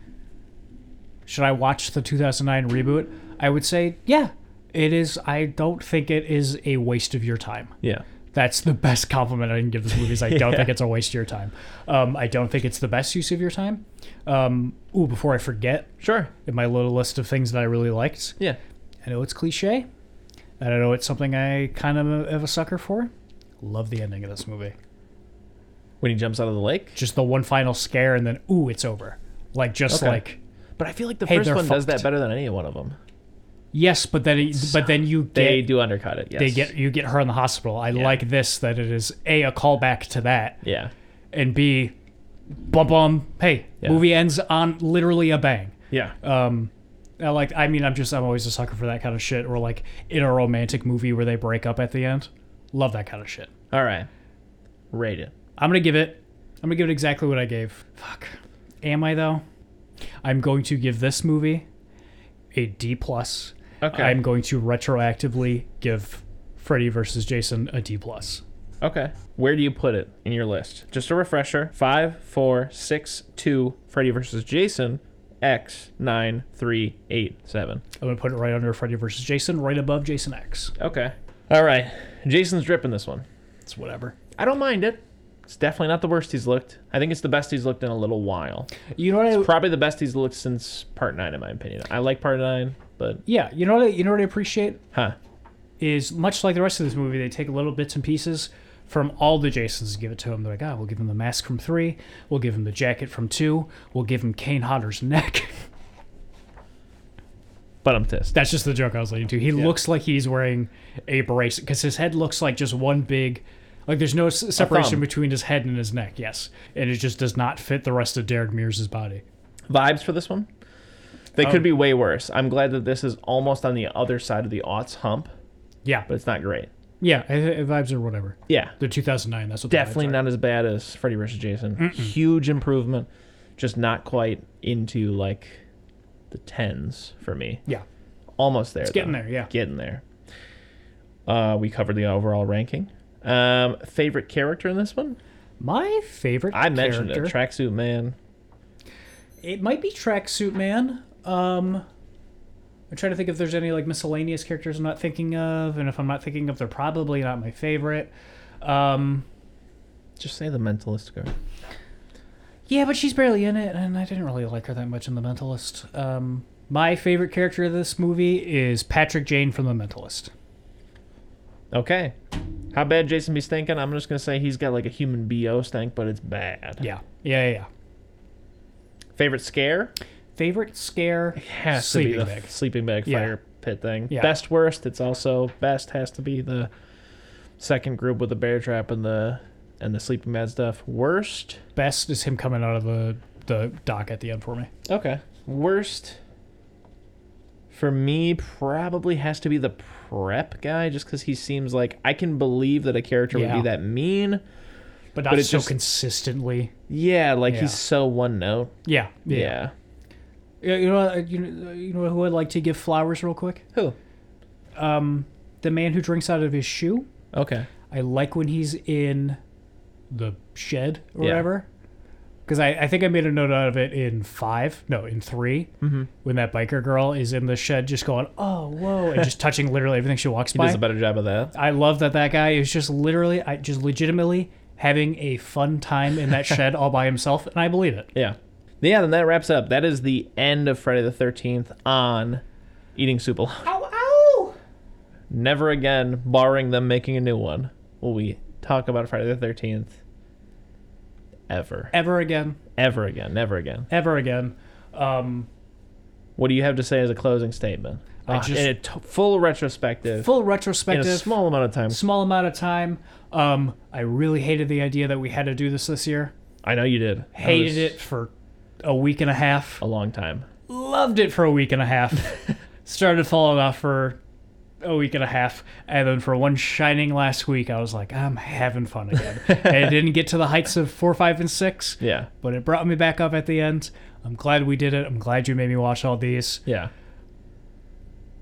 Speaker 1: should I watch the 2009 reboot?" I would say, "Yeah, it is. I don't think it is a waste of your time."
Speaker 2: Yeah.
Speaker 1: That's the best *laughs* compliment I can give this movie. Is I don't think it's a waste of your time. Um, I don't think it's the best use of your time. Um, ooh, before I forget,
Speaker 2: Sure.
Speaker 1: in my little list of things that I really liked,
Speaker 2: Yeah.
Speaker 1: I know it's cliche, and I know it's something I kind of am a sucker for. Love the ending of this movie.
Speaker 2: When he jumps out of the lake.
Speaker 1: Just the one final scare, and then ooh, it's over. Like just
Speaker 2: Okay.
Speaker 1: like
Speaker 2: But I feel like the
Speaker 1: Hey,
Speaker 2: first
Speaker 1: they're
Speaker 2: one does that
Speaker 1: fucked.
Speaker 2: better than any one of them.
Speaker 1: yes, but then it, but then you get
Speaker 2: They
Speaker 1: they,
Speaker 2: do undercut it. Yes.
Speaker 1: get you get her in the hospital. I like this that it is a a callback to that,
Speaker 2: Yeah.
Speaker 1: and b bum bum. Hey,
Speaker 2: Yeah.
Speaker 1: movie ends on literally a bang.
Speaker 2: Yeah.
Speaker 1: Um, I like I mean I'm just I'm always a sucker for that kind of shit. Or like in a romantic movie where they break up at the end. Love that kind of shit.
Speaker 2: All right. Rate it.
Speaker 1: I'm gonna give it. I'm gonna give it exactly what I gave. Fuck. Am I though? I'm going to give this movie a D plus.
Speaker 2: Okay.
Speaker 1: I'm going to retroactively give Freddy versus Jason a D plus.
Speaker 2: Okay. Where do you put it in your list? Just a refresher. Five, four, six, two. Freddy versus Jason. X nine three eight seven.
Speaker 1: I'm gonna put it right under Freddy versus Jason, right above Jason X.
Speaker 2: Okay. All right. Jason's dripping this one.
Speaker 1: It's whatever.
Speaker 2: I don't mind it. It's definitely not the worst he's looked. I think it's the best he's looked in a little while.
Speaker 1: You know what I?
Speaker 2: Probably the best he's looked since part nine, in my opinion. I like part nine, but
Speaker 1: yeah. You know what? I, you know what I appreciate
Speaker 2: huh.
Speaker 1: is much like the rest of this movie, they take little bits and pieces from all the Jasons and give it to him. They're like, ah, we'll give him the mask from three, we'll give him *laughs* the jacket from two, we'll give him Kane Hodder's neck.
Speaker 2: but I'm pissed.
Speaker 1: That's just the joke I was leading to. He looks like he's wearing a brace because his head looks like just one big, like there's no s- separation
Speaker 2: thumb.
Speaker 1: between his head and his neck. Yes, and it just does not fit the rest of Derek Mears' body.
Speaker 2: Vibes for this one? They
Speaker 1: Oh.
Speaker 2: could be way worse. I'm glad that this is almost on the other side of the aughts hump,
Speaker 1: Yeah,
Speaker 2: but it's not great.
Speaker 1: yeah, I- I- vibes or whatever.
Speaker 2: Yeah.
Speaker 1: The 2009. That's what the vibes
Speaker 2: Definitely
Speaker 1: are.
Speaker 2: not as bad as Freddy vs. Jason. Huge improvement. Just not quite into like the tens for me.
Speaker 1: Yeah,
Speaker 2: Almost there. It's
Speaker 1: getting there. Yeah,
Speaker 2: Getting there. Uh, we covered the overall ranking. Um, favorite character in this one?
Speaker 1: my favorite.
Speaker 2: I mentioned
Speaker 1: character-
Speaker 2: it. Tracksuit Man.
Speaker 1: It might be Tracksuit Man. Um, I'm trying to think if there's any like miscellaneous characters I'm not thinking of, and if I'm not thinking of, they're probably not my favorite. Um,
Speaker 2: Just say the Mentalist guard.
Speaker 1: yeah, but she's barely in it, and I didn't really like her that much in The Mentalist. Um, my favorite character of this movie is Patrick Jane from The Mentalist.
Speaker 2: Okay. How bad Jason be stinking? I'm just gonna say he's got like a human bo stink, but it's bad.
Speaker 1: Yeah, yeah, yeah. yeah.
Speaker 2: Favorite scare
Speaker 1: Favorite scare?
Speaker 2: has
Speaker 1: Uh, Sleeping
Speaker 2: to be the
Speaker 1: bag.
Speaker 2: sleeping bag
Speaker 1: Yeah.
Speaker 2: fire pit thing.
Speaker 1: Yeah.
Speaker 2: Best worst. It's also best has to be the second group with the bear trap and the and the sleeping bag stuff. Worst.
Speaker 1: Best is him coming out of the the dock at the end for me.
Speaker 2: Okay. Worst. For me, probably has to be the prep guy, just because he seems like I can believe that a character would
Speaker 1: Yeah.
Speaker 2: be that mean.
Speaker 1: But not
Speaker 2: But it
Speaker 1: so
Speaker 2: just-
Speaker 1: consistently.
Speaker 2: Yeah, like
Speaker 1: Yeah.
Speaker 2: he's so one note.
Speaker 1: Yeah, yeah.
Speaker 2: yeah.
Speaker 1: Yeah, You know, uh, you know, you know who I'd like to give flowers real quick?
Speaker 2: Who?
Speaker 1: the man who drinks out of his shoe.
Speaker 2: Okay.
Speaker 1: I like when he's in the shed or
Speaker 2: Yeah.
Speaker 1: whatever. Because I, I think I made a note out of it in five, no, in 3 mm-hmm. when that biker girl is in the shed just going, oh, whoa, and
Speaker 2: *laughs*
Speaker 1: just touching literally everything she walks
Speaker 2: He
Speaker 1: by.
Speaker 2: does a better job of that.
Speaker 1: I love that that guy is just literally, I just legitimately having a fun time in that shed all by himself, and I believe it.
Speaker 2: Yeah. Yeah, then that wraps up. That is the end of Friday the 13th on Eating Soup Alone. *laughs*
Speaker 1: Ow, ow!
Speaker 2: Never again, barring them making a new one, will we talk about Friday the 13th ever.
Speaker 1: Ever again,
Speaker 2: Ever again. Never again.
Speaker 1: ever again. Um,
Speaker 2: What do you have to say as a closing statement?
Speaker 1: I
Speaker 2: Uh,
Speaker 1: just-
Speaker 2: in a t- full retrospective,
Speaker 1: full
Speaker 2: in a
Speaker 1: retrospective.
Speaker 2: small amount of time.
Speaker 1: small amount of time. Um, I really hated the idea that we had to do this this year.
Speaker 2: I know you did. I was-
Speaker 1: Hated it for a week and a half.
Speaker 2: A long time.
Speaker 1: Loved it for a week and a
Speaker 2: *laughs*
Speaker 1: half. Started falling off for a week and a half, and then for one shining last week, I was like, I'm having fun
Speaker 2: *laughs*
Speaker 1: again. and it didn't get to the heights of four, five, and six,
Speaker 2: Yeah.
Speaker 1: but it brought me back up at the end. I'm glad we did it. I'm glad you made me watch all these.
Speaker 2: Yeah.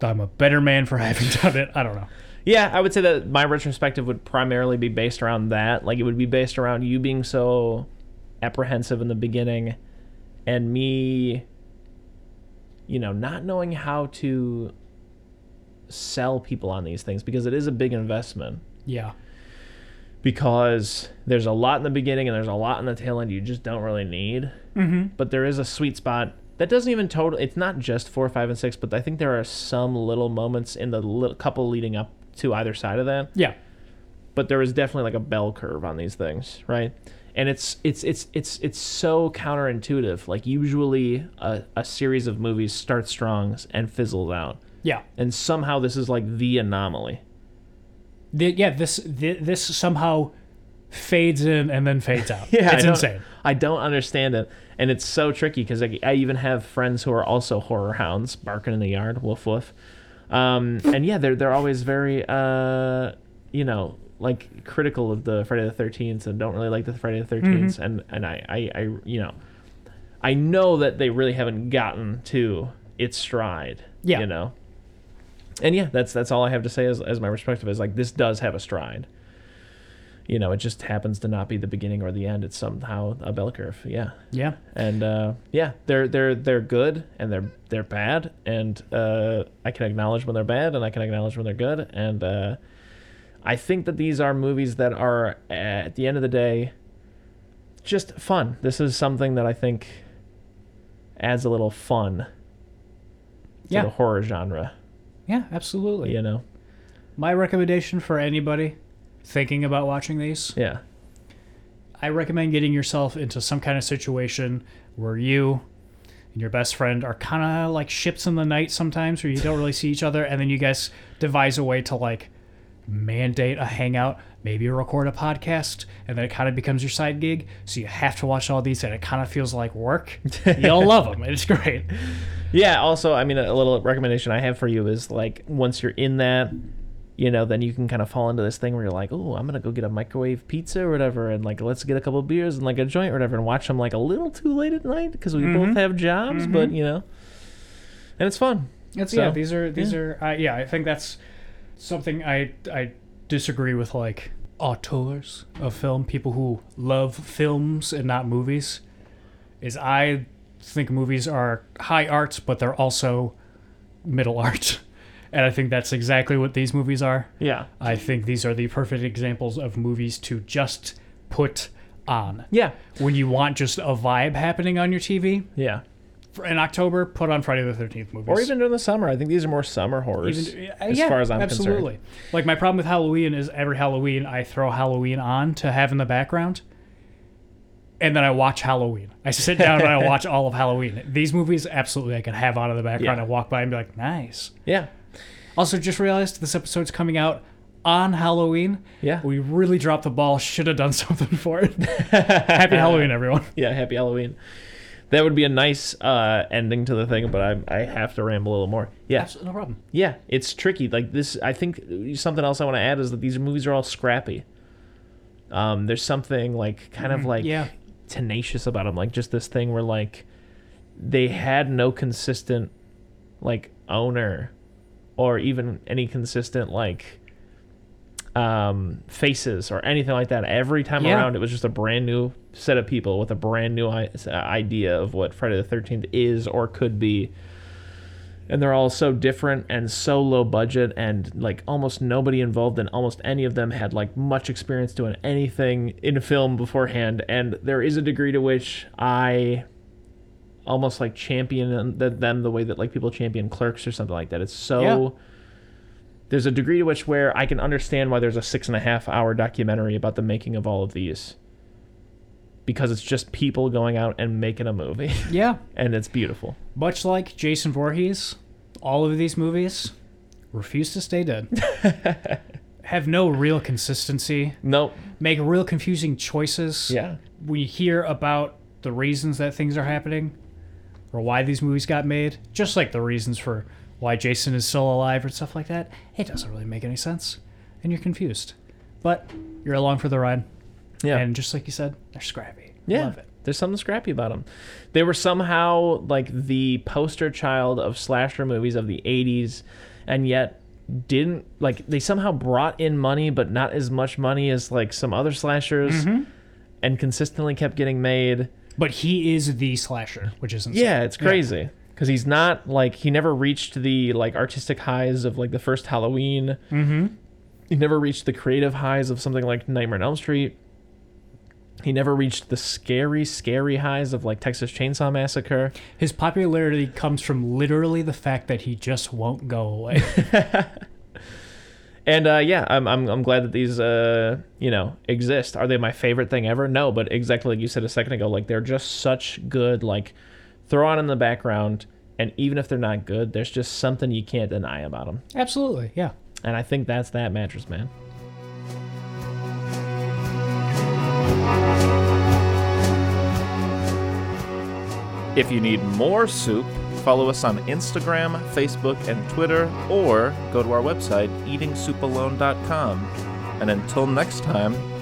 Speaker 1: I'm a better man for *laughs* having done it. I don't know.
Speaker 2: Yeah, I would say that my retrospective would primarily be based around that. Like it would be based around you being so apprehensive in the beginning and me you know, not knowing how to sell people on these things because it is a big investment
Speaker 1: Yeah.
Speaker 2: because there's a lot in the beginning and there's a lot in the tail end you just don't really need. Mm-hmm. But there is a sweet spot that doesn't even total. It's not just four, five, and six, but I think there are some little moments in the li- couple leading up to either side of that.
Speaker 1: Yeah.
Speaker 2: But there is definitely like a bell curve on these things, right? And it's it's it's it's it's so counterintuitive. Like usually a, a series of movies starts strong and fizzles out,
Speaker 1: Yeah.
Speaker 2: and somehow this is like the anomaly.
Speaker 1: Th yeah, this th- this somehow fades in and then fades
Speaker 2: *laughs*
Speaker 1: out.
Speaker 2: I
Speaker 1: it's
Speaker 2: don't-
Speaker 1: insane.
Speaker 2: I don't understand it, and it's so tricky because I, I even have friends who are also horror hounds, barking in the yard, woof woof. Um, and yeah, they're they're always very uh, you know like critical of the Friday the Thirteenth and don't really like the Friday the 13th
Speaker 1: Mm-hmm.
Speaker 2: and and I, I I you know I know that they really haven't gotten to its stride.
Speaker 1: Yeah.
Speaker 2: you know. And yeah, that's that's all I have to say as, as my perspective is like this does have a stride you know, it just happens to not be the beginning or the end. It's somehow a bell curve. Yeah.
Speaker 1: Yeah,
Speaker 2: And uh, yeah, they're they're they're good and they're they're bad and uh, I can acknowledge when they're bad and I can acknowledge when they're good and uh, I think that these are movies that are at the end of the day just fun. This is something that I think adds a little fun to
Speaker 1: Yeah.
Speaker 2: the horror genre.
Speaker 1: yeah, absolutely.
Speaker 2: You know,
Speaker 1: My recommendation for anybody thinking about watching these,
Speaker 2: yeah,
Speaker 1: I recommend getting yourself into some kind of situation where you and your best friend are kind of like ships in the night sometimes where you don't really see each other and then you guys devise a way to like mandate a hangout maybe record a podcast and then it kind of becomes your side gig so you have to watch all these and it kind of feels like work you'll love them it's great
Speaker 2: Yeah. Also, I mean, a little recommendation I have for you is like once you're in that, you know, then you can kind of fall into this thing where you're like, oh, I'm gonna go get a microwave pizza or whatever, and like let's get a couple beers and like a joint or whatever, and watch them like a little too late at night because we both have jobs, but you know, and it's fun.
Speaker 1: It's
Speaker 2: So,
Speaker 1: yeah. These are these
Speaker 2: yeah.
Speaker 1: are I yeah. I think that's something I I disagree with like auteurs of film, people who love films and not movies. Is I think movies are high arts, but they're also middle *laughs* art, and I think that's exactly what these movies are.
Speaker 2: Yeah.
Speaker 1: I think these are the perfect examples of movies to just put on
Speaker 2: Yeah.
Speaker 1: when you want just a vibe happening on your TV.
Speaker 2: Yeah.
Speaker 1: For- In October, put on Friday the Thirteenth movies,
Speaker 2: Or even during the summer, I think these are more summer horrors.
Speaker 1: even,
Speaker 2: as far as I'm
Speaker 1: absolutely.
Speaker 2: concerned.
Speaker 1: Like my problem with Halloween is every Halloween I throw Halloween on to have in the background, and then I watch Halloween. I sit down and
Speaker 2: *laughs*
Speaker 1: I watch all of Halloween. These movies absolutely I can have on in the background
Speaker 2: Yeah.
Speaker 1: and walk by and be like, nice.
Speaker 2: Yeah.
Speaker 1: Also, just realized this episode's coming out on Halloween.
Speaker 2: Yeah.
Speaker 1: We really dropped the ball. Should have done *laughs* something for
Speaker 2: *laughs*
Speaker 1: it. Happy Halloween, everyone.
Speaker 2: yeah, happy Halloween. That would be a nice uh, ending to the thing, but I, I have to ramble a little more. Yeah,
Speaker 1: Absolutely, no problem.
Speaker 2: yeah, it's tricky. Like this, I think something else I want to add is that these movies are all scrappy. Um, there's something like kind of like
Speaker 1: Mm, yeah.
Speaker 2: tenacious about them, like just this thing where like they had no consistent like owner or even any consistent like um faces or anything like that every time
Speaker 1: Yeah.
Speaker 2: around it was just a brand new set of people with a brand new i- s- idea of what friday the 13th is or could be and they're all so different and so low budget and like almost nobody involved in almost any of them had like much experience doing anything in film beforehand and there is a degree to which i almost like champion th- them the way that like people champion clerks or something like that it's so
Speaker 1: Yeah.
Speaker 2: there's a degree to which where i can understand why there's a six and a half hour documentary about the making of all of these because it's just people going out and making a movie *laughs*
Speaker 1: Yeah.
Speaker 2: and it's beautiful
Speaker 1: Much like Jason Voorhees, all of these movies refuse to stay
Speaker 2: *laughs*
Speaker 1: dead, have no real consistency,
Speaker 2: nope
Speaker 1: make real confusing choices.
Speaker 2: yeah
Speaker 1: When you hear about the reasons that things are happening or why these movies got made, just like the reasons for why Jason is still alive or stuff like that, it doesn't really make any sense. And you're confused. But you're along for the ride.
Speaker 2: yeah
Speaker 1: And just like you said, they're scrappy.
Speaker 2: Yeah.
Speaker 1: Love it.
Speaker 2: There's something scrappy about them. They were somehow like the poster child of slasher movies of the 80s and yet didn't like they somehow brought in money but not as much money as like some other slashers and consistently kept getting made.
Speaker 1: But he is the slasher, which isn't
Speaker 2: Yeah, it's crazy. Cause he's not like he never reached the like artistic highs of like the first Halloween. Mm-hmm. He never reached the creative highs of something like Nightmare on Elm Street. He never reached the scary, scary highs of like Texas Chainsaw Massacre.
Speaker 1: His popularity comes from literally the fact that he just won't go away.
Speaker 2: And uh, yeah, I'm, I'm I'm glad that these uh you know exist. Are they my favorite thing ever? No, but exactly like you said a second ago, like they're just such good like throw on in the background. And even if they're not good, there's just something you can't deny about them.
Speaker 1: *laughs* Absolutely, yeah.
Speaker 2: And I think that's that mattress, man.
Speaker 3: If you need more soup, follow us on Instagram, Facebook, and Twitter, or go to our website, eatingsoupalone.com. And until next time,